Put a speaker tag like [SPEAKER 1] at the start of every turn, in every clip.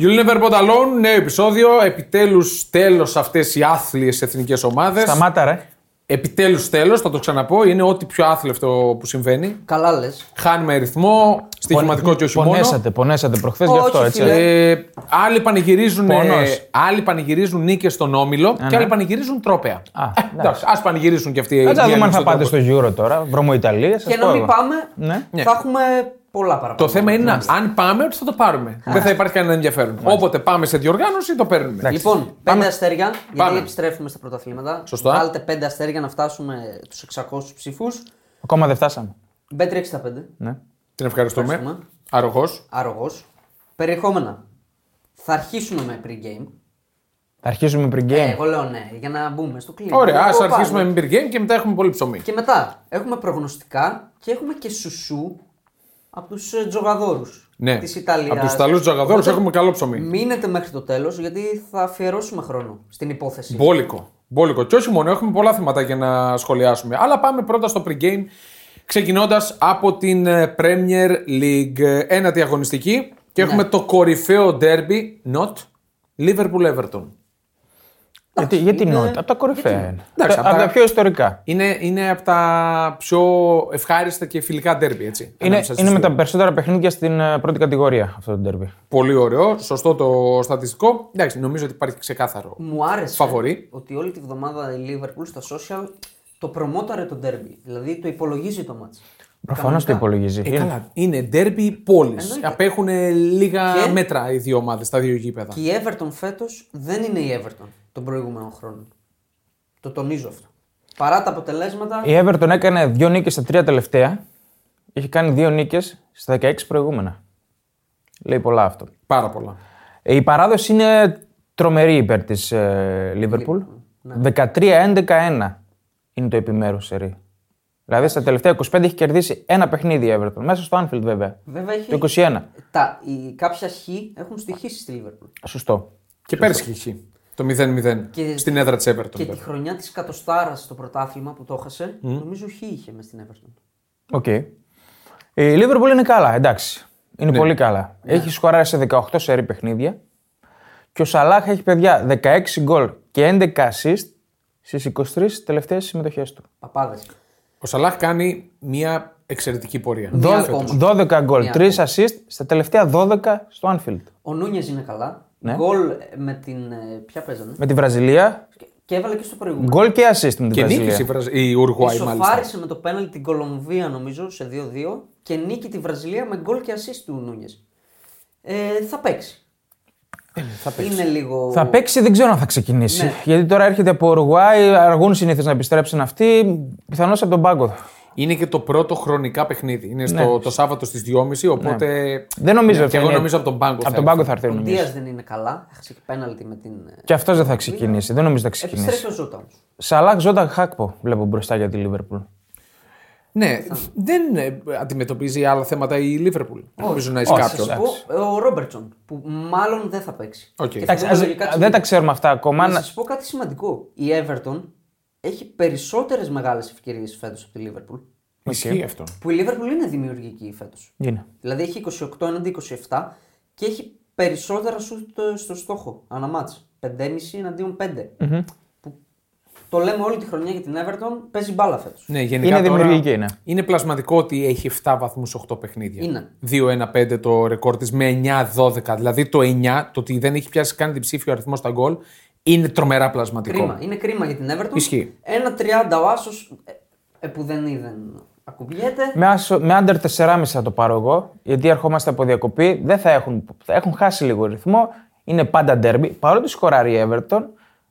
[SPEAKER 1] You'll never Be alone, νέο επεισόδιο. Επιτέλους τέλος αυτές οι άθλιες εθνικές ομάδες.
[SPEAKER 2] Σταμάτα, ρε.
[SPEAKER 1] Επιτέλους τέλος, θα το ξαναπώ. Είναι ό,τι πιο άθλευτο που συμβαίνει.
[SPEAKER 3] Καλά λες.
[SPEAKER 1] Χάνουμε ρυθμό, στοιχηματικό και όχι μόνο.
[SPEAKER 2] Πονέσατε, πονέσατε προχθές γι'
[SPEAKER 3] Όχι,
[SPEAKER 2] αυτό, έτσι.
[SPEAKER 3] φίλε.
[SPEAKER 1] Ε, άλλοι πανηγυρίζουν,
[SPEAKER 2] Πόνος.
[SPEAKER 1] ε, άλλοι πανηγυρίζουν νίκες στον Όμιλο και άλλοι πανηγυρίζουν τρόπαια.
[SPEAKER 2] Ε, ναι. Α,
[SPEAKER 1] Α,
[SPEAKER 2] εντάξει.
[SPEAKER 1] εντάξει, ας πανηγυρίσουν και αυτοί. οι
[SPEAKER 2] Κάτσε να
[SPEAKER 1] διάλογοι
[SPEAKER 2] δούμε αν θα
[SPEAKER 1] στον
[SPEAKER 2] πάτε
[SPEAKER 1] τρόπο.
[SPEAKER 2] στο Euro τώρα. Βρωμό Ιταλία.
[SPEAKER 3] Και να μην πάμε,
[SPEAKER 2] Ναι.
[SPEAKER 1] Ναι.
[SPEAKER 3] θα έχουμε πολλά παραπάνω.
[SPEAKER 1] Το θέμα είναι να, αν πάμε, ότι θα το πάρουμε. Δεν θα υπάρχει κανένα ενδιαφέρον. Όποτε πάμε σε διοργάνωση, το παίρνουμε.
[SPEAKER 3] Λοιπόν, πέντε αστέρια,
[SPEAKER 1] Πάμε.
[SPEAKER 3] γιατί επιστρέφουμε στα πρωταθλήματα.
[SPEAKER 1] Σωστά.
[SPEAKER 3] Βάλτε πέντε αστέρια να φτάσουμε τους 600 ψήφους.
[SPEAKER 2] Ακόμα δεν φτάσαμε.
[SPEAKER 3] Bet365,
[SPEAKER 2] Ναι.
[SPEAKER 1] Την ευχαριστούμε.
[SPEAKER 3] Ευχαριστούμε.
[SPEAKER 1] Αρρωγός.
[SPEAKER 3] αρρωγός. Περιεχόμενα. Θα αρχίσουμε με pre-game.
[SPEAKER 2] Θα αρχίσουμε πριν
[SPEAKER 3] Ε,
[SPEAKER 2] game.
[SPEAKER 3] εγώ λέω ναι, για να μπούμε στο κλίμα.
[SPEAKER 1] Ωραία,
[SPEAKER 3] Εγώ
[SPEAKER 1] ας
[SPEAKER 3] πάλι.
[SPEAKER 1] αρχίσουμε με beer game και μετά έχουμε πολύ ψωμί.
[SPEAKER 3] Και μετά έχουμε προγνωστικά και έχουμε και σουσού από ε, του τζογαδόρους
[SPEAKER 1] Ναι.
[SPEAKER 3] της Ιταλίας.
[SPEAKER 1] Από τους Ιταλούς τζογαδόρους έχουμε καλό ψωμί.
[SPEAKER 3] Μείνετε μέχρι το τέλος γιατί θα αφιερώσουμε χρόνο στην υπόθεση.
[SPEAKER 1] Μπόλικο. Μπόλικο. Και όχι μόνο, έχουμε πολλά θέματα για να σχολιάσουμε. Αλλά πάμε πρώτα στο pre-game, ξεκινώντας από την ε, Premier League. Ε, Ένατη αγωνιστική και
[SPEAKER 2] Ναι.
[SPEAKER 1] έχουμε το κορυφαίο derby, not Liverpool Everton.
[SPEAKER 2] Γιατί, γιατί not, από τα κορυφαία είναι.
[SPEAKER 1] Εντάξει,
[SPEAKER 2] από,
[SPEAKER 1] απ' τα-
[SPEAKER 2] τα πιο ιστορικά.
[SPEAKER 1] Είναι, είναι από τα πιο ευχάριστα και φιλικά derby, έτσι.
[SPEAKER 2] Είναι,
[SPEAKER 1] ανάμεσα
[SPEAKER 2] είναι
[SPEAKER 1] στις
[SPEAKER 2] με
[SPEAKER 1] δύο.
[SPEAKER 2] τα περισσότερα παιχνίδια στην ε, πρώτη κατηγορία αυτό το derby.
[SPEAKER 1] Πολύ ωραίο, σωστό το στατιστικό. Εντάξει, νομίζω ότι υπάρχει
[SPEAKER 2] Ναι.
[SPEAKER 1] ξεκάθαρο.
[SPEAKER 3] Μου άρεσε
[SPEAKER 1] Φαβορί.
[SPEAKER 3] ότι όλη τη βδομάδα η Liverpool στα social το προμόταρε το derby. Δηλαδή το υπολογίζει το μάτς.
[SPEAKER 2] Προφανώς το υπολογίζει.
[SPEAKER 1] Ε,
[SPEAKER 2] Είναι-
[SPEAKER 1] καλά, είναι derby πόλης.
[SPEAKER 3] Εννοείται.
[SPEAKER 1] Απέχουν ε, λίγα
[SPEAKER 3] Και-
[SPEAKER 1] μέτρα οι δύο ομάδες, τα δύο γήπεδα.
[SPEAKER 3] Και η Everton φέτος δεν είναι η Everton των προηγούμενων χρόνων. Το τονίζω αυτό. Παρά τα αποτελέσματα,
[SPEAKER 2] Η Everton έκανε δύο νίκες στα τρία τελευταία. Είχε κάνει δύο νίκες στα 16 προηγούμενα. Λέει πολλά αυτό.
[SPEAKER 1] Πάρα πολλά.
[SPEAKER 2] Ε, Η παράδοση είναι τρομερή υπέρ της Λίβερπουλ.
[SPEAKER 3] ναι.
[SPEAKER 2] 13-11-1 είναι το επιμέρους σερί. Δηλαδή στα τελευταία 25 έχει κερδίσει ένα παιχνίδι η Everton. Μέσα στο Anfield βέβαια.
[SPEAKER 3] βέβαια έχει...
[SPEAKER 2] Το 21.
[SPEAKER 1] Ε-
[SPEAKER 3] Τα, οι, κάποια χ έχουν στοιχήσει στη Liverpool.
[SPEAKER 2] Σωστό.
[SPEAKER 1] Και πέρσι είχε χει. το 0-0
[SPEAKER 3] Και-
[SPEAKER 1] στην έδρα της Everton.
[SPEAKER 3] Και τη
[SPEAKER 1] βέβαια.
[SPEAKER 3] χρονιά της Κατοστάρας στο πρωτάθλημα που το έχασε, νομίζω χ είχε μες στην Everton.
[SPEAKER 2] Οκ. Η Λίβερπουλ είναι καλά, εντάξει. Είναι πολύ καλά.
[SPEAKER 3] Ναι.
[SPEAKER 2] Έχει σκοράρει σε 18 σερί παιχνίδια. Και ο Σαλάχ έχει παιδιά 16 γκολ και 11 assist στι 23 τελευταίες συμμετοχές του.
[SPEAKER 3] Παπάδες.
[SPEAKER 1] Ο Σαλάχ κάνει μια εξαιρετική πορεία.
[SPEAKER 3] Δο-
[SPEAKER 1] Φέτος.
[SPEAKER 3] ακόμα.
[SPEAKER 2] 12 γκολ,
[SPEAKER 3] Μία
[SPEAKER 2] 3 assist στα τελευταία 12 στο Anfield.
[SPEAKER 3] Ο Νούνιες είναι καλά.
[SPEAKER 2] Ναι.
[SPEAKER 3] Γκολ ε, με την. ε, Ποια παίζανε.
[SPEAKER 2] Με τη Βραζιλία,
[SPEAKER 3] Και- Και έβαλε και στο προηγούμενο.
[SPEAKER 2] γκολ και assist με τη
[SPEAKER 1] Και νίκησε η,
[SPEAKER 2] Βραζιλία.
[SPEAKER 1] Βραζ... η Ουρουάη, μάλιστα.
[SPEAKER 3] Ισοφάρισε με το πέναλ την Κολομβία νομίζω σε 2-2 και νίκη τη Βραζιλία με γκολ και assist του Νούνιες. Ε, θα παίξει. θα παίξει. Είναι λίγο.
[SPEAKER 2] Ε, Θα παίξει, δεν ξέρω αν θα ξεκινήσει.
[SPEAKER 3] Ναι.
[SPEAKER 2] Γιατί τώρα έρχεται από Ουρουάη, αργούν συνήθως να επιστρέψουν αυτοί, πιθανώς από τον πάγκο.
[SPEAKER 1] Είναι και το πρώτο χρονικά παιχνίδι. Είναι στο,
[SPEAKER 2] Ναι.
[SPEAKER 1] το Σάββατο στις 2.30, οπότε.
[SPEAKER 2] Δεν νομίζω
[SPEAKER 1] Ναι,
[SPEAKER 2] ότι
[SPEAKER 1] και
[SPEAKER 2] θα
[SPEAKER 1] εγώ
[SPEAKER 2] είναι-
[SPEAKER 1] νομίζω από τον πάγκο.
[SPEAKER 2] Από
[SPEAKER 1] θα
[SPEAKER 2] τον
[SPEAKER 1] έρθει.
[SPEAKER 2] πάγκο θα έρθει ο
[SPEAKER 3] Ο
[SPEAKER 2] Νούνιες.
[SPEAKER 3] Ντία δεν είναι καλά. Έχασε και πέναλτι με την. ε,
[SPEAKER 2] Και αυτός δεν θα ξεκινήσει. Δεν νομίζω θα ξεκινήσει.
[SPEAKER 3] Επιστρέφει ο Ζώτα όμως.
[SPEAKER 2] Σαλάχ Ζόντα Χάκπο βλέπω μπροστά για τη Λίβερπουλ.
[SPEAKER 1] Ναι, δεν ε, αντιμετωπίζει άλλα θέματα η Λίβερπουλ. Νομίζω να έχει κάποιον.
[SPEAKER 3] Ο, ο Ρόμπερτσον, που μάλλον δεν θα παίξει.
[SPEAKER 1] Οκ.
[SPEAKER 3] Και θα
[SPEAKER 2] Εντάξει,
[SPEAKER 3] δούμε
[SPEAKER 2] ας-
[SPEAKER 3] λογικά τις
[SPEAKER 2] δεν τα
[SPEAKER 3] λύσεις.
[SPEAKER 2] ξέρουμε αυτά ακόμα.
[SPEAKER 3] Να
[SPEAKER 2] να-
[SPEAKER 3] σας πω κάτι σημαντικό. Η Everton έχει περισσότερες μεγάλες ευκαιρίες φέτος από τη Liverpool.
[SPEAKER 1] Ισχύει αυτό.
[SPEAKER 3] Που η Liverpool είναι δημιουργική φέτος.
[SPEAKER 2] Είναι.
[SPEAKER 3] Δηλαδή έχει 28 έναντι 27 και έχει περισσότερα σουτ ε, στο στόχο ανά μάτς. 5,5 εναντίον 5. Που το λέμε όλη τη χρονιά για την Everton, παίζει μπάλα φέτος.
[SPEAKER 1] Ναι, γενικά
[SPEAKER 2] Είναι
[SPEAKER 1] τώρα
[SPEAKER 2] δημιουργική, ναι.
[SPEAKER 1] Είναι πλασματικό ότι έχει 7 βαθμού 8 παιχνίδια.
[SPEAKER 3] Είναι.
[SPEAKER 1] 2-1-5 το ρεκόρ της με 9-12. Δηλαδή το 9, το ότι δεν έχει πιάσει καν διψήφιο αριθμό στα γκολ, είναι τρομερά πλασματικό.
[SPEAKER 3] Κρίμα. Είναι κρίμα για την Everton.
[SPEAKER 1] Ισχύει.
[SPEAKER 3] Ένα 30 ο Άσος ε, που δεν είδε ακουμπιέται.
[SPEAKER 2] Με, άσο, με under 4,5 θα το πάρω εγώ, γιατί ερχόμαστε από διακοπή. Δεν θα έχουν, θα έχουν χάσει λίγο ρυθμό. Είναι πάντα derby. Παρότι σκοράρει η Everton,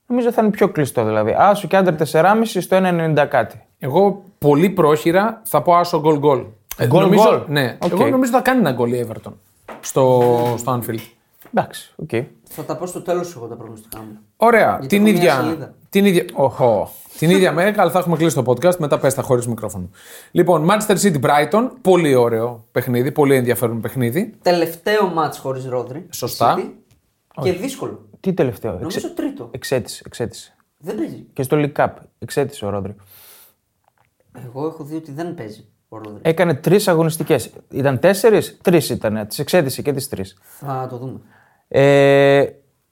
[SPEAKER 2] νομίζω θα είναι πιο κλειστό δηλαδή. Άσο και under 4,5 στο 1,90 κάτι.
[SPEAKER 1] Εγώ πολύ πρόχειρα θα πω άσο γκολ γκολ. Ε,
[SPEAKER 2] Γκολ,
[SPEAKER 1] νομίζω,
[SPEAKER 2] γκολ.
[SPEAKER 1] Ναι,
[SPEAKER 2] Οκ.
[SPEAKER 1] εγώ νομίζω θα κάνει ένα γκολ η Everton στο, στο Anfield.
[SPEAKER 2] Εντάξει, οκ.
[SPEAKER 3] Θα τα πω στο τέλος εγώ τα προγνωστικά μου.
[SPEAKER 1] Ωραία.
[SPEAKER 3] Γιατί
[SPEAKER 1] Την
[SPEAKER 3] έχω μια
[SPEAKER 1] ίδια,
[SPEAKER 3] σελίδα.
[SPEAKER 1] την ίδια. Οχο. την ίδια μέρα, αλλά θα έχουμε κλείσει το podcast. Μετά πες τα χωρίς μικρόφωνο. Λοιπόν, Manchester City Brighton. Πολύ ωραίο παιχνίδι. Πολύ ενδιαφέρον παιχνίδι.
[SPEAKER 3] Τελευταίο μάτς χωρί Ρόδρυ.
[SPEAKER 1] Σωστά.
[SPEAKER 3] η City. Και δύσκολο.
[SPEAKER 2] Τι τελευταίο.
[SPEAKER 3] Νομίζω τρίτο.
[SPEAKER 2] Εξέτησε, εξέτησε.
[SPEAKER 3] Δεν παίζει.
[SPEAKER 2] Και στο League Cup εξέτησε ο Ρόντρικ.
[SPEAKER 3] Εγώ έχω δει ότι δεν παίζει ο Ρόδρυ.
[SPEAKER 2] Έκανε τρεις αγωνιστικές. Ήταν τέσσερις, τρεις ήταν. Τις εξέτησε και τις τρεις.
[SPEAKER 3] Θα το δούμε.
[SPEAKER 2] Ε,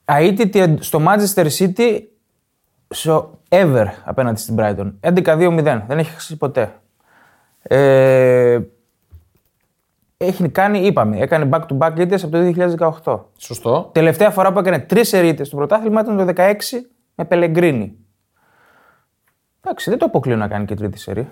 [SPEAKER 2] αίτητη στο Manchester City στο ever απέναντι στην Brighton. 11-2-0. Δεν έχει χάσει ποτέ. Ε, έχει κάνει, είπαμε, έκανε back-to-back ήττες από το 2018.
[SPEAKER 1] Σωστό.
[SPEAKER 2] Τελευταία φορά που έκανε τρεις ερείτε στο πρωτάθλημα ήταν το 16 με Πελεγκρίνη. Εντάξει, δεν το αποκλείω να κάνει και τρίτη σερή.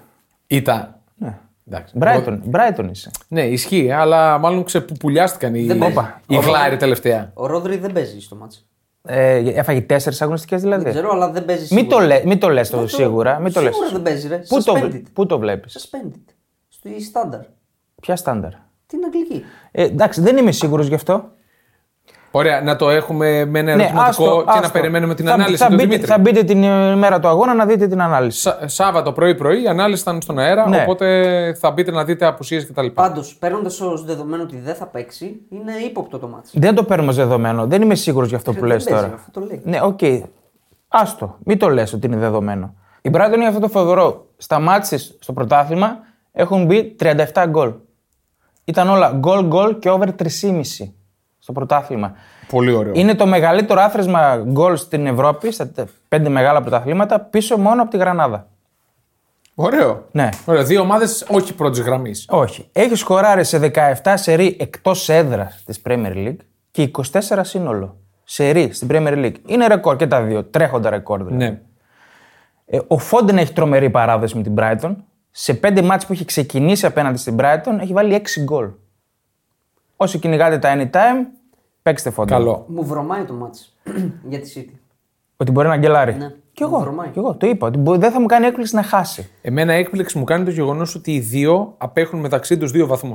[SPEAKER 1] Ήταν.
[SPEAKER 2] Ναι.
[SPEAKER 1] Εντάξει.
[SPEAKER 2] Brighton, Brighton είσαι.
[SPEAKER 1] Ναι, ισχύει, αλλά μάλλον ξεπουπουλιάστηκαν οι,
[SPEAKER 3] Δεν
[SPEAKER 1] οι,
[SPEAKER 3] παίζει.
[SPEAKER 1] οι γλάροι τελευταία.
[SPEAKER 3] Ο Ρόδρυ δεν παίζει στο μάτσο.
[SPEAKER 2] Ε, έφαγε τέσσερις αγωνιστικές δηλαδή.
[SPEAKER 3] Δεν ξέρω, αλλά δεν παίζει.
[SPEAKER 2] Μην το, λε, μην το λες το
[SPEAKER 3] Δεν το-
[SPEAKER 2] σίγουρα. Μην το λες.
[SPEAKER 3] σίγουρα δεν παίζει, ρε.
[SPEAKER 2] Πού το,
[SPEAKER 3] Suspended.
[SPEAKER 2] πού το βλέπεις.
[SPEAKER 3] Suspended. Στο στάνταρ.
[SPEAKER 2] Ποια στάνταρ.
[SPEAKER 3] Την Αγγλική.
[SPEAKER 2] Ε, εντάξει, δεν είμαι σίγουρος γι' αυτό.
[SPEAKER 1] Ωραία, να το έχουμε με ένα Ε, ερωτηματικό
[SPEAKER 2] Ναι, άστο,
[SPEAKER 1] και να
[SPEAKER 2] άστο.
[SPEAKER 1] περιμένουμε την
[SPEAKER 2] θα,
[SPEAKER 1] ανάλυση
[SPEAKER 2] θα
[SPEAKER 1] του
[SPEAKER 2] μπείτε,
[SPEAKER 1] Δημήτρη.
[SPEAKER 2] Θα μπείτε την ε, ημέρα του αγώνα να δείτε την ανάλυση.
[SPEAKER 1] Σα- Σάββατο πρωί-πρωί η ανάλυση ήταν στον αέρα,
[SPEAKER 2] Ναι.
[SPEAKER 1] οπότε θα μπείτε να δείτε απουσίες κτλ.
[SPEAKER 3] Πάντως, παίρνοντας ως δεδομένο ότι δεν θα παίξει, είναι ύποπτο το μάτσο.
[SPEAKER 2] Δεν το παίρνουμε ως δεδομένο. Δεν είμαι σίγουρος γι' αυτό που
[SPEAKER 3] Ε, Δεν
[SPEAKER 2] λες
[SPEAKER 3] παίζει,
[SPEAKER 2] τώρα.
[SPEAKER 3] αφού το λέει.
[SPEAKER 2] Ναι, οκ. Άστο. Μην το λες ότι είναι δεδομένο. Η Brighton είναι αυτό το φοβερό. Στα μάτσεις στο πρωτάθλημα έχουν μπει 37 γκολ. Ήταν όλα γκολ, γκολ και over 3,5 στο πρωτάθλημα.
[SPEAKER 1] Πολύ ωραίο.
[SPEAKER 2] Είναι το μεγαλύτερο άθροισμα γκολ στην Ευρώπη, στα τε- πέντε μεγάλα πρωταθλήματα, πίσω μόνο από τη Γρανάδα.
[SPEAKER 1] Ωραίο.
[SPEAKER 2] Ναι.
[SPEAKER 1] Ωραία, δύο ομάδες όχι πρώτης γραμμής.
[SPEAKER 2] Όχι. Έχει σκοράρει σε 17 σερί εκτός έδρας της Premier League και 24 σύνολο. Σερί στην Premier League. Είναι ρεκόρ και τα δύο. Τρέχοντα ρεκόρ. δηλαδή.
[SPEAKER 1] Ναι.
[SPEAKER 2] Ε, ο Φόντεν έχει τρομερή παράδοση με την Brighton. Σε πέντε μάτς που έχει ξεκινήσει απέναντι στην Brighton έχει βάλει 6 γκολ. Όσοι κυνηγάτε τα anytime, παίξτε Φόντεν.
[SPEAKER 1] Καλό.
[SPEAKER 3] Μου βρωμάει το μάτσο για τη City.
[SPEAKER 2] Ότι μπορεί να γκελάρει.
[SPEAKER 3] Ναι.
[SPEAKER 2] Κι εγώ,
[SPEAKER 3] Βρωμάει.
[SPEAKER 2] κι εγώ το είπα. Ότι μπο- δεν θα μου κάνει έκπληξη να χάσει.
[SPEAKER 1] Εμένα έκπληξη μου κάνει το γεγονός ότι οι δύο απέχουν μεταξύ τους δύο βαθμούς.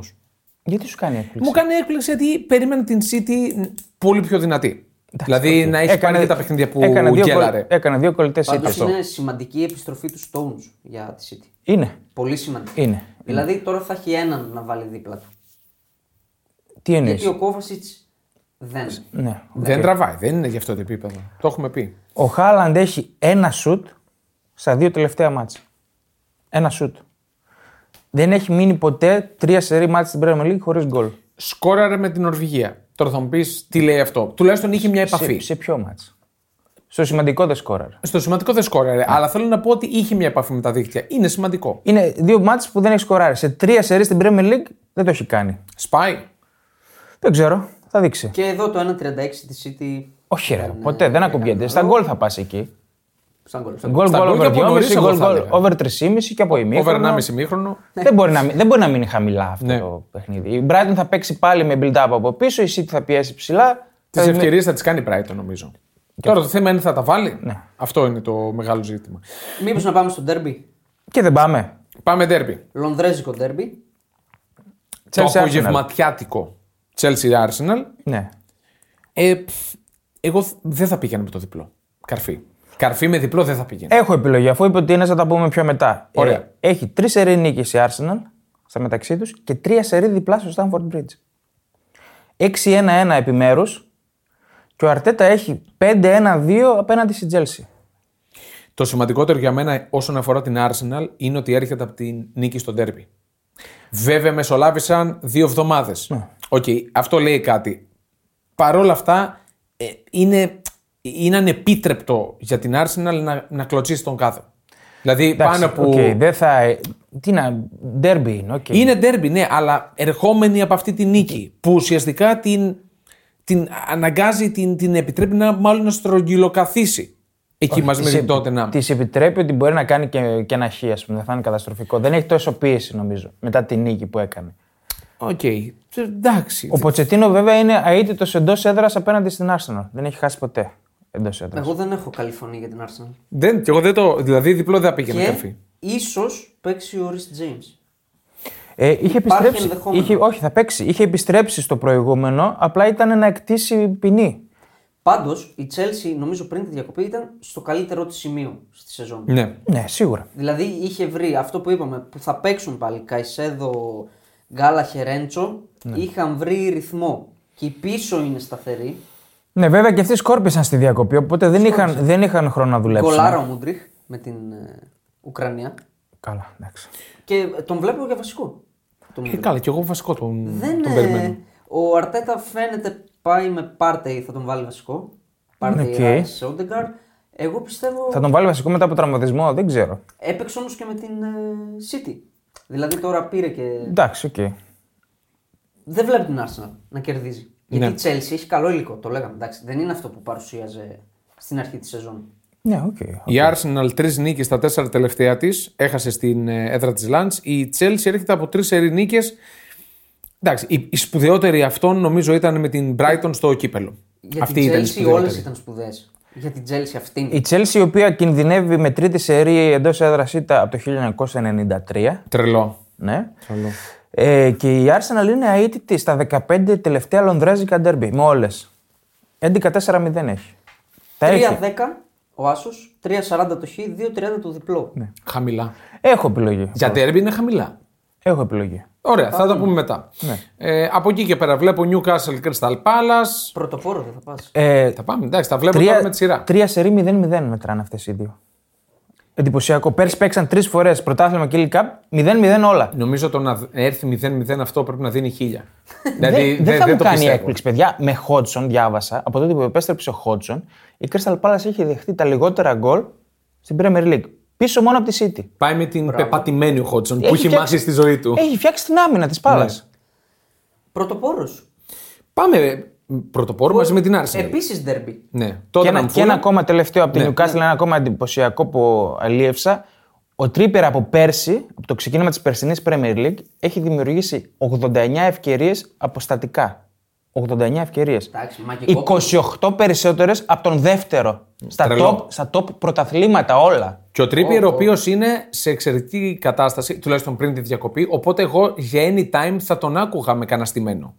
[SPEAKER 2] Γιατί σου κάνει έκπληξη.
[SPEAKER 1] Μου κάνει έκπληξη γιατί περίμενα την City πολύ πιο δυνατή. δηλαδή να έχει κάνει και τα παιχνίδια που
[SPEAKER 2] έκανε δύο,
[SPEAKER 1] γέλαρε.
[SPEAKER 2] κολ- έκανε δύο κολλητές
[SPEAKER 3] Πάντως
[SPEAKER 2] ήττε.
[SPEAKER 3] είναι σημαντική η επιστροφή του Stones για τη City.
[SPEAKER 2] Είναι.
[SPEAKER 3] Πολύ σημαντική.
[SPEAKER 2] Είναι.
[SPEAKER 3] Δηλαδή τώρα θα έχει έναν να βάλει δίπλα του.
[SPEAKER 2] Τι εννοείς.
[SPEAKER 3] Γιατί ο Κόβασιτ δεν.
[SPEAKER 2] Ναι.
[SPEAKER 1] Δεν τραβάει, δεν είναι γι' αυτό το επίπεδο. Το έχουμε πει.
[SPEAKER 2] Ο Χάλαντ έχει ένα σουτ στα δύο τελευταία μάτσα. Ένα σουτ. Δεν έχει μείνει ποτέ τρία σερή μάτς στην Premier League χωρίς γκολ.
[SPEAKER 1] Σκόραρε με την Νορβηγία. Τώρα θα μου πεις τι λέει αυτό. Τουλάχιστον είχε μια επαφή.
[SPEAKER 2] Σε, σε ποιο μάτς. Στο σημαντικό δεν σκόραρε.
[SPEAKER 1] Στο σημαντικό δεν σκόραρε,
[SPEAKER 2] Ναι.
[SPEAKER 1] αλλά θέλω να πω ότι είχε μια επαφή με τα δίκτυα. Είναι σημαντικό.
[SPEAKER 2] Είναι δύο μάτς που δεν έχει σκοράρει. Σε τρία σερή στην Premier League δεν το έχει κάνει.
[SPEAKER 1] Σπάει.
[SPEAKER 2] Δεν ξέρω. Θα δείξει.
[SPEAKER 3] Και εδώ το 1.36 της City.
[SPEAKER 2] Όχι, ρε, ποτέ δεν ακουμπιέται. Στα γκολ θα πας εκεί.
[SPEAKER 3] Σαν γκολ.
[SPEAKER 2] Γκολ
[SPEAKER 1] Στα
[SPEAKER 2] γκολ
[SPEAKER 1] γκολ και
[SPEAKER 2] over
[SPEAKER 1] από νωρίς
[SPEAKER 2] 2,5,
[SPEAKER 1] εγώ
[SPEAKER 2] γκολ
[SPEAKER 1] θα
[SPEAKER 2] γκολ
[SPEAKER 1] έλεγα.
[SPEAKER 2] over 3,5 και από
[SPEAKER 1] Over
[SPEAKER 2] ημίχρονο.
[SPEAKER 1] 1,5 μήχρονο.
[SPEAKER 2] Δεν μπορεί, να, μην- δεν μπορεί να μείνει χαμηλά αυτό
[SPEAKER 1] Ναι.
[SPEAKER 2] το παιχνίδι. Η Brighton θα παίξει πάλι με build-up από πίσω, η City θα πιέσει ψηλά. ε,
[SPEAKER 1] Τι
[SPEAKER 2] Θα-
[SPEAKER 1] ευκαιρίες θα τις κάνει η Brighton, νομίζω. Τώρα το θέμα είναι θα τα βάλει.
[SPEAKER 2] Ναι.
[SPEAKER 1] Αυτό είναι το μεγάλο ζήτημα.
[SPEAKER 3] Μήπως να πάμε στο ντέρμπι.
[SPEAKER 2] Και δεν πάμε.
[SPEAKER 1] Πάμε ντέρμπι.
[SPEAKER 3] Λονδρέζικο ντέρμπι.
[SPEAKER 1] Το
[SPEAKER 2] Chelsea-Arsenal.
[SPEAKER 1] απογευματιάτικο Chelsea Arsenal.
[SPEAKER 2] Ναι.
[SPEAKER 1] Ε, πφ, εγώ θ- δεν θα πήγαινα με το διπλό. Καρφί. Καρφί με διπλό δεν θα πήγαινα.
[SPEAKER 2] Έχω επιλογή, αφού είπε ότι είναι, θα τα πούμε πιο μετά. Ε,
[SPEAKER 1] Ωραία.
[SPEAKER 2] έχει τρεις σερή νίκες η Arsenal στα μεταξύ τους και τρία σερή διπλά στο Stamford Bridge. 6-1-1 επιμέρου και ο Αρτέτα έχει 5-1-2 απέναντι στη Chelsea.
[SPEAKER 1] Το σημαντικότερο για μένα όσον αφορά την Arsenal είναι ότι έρχεται από την νίκη στο ντέρμπι. Βέβαια, μεσολάβησαν δύο εβδομάδες. Οκ, αυτό λέει κάτι. Παρ' όλα αυτά, ε, είναι, είναι ανεπίτρεπτο για την Arsenal να, να κλωτσίσει τον κάθε. Δηλαδή, πάνω που.
[SPEAKER 2] Οκ, δεν θα. Τι να. Ντέρμπι είναι, οκ.
[SPEAKER 1] Είναι ντέρμπι, ναι, αλλά ερχόμενη από αυτή τη νίκη που ουσιαστικά την, την αναγκάζει, την, την επιτρέπει να μάλλον να στρογγυλοκαθίσει εκεί μαζί με την Tottenham.
[SPEAKER 2] Τη επιτρέπει ότι μπορεί να κάνει και, και ένα χ, ας πούμε. Δεν θα είναι καταστροφικό. Δεν έχει τόσο πίεση, νομίζω, μετά τη νίκη που έκανε.
[SPEAKER 1] Οκ. Ε, Εντάξει.
[SPEAKER 2] Ο Ποτσετίνο, βέβαια, είναι αίτητος εντός έδρας απέναντι στην Arsenal. Δεν έχει χάσει ποτέ εντός έδρας.
[SPEAKER 3] Εγώ δεν έχω καλή φωνή για την Arsenal.
[SPEAKER 1] Δεν, και εγώ δεν το. Δηλαδή, διπλό δεν θα πήγαινε καρφί.
[SPEAKER 3] Και ίσως παίξει ο Ρις Τζέιμ.
[SPEAKER 2] Ε, είχε επιστρέψει.
[SPEAKER 3] ενδεχόμενο.
[SPEAKER 2] Είχε, όχι, θα παίξει. Είχε επιστρέψει στο προηγούμενο, απλά ήταν να εκτίσει ποινή.
[SPEAKER 3] Πάντως η Chelsea νομίζω πριν τη διακοπή ήταν στο καλύτερό της σημείο στη σεζόν.
[SPEAKER 1] Ναι.
[SPEAKER 2] Ναι, σίγουρα.
[SPEAKER 3] Δηλαδή είχε βρει αυτό που είπαμε που θα παίξουν πάλι Καϊσέδο, Γκάλα, Χερέντσο. Είχαν βρει ρυθμό. Και η πίσω είναι σταθερή.
[SPEAKER 2] Ναι, βέβαια και αυτοί σκόρπισαν στη διακοπή, οπότε δεν είχαν, δεν είχαν χρόνο να δουλέψουν.
[SPEAKER 3] Κολάρα ο Μούντριχ με την ε, Ουκρανία.
[SPEAKER 2] Καλά, εντάξει.
[SPEAKER 3] Και τον βλέπω για βασικό. Τον
[SPEAKER 1] Ε,
[SPEAKER 3] Μούντριχ.
[SPEAKER 1] καλά, και εγώ βασικό τον,
[SPEAKER 3] Δεν,
[SPEAKER 1] τον
[SPEAKER 3] ε,
[SPEAKER 1] περιμένω.
[SPEAKER 3] ο Αρτέτα φαίνεται πάει με Πάρτεϊ, θα τον βάλει βασικό. Πάρτεϊ
[SPEAKER 1] Ναι,
[SPEAKER 2] Οκ.
[SPEAKER 3] okay. σε Όντεγκαρ. Εγώ πιστεύω.
[SPEAKER 2] Θα τον βάλει βασικό μετά από τραυματισμό, δεν ξέρω.
[SPEAKER 3] Έπαιξε όμως και με την ε, City. Δηλαδή τώρα πήρε και.
[SPEAKER 2] Εντάξει, οκ.
[SPEAKER 3] Δεν βλέπει την Arsenal να κερδίζει.
[SPEAKER 1] Ναι.
[SPEAKER 3] Γιατί η Chelsea έχει καλό υλικό, το λέγαμε. Εντάξει, δεν είναι αυτό που παρουσίαζε στην αρχή της σεζόν.
[SPEAKER 2] Ναι, οκ.
[SPEAKER 1] Η Arsenal τρεις νίκες στα τέσσερα τελευταία της. Έχασε στην ε, έδρα της Λαντ. Η Chelsea έρχεται από τρεις σερή νίκες. Εντάξει, η, η σπουδαιότερη αυτών νομίζω ήταν με την Brighton στο κύπελο.
[SPEAKER 3] Για
[SPEAKER 1] Αυτή
[SPEAKER 3] την
[SPEAKER 1] ήταν η
[SPEAKER 3] Chelsea όλε
[SPEAKER 1] σπουδαιότερη. Ε,
[SPEAKER 3] ήταν σπουδαίες. Για την Chelsea αυτήν.
[SPEAKER 2] Η Chelsea η οποία κινδυνεύει με τρίτη σερή εντός έδρας ήταν από το 1993.
[SPEAKER 1] Τρελό.
[SPEAKER 2] Ναι. Ε, και η Arsenal είναι αίτητη στα 15 τελευταία λονδρέζικα ντέρμπι. Με όλες. 11-4-0 έχει. Τα έχει.
[SPEAKER 3] 3-10 ο Άσος, 3-40 το Χ, 2-30 το διπλό.
[SPEAKER 1] Ναι. Χαμηλά.
[SPEAKER 2] Έχω επιλογή.
[SPEAKER 1] Για τέρμπι είναι χαμηλά.
[SPEAKER 2] Έχω επιλογή.
[SPEAKER 1] Ωραία, θα τα πούμε μετά.
[SPEAKER 2] Ναι.
[SPEAKER 1] Ε, από εκεί και πέρα βλέπω Newcastle Crystal Palace.
[SPEAKER 3] Πρωτοπόρο δεν θα πας.
[SPEAKER 2] Ε,
[SPEAKER 1] Τα πάμε, εντάξει, τα βλέπω τώρα με τη σειρά.
[SPEAKER 2] τρία σερή 0-0 μετράνε αυτές οι δύο. Εντυπωσιακό. Πέρσι παίξαν τρεις φορές πρωτάθλημα και League Cup 0-0 όλα.
[SPEAKER 1] Νομίζω το να έρθει 0-0 αυτό πρέπει να δίνει χίλια. Δηλαδή,
[SPEAKER 2] δεν, δεν θα μου
[SPEAKER 1] το
[SPEAKER 2] κάνει
[SPEAKER 1] πιστεύω.
[SPEAKER 2] έκπληξη, παιδιά. Με Χότσον διάβασα από τότε που επέστρεψε ο Χότσον, η Crystal Palace έχει δεχτεί τα λιγότερα γκολ στην Premier League. Πίσω μόνο από τη City.
[SPEAKER 1] Πάει με την πεπατημένη ο Χότσον που έχει
[SPEAKER 2] φτιάξει-
[SPEAKER 1] μάθει στη ζωή του. Ναι.
[SPEAKER 2] Έχει φτιάξει την άμυνα της Πάλα.
[SPEAKER 3] Πρωτοπόρος.
[SPEAKER 1] Πάμε ε, πρωτοπόρο μαζί με την Arsenal.
[SPEAKER 3] Επίσης ντέρμπι.
[SPEAKER 1] Ναι.
[SPEAKER 2] Ε- Και,
[SPEAKER 1] Τότε
[SPEAKER 2] ένα,
[SPEAKER 1] να Ναι.
[SPEAKER 2] και ένα ακόμα τελευταίο από την Newcastle, ένα ακόμα εντυπωσιακό που αλίευσα. Ο Τρίπερ από πέρσι, από το ξεκίνημα της περσινής Premier League, έχει δημιουργήσει 89 ευκαιρίες αποστατικά. 89 ευκαιρίες.
[SPEAKER 3] Εντάξει, μα και κόκκινο.
[SPEAKER 2] 28 περισσότερες από τον δεύτερο. Στα
[SPEAKER 1] Τρελό.
[SPEAKER 2] top, στα top πρωταθλήματα όλα.
[SPEAKER 1] Και ο Τρίπιερ, ο οποίο είναι σε εξαιρετική κατάσταση, τουλάχιστον πριν τη διακοπή. Οπότε εγώ για anytime θα τον άκουγα με κανένα στημένο.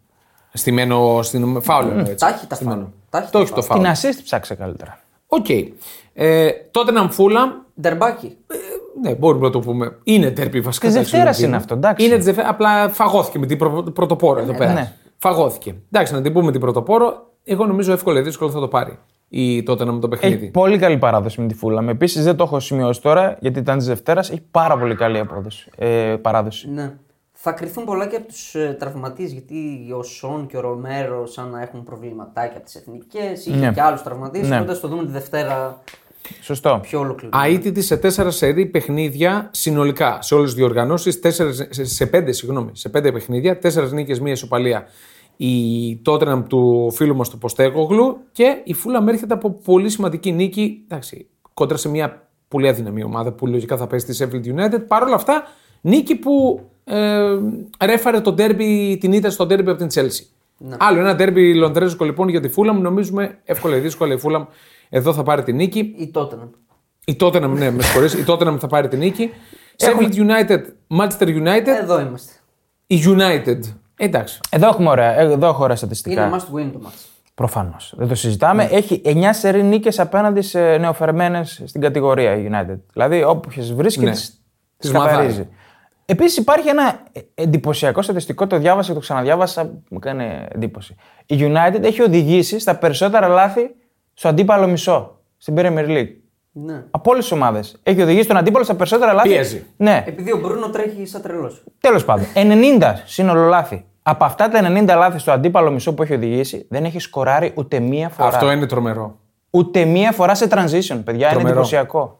[SPEAKER 1] Στημένο στην φάουλ. εννοώ, έτσι.
[SPEAKER 3] Τα έχει τα
[SPEAKER 1] Στημένο.
[SPEAKER 3] φάουλ. Τα έχει
[SPEAKER 1] Το
[SPEAKER 3] τα
[SPEAKER 1] έχει το
[SPEAKER 2] Την
[SPEAKER 1] φάουλ.
[SPEAKER 2] assist ψάξε καλύτερα.
[SPEAKER 1] Οκ. Ε, τότε να μφούλα.
[SPEAKER 3] Ντερμπάκι.
[SPEAKER 1] Ναι, μπορούμε να το πούμε. Είναι τέρπι βασικά.
[SPEAKER 2] Της
[SPEAKER 1] εντάξει,
[SPEAKER 2] Δευτέρας
[SPEAKER 1] Λουκίνο.
[SPEAKER 2] είναι αυτό, εντάξει.
[SPEAKER 1] Είναι της Δευτέρα, απλά φαγώθηκε με την πρω- πρωτοπόρο εδώ πέρα.
[SPEAKER 2] ναι.
[SPEAKER 1] Φαγώθηκε. Εντάξει, να την πούμε την πρωτοπόρο. Εγώ νομίζω εύκολα ή δύσκολα θα το πάρει η τότε να με
[SPEAKER 2] Ε,
[SPEAKER 1] το παιχνίδι.
[SPEAKER 2] Έχει πολύ καλή παράδοση με τη Φούλα. Επίσης δεν το έχω σημειώσει τώρα γιατί ήταν της Δευτέρας. Έχει πάρα πολύ καλή απόδοση, ε, παράδοση.
[SPEAKER 3] Ναι. Θα κρυθούν πολλά και από τους ε, τραυματίες. Γιατί ο Σον και ο Ρομέρο, σαν να έχουν προβληματάκια από τις εθνικές, είχε
[SPEAKER 2] Ναι.
[SPEAKER 3] και άλλους τραυματίες.
[SPEAKER 2] Ναι.
[SPEAKER 3] Οπότε θα το δούμε τη Δευτέρα
[SPEAKER 2] Σωστό.
[SPEAKER 3] πιο ολοκληρωμένο.
[SPEAKER 1] Αίτητη σε τέσσερα σερή παιχνίδια συνολικά σε όλες τις διοργανώσεις. Σε πέντε, συγγνώμη, σε πέντε παιχνίδια. Τέσσερι νίκες, μία ισοπαλία. Η Τότεναμ του φίλου μας του Ποστέκογλου και η Φούλαμ έρχεται από πολύ σημαντική νίκη. Εντάξει, κόντρα σε μια πολύ αδυναμή ομάδα που λογικά θα πέσει στη Sheffield United. Παρ' όλα αυτά, νίκη που ε, ρέφαρε το derby, την ήττα στο derby από την Chelsea. Άλλο ένα derby λονδρέζικο λοιπόν για τη Φούλαμ. Νομίζουμε εύκολα ή δύσκολα η Φούλαμ εδώ θα πάρει την νίκη.
[SPEAKER 3] Ή τότε. ναι.
[SPEAKER 1] Η Tottenham, ναι, με συγχωρείς, η Tottenham θα πάρει την νίκη. Sheffield United, Manchester United,
[SPEAKER 2] Ε,
[SPEAKER 3] Εδώ είμαστε.
[SPEAKER 1] η United. Εντάξει.
[SPEAKER 2] Εδώ έχουμε ωραία, εδώ έχω ωραία στατιστικά.
[SPEAKER 3] Είναι must win το match.
[SPEAKER 2] Προφανώς. Δεν το συζητάμε.
[SPEAKER 1] Ναι.
[SPEAKER 2] Έχει 9 σερή νίκες απέναντι σε νεοφερμένες στην κατηγορία η United. Δηλαδή, όποιες βρίσκει,
[SPEAKER 1] Ναι.
[SPEAKER 2] τις,
[SPEAKER 1] Τις
[SPEAKER 2] τις
[SPEAKER 1] μαθάει.
[SPEAKER 2] καθαρίζει. Επίσης, υπάρχει ένα ε- εντυπωσιακό στατιστικό. Το διάβασα και το ξαναδιάβασα. Μου έκανε εντύπωση. Η United έχει οδηγήσει στα περισσότερα λάθη στο αντίπαλο μισό στην Premier League.
[SPEAKER 3] Ναι.
[SPEAKER 2] Από όλες τις ομάδες. Έχει οδηγήσει τον αντίπαλο στα περισσότερα λάθη.
[SPEAKER 1] Πιέζει.
[SPEAKER 2] Ναι.
[SPEAKER 3] Επειδή ο Μπρούνο τρέχει σαν τρελός.
[SPEAKER 2] Τέλος πάντων, 90 σύνολο λάθη. Από αυτά τα 90 λάθη στο αντίπαλο μισό που έχει οδηγήσει, δεν έχει σκοράρει ούτε μία φορά.
[SPEAKER 1] Αυτό είναι τρομερό.
[SPEAKER 2] Ούτε μία φορά σε transition, παιδιά. Είναι
[SPEAKER 1] Τρομερό.
[SPEAKER 2] εντυπωσιακό.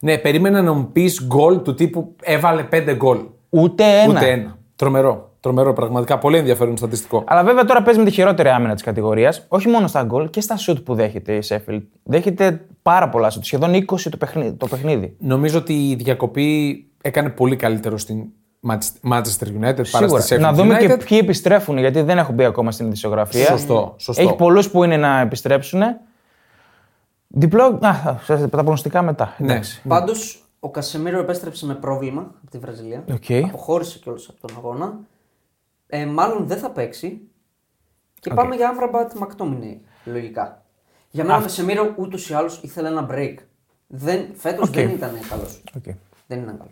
[SPEAKER 1] Ναι, περίμενα να μου πεις γκολ του τύπου έβαλε 5 γκολ.
[SPEAKER 2] Ούτε ένα.
[SPEAKER 1] Ούτε ένα. Τρομερό. Τρομερό, πραγματικά. Πολύ ενδιαφέρον στατιστικό.
[SPEAKER 2] Αλλά βέβαια τώρα παίζει με τη χειρότερη άμυνα της κατηγορίας. Όχι μόνο στα γκολ και στα σουτ που δέχεται η Σέφιλ. Δέχεται πάρα πολλά σουτ. Σχεδόν 20 το παιχνίδι. Το παιχνίδι.
[SPEAKER 1] Νομίζω ότι η διακοπή έκανε πολύ καλύτερο στην Manchester United παρά στη
[SPEAKER 2] Σίγουρα.
[SPEAKER 1] Sheffield
[SPEAKER 2] Να δούμε
[SPEAKER 1] United.
[SPEAKER 2] και ποιοι επιστρέφουν, γιατί δεν έχουν μπει ακόμα στην ειδησιογραφία.
[SPEAKER 1] Σωστό, σωστό.
[SPEAKER 2] Έχει πολλούς που είναι να επιστρέψουν. Διπλό. Α, θα- θα- τα προγνωστικά μετά.
[SPEAKER 1] Ναι.
[SPEAKER 2] Εντάξει.
[SPEAKER 3] Πάντως ο Κασεμίρο επέστρεψε με πρόβλημα από τη Βραζιλία.
[SPEAKER 2] Οκ.
[SPEAKER 3] Αποχώρησε κιόλας από τον αγώνα. Ε, μάλλον δεν θα παίξει. Και πάμε για Άμραμπατ Μακτόμινι, λογικά. Για μένα ο Κασεμίρο ούτως ή άλλως ήθελε ένα break. Δεν, φέτος δεν ήταν καλός.
[SPEAKER 2] Οκ.
[SPEAKER 3] Δεν ήταν καλός.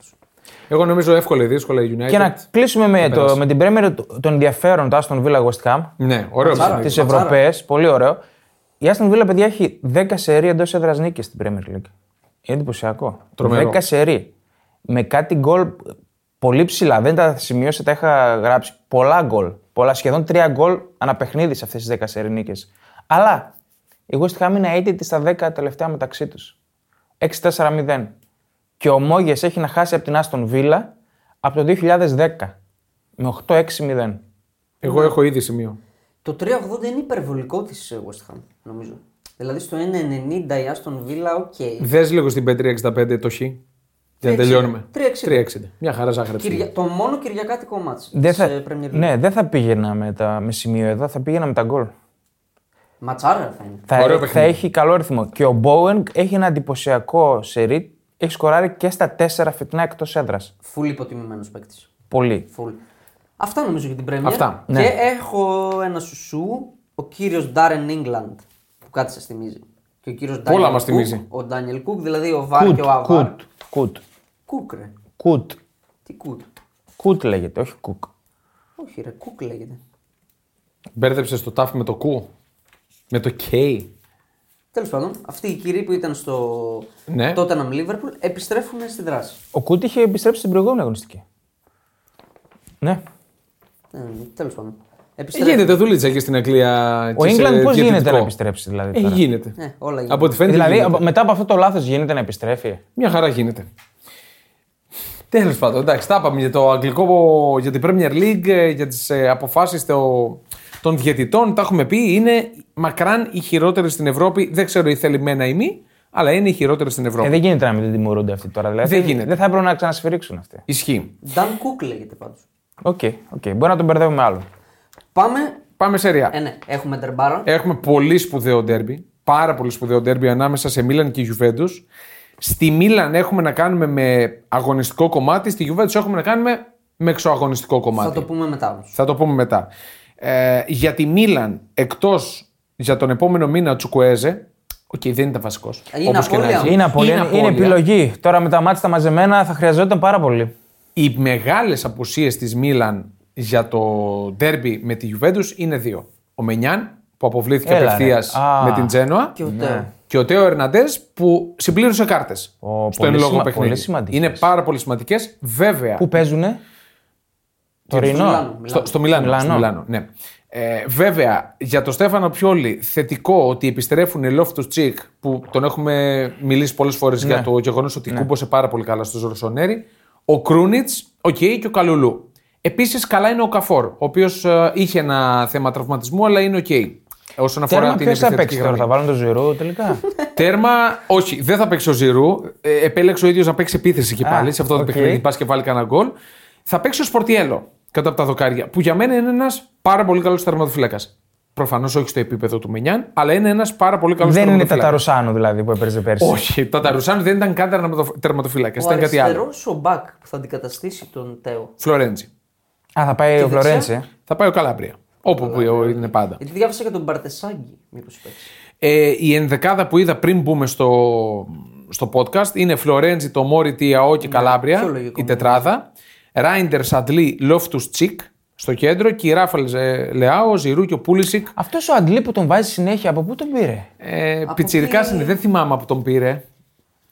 [SPEAKER 1] Εγώ νομίζω εύκολα ή δύσκολα η United.
[SPEAKER 2] Και να κλείσουμε με, το, με την Premier το- των ενδιαφέρον του Aston Villa West Ham.
[SPEAKER 1] Ναι, ωραίο
[SPEAKER 3] Ματσάρα.
[SPEAKER 1] παιχνίδι.
[SPEAKER 2] Τις Ευρωπαίες, πολύ ωραίο. Η Aston Villa, παιδιά, έχει 10 σερή εντός έδρας νίκης στην Premier League. Είναι εντυπωσιακό.
[SPEAKER 1] Τρομερό.
[SPEAKER 2] 10 σερή. Με κάτι γκολ πολύ ψηλά. Δεν τα σημείωσα, τα είχα γράψει. Πολλά γκολ. πολλά. Σχεδόν 3 γκολ αναπαιχνίδι σε αυτές τις 10 σερι νίκες. Αλλά η West Ham είναι 80 στα 10 τελευταία μεταξύ τους. 6-4-0. Και ο Μόγες έχει να χάσει από την Άστον Βίλα από το 2010 με 8-6-0.
[SPEAKER 1] Εγώ έχω ήδη σημείο.
[SPEAKER 3] Το 3,80 είναι υπερβολικό της West Ham, νομίζω. Δηλαδή στο 1,90 η Aston Villa, οκ.
[SPEAKER 1] Δες λίγο στην P365 το χ. Για να
[SPEAKER 3] 360.
[SPEAKER 1] τελειώνουμε.
[SPEAKER 3] 360.
[SPEAKER 1] 360. Μια χαρά ζάχαρη.
[SPEAKER 3] Κυρια... Το μόνο Κυριακάτικο μάτς
[SPEAKER 2] Δεν θα,
[SPEAKER 3] σε Premier League.
[SPEAKER 2] ναι, δεν θα πήγαινα με, τα, με σημείο εδώ, θα πήγαινα με τα γκολ.
[SPEAKER 3] Ματσάρα θα είναι.
[SPEAKER 2] Θα,
[SPEAKER 1] Ωραίο
[SPEAKER 2] θα
[SPEAKER 1] παιχνίδι.
[SPEAKER 2] έχει καλό ρυθμό. Και ο Bowen έχει ένα εντυπωσιακό σερί. Έχει σκοράρει και στα 4 φετινά εκτός έδρας.
[SPEAKER 3] Φουλ υποτιμημένος παίκτης.
[SPEAKER 2] Πολύ.
[SPEAKER 3] Φουλ. Αυτά νομίζω για την Premier.
[SPEAKER 1] Αυτά,
[SPEAKER 2] ναι.
[SPEAKER 3] Και έχω ένα σουσού, ο κύριος Darren England, που κάτι σα θυμίζει. Και ο κύριος
[SPEAKER 1] Πολλά
[SPEAKER 3] Daniel
[SPEAKER 1] μας
[SPEAKER 3] Cook,
[SPEAKER 1] θυμίζει.
[SPEAKER 3] Ο Daniel Cook, δηλαδή ο Βάρ και
[SPEAKER 2] Κουτ,
[SPEAKER 3] ο Αβάρ.
[SPEAKER 2] κουτ, κουτ,
[SPEAKER 3] Κούκ, ρε.
[SPEAKER 2] κουτ.
[SPEAKER 3] Τι κούκ.
[SPEAKER 2] Κουτ λέγεται, όχι κουκ.
[SPEAKER 3] Όχι, ρε, κούκ λέγεται.
[SPEAKER 1] Μπέρδεψε το τάφι με το κου. Με το K.
[SPEAKER 3] Τέλος πάντων, αυτοί οι κύριοι που ήταν στο
[SPEAKER 1] Ναι.
[SPEAKER 3] Tottenham Liverpool επιστρέφουν στη δράση.
[SPEAKER 2] Ο Κουτ είχε επιστρέψει στην προηγούμενη αγωνιστική. Ναι.
[SPEAKER 3] Τέλος πάντων.
[SPEAKER 1] Ε,
[SPEAKER 3] Επιστρέφουν.
[SPEAKER 1] γίνεται δουλίτσα και στην Αγγλία.
[SPEAKER 2] Ο
[SPEAKER 1] και σε
[SPEAKER 2] England πώς γίνεται
[SPEAKER 1] διαιτητικό.
[SPEAKER 2] να επιστρέψει, δηλαδή.
[SPEAKER 1] Ε,
[SPEAKER 2] τώρα.
[SPEAKER 1] γίνεται.
[SPEAKER 3] Ναι, όλα γίνονται.
[SPEAKER 1] Από ό,τι φαίνεται.
[SPEAKER 2] δηλαδή,
[SPEAKER 1] γίνεται.
[SPEAKER 2] από- μετά από αυτό το λάθος γίνεται να επιστρέφει.
[SPEAKER 1] Μια χαρά γίνεται. Τέλος πάντων, εντάξει, τα είπαμε για το αγγλικό, για την Premier League, ε, για τις αποφάσει των διαιτητών. Τα έχουμε πει. Είναι μακράν οι χειρότεροι στην Ευρώπη. Δεν ξέρω η θελημένα ή μη, αλλά είναι οι χειρότεροι στην Ευρώπη.
[SPEAKER 2] Ε, δεν γίνεται να μην τιμωρούνται αυτοί τώρα. Δηλαδή,
[SPEAKER 1] Δεν γίνεται.
[SPEAKER 2] Δεν θα έπρεπε να ξανασφυρίξουν αυτοί.
[SPEAKER 1] Ισχύει.
[SPEAKER 3] Dan Cook λέγεται πάντως.
[SPEAKER 2] Οκ, οκ. Μπορεί να τον μπερδεύουμε άλλο.
[SPEAKER 3] Πάμε.
[SPEAKER 1] Πάμε σε ρεά.
[SPEAKER 3] Ε, ναι, έχουμε ντερμπάρα.
[SPEAKER 1] Έχουμε πολύ σπουδαίο ντέρμπι. Πάρα πολύ σπουδαίο ντέρμπι ανάμεσα σε Μίλαν και Γιουβέντους. Στη Μίλαν έχουμε να κάνουμε με αγωνιστικό κομμάτι, στη Γιουβέντους έχουμε να κάνουμε με εξωαγωνιστικό κομμάτι.
[SPEAKER 3] θα το πούμε μετά όμως.
[SPEAKER 1] Θα το πούμε μετά. Ε, για τη Μίλαν, εκτός για τον επόμενο μήνα, ο Τσουκουέζε. Οκ, δεν ήταν βασικός.
[SPEAKER 3] Ε, Είναι απώλεια.
[SPEAKER 2] Είναι, απολύτω. είναι, επιλογή. Τώρα με τα μάτια τα μαζεμένα θα χρειαζόταν πάρα πολύ.
[SPEAKER 1] Οι μεγάλες απουσίες της Μίλαν για το ντέρμπι με τη Γιουβέντους είναι δύο. Ο Μενιάν, που αποβλήθηκε
[SPEAKER 2] Έλα, ρε.
[SPEAKER 1] απευθείας
[SPEAKER 2] Α. Ναι.
[SPEAKER 1] με την Τζένοα.
[SPEAKER 3] Και ο Τέο.
[SPEAKER 1] Και ο Τέο Ερναντές που συμπλήρωσε κάρτες.
[SPEAKER 2] Ω,
[SPEAKER 1] Στο
[SPEAKER 2] πολύ
[SPEAKER 1] εν λόγω
[SPEAKER 2] σημα-
[SPEAKER 1] παιχνίδι.
[SPEAKER 2] πολύ σημαντικές.
[SPEAKER 1] Είναι πάρα πολύ σημαντικές. Βέβαια.
[SPEAKER 2] Πού παίζουνε, Το
[SPEAKER 3] Μιλάνου,
[SPEAKER 2] Ρινό.
[SPEAKER 3] Μιλάνου.
[SPEAKER 1] Στο, στο Μιλάνο.
[SPEAKER 2] Μιλάνο.
[SPEAKER 1] στο Μιλάνο, ναι. Ε, βέβαια, για τον Στέφανο Πιόλη, θετικό ότι επιστρέφουν οι Loftus Cheek που τον έχουμε μιλήσει πολλές φορές
[SPEAKER 2] Ναι.
[SPEAKER 1] για το γεγονός ότι κούμπωσε πάρα πολύ καλά στο Ζορσονέρι. Ο Κρούνιτ, οκ, και ο Καλουλού. Επίσης, καλά είναι ο Καφόρ, ο οποίος είχε ένα θέμα τραυματισμού, αλλά είναι οκ. Όσον αφορά
[SPEAKER 2] Τέρμα
[SPEAKER 1] την
[SPEAKER 2] ποιος θα
[SPEAKER 1] επιθετική
[SPEAKER 2] παίξει τώρα,
[SPEAKER 1] γραμμή.
[SPEAKER 2] θα βάλουν το Ζηρού τελικά.
[SPEAKER 1] Τέρμα, όχι, δεν θα παίξει ο Ζηρού. Ε, επέλεξε ο ίδιος να παίξει επίθεση και
[SPEAKER 2] Α,
[SPEAKER 1] πάλι σε αυτό το
[SPEAKER 2] οκ.
[SPEAKER 1] παιχνίδι. Πας και βάλει κανένα γκολ. Θα παίξει ο Σπορτιέλο κάτω από τα δοκάρια, που για μένα είναι ένας πάρα πολύ καλός τερματοφύλακα. Προφανώς όχι στο επίπεδο του Μενιάν, αλλά είναι ένας πάρα πολύ καλός
[SPEAKER 2] δεν είναι τα
[SPEAKER 1] τερματοφύλακα.
[SPEAKER 2] Ταρουσάνου δηλαδή που έπαιζε πέρσι.
[SPEAKER 1] Όχι, τα Ταρουσάν δεν ήταν καν τερματοφύλακα,
[SPEAKER 3] Ο
[SPEAKER 1] ήταν κάτι άλλο.
[SPEAKER 3] αριστερός ο Μπακ που θα αντικαταστήσει τον Τέο.
[SPEAKER 1] Φλωρέντζι.
[SPEAKER 2] Α, θα πάει ο
[SPEAKER 3] δεξιά.
[SPEAKER 2] Φλωρέντσι. ε.
[SPEAKER 1] Θα πάει ο Καλάμπρια. Όπου που είναι πάντα.
[SPEAKER 3] Γιατί διάβασα και τον Μπαρτεσάγκη, μήπως παίξει.
[SPEAKER 1] Ε, η ενδεκάδα που είδα πριν μπούμε στο, στο podcast είναι Φλωρέντζι, το Μόρι, Τιαό και Καλάμπρια.
[SPEAKER 3] πιο λογικό,
[SPEAKER 1] η
[SPEAKER 3] ναι.
[SPEAKER 1] τετράδα. Ράιντερ, Σαντλή, Λόφτους Τσικ στο κέντρο και η Ράφαλ Ζε- Λεάο, ο Ζηρού και ο Πούλησικ.
[SPEAKER 2] Αυτός ο Αντλή που τον βάζει συνέχεια, από πού τον πήρε.
[SPEAKER 1] Ε,
[SPEAKER 3] Από
[SPEAKER 1] πιτσιρικάς
[SPEAKER 3] τι-
[SPEAKER 1] είναι, δεν θυμάμαι από τον πήρε.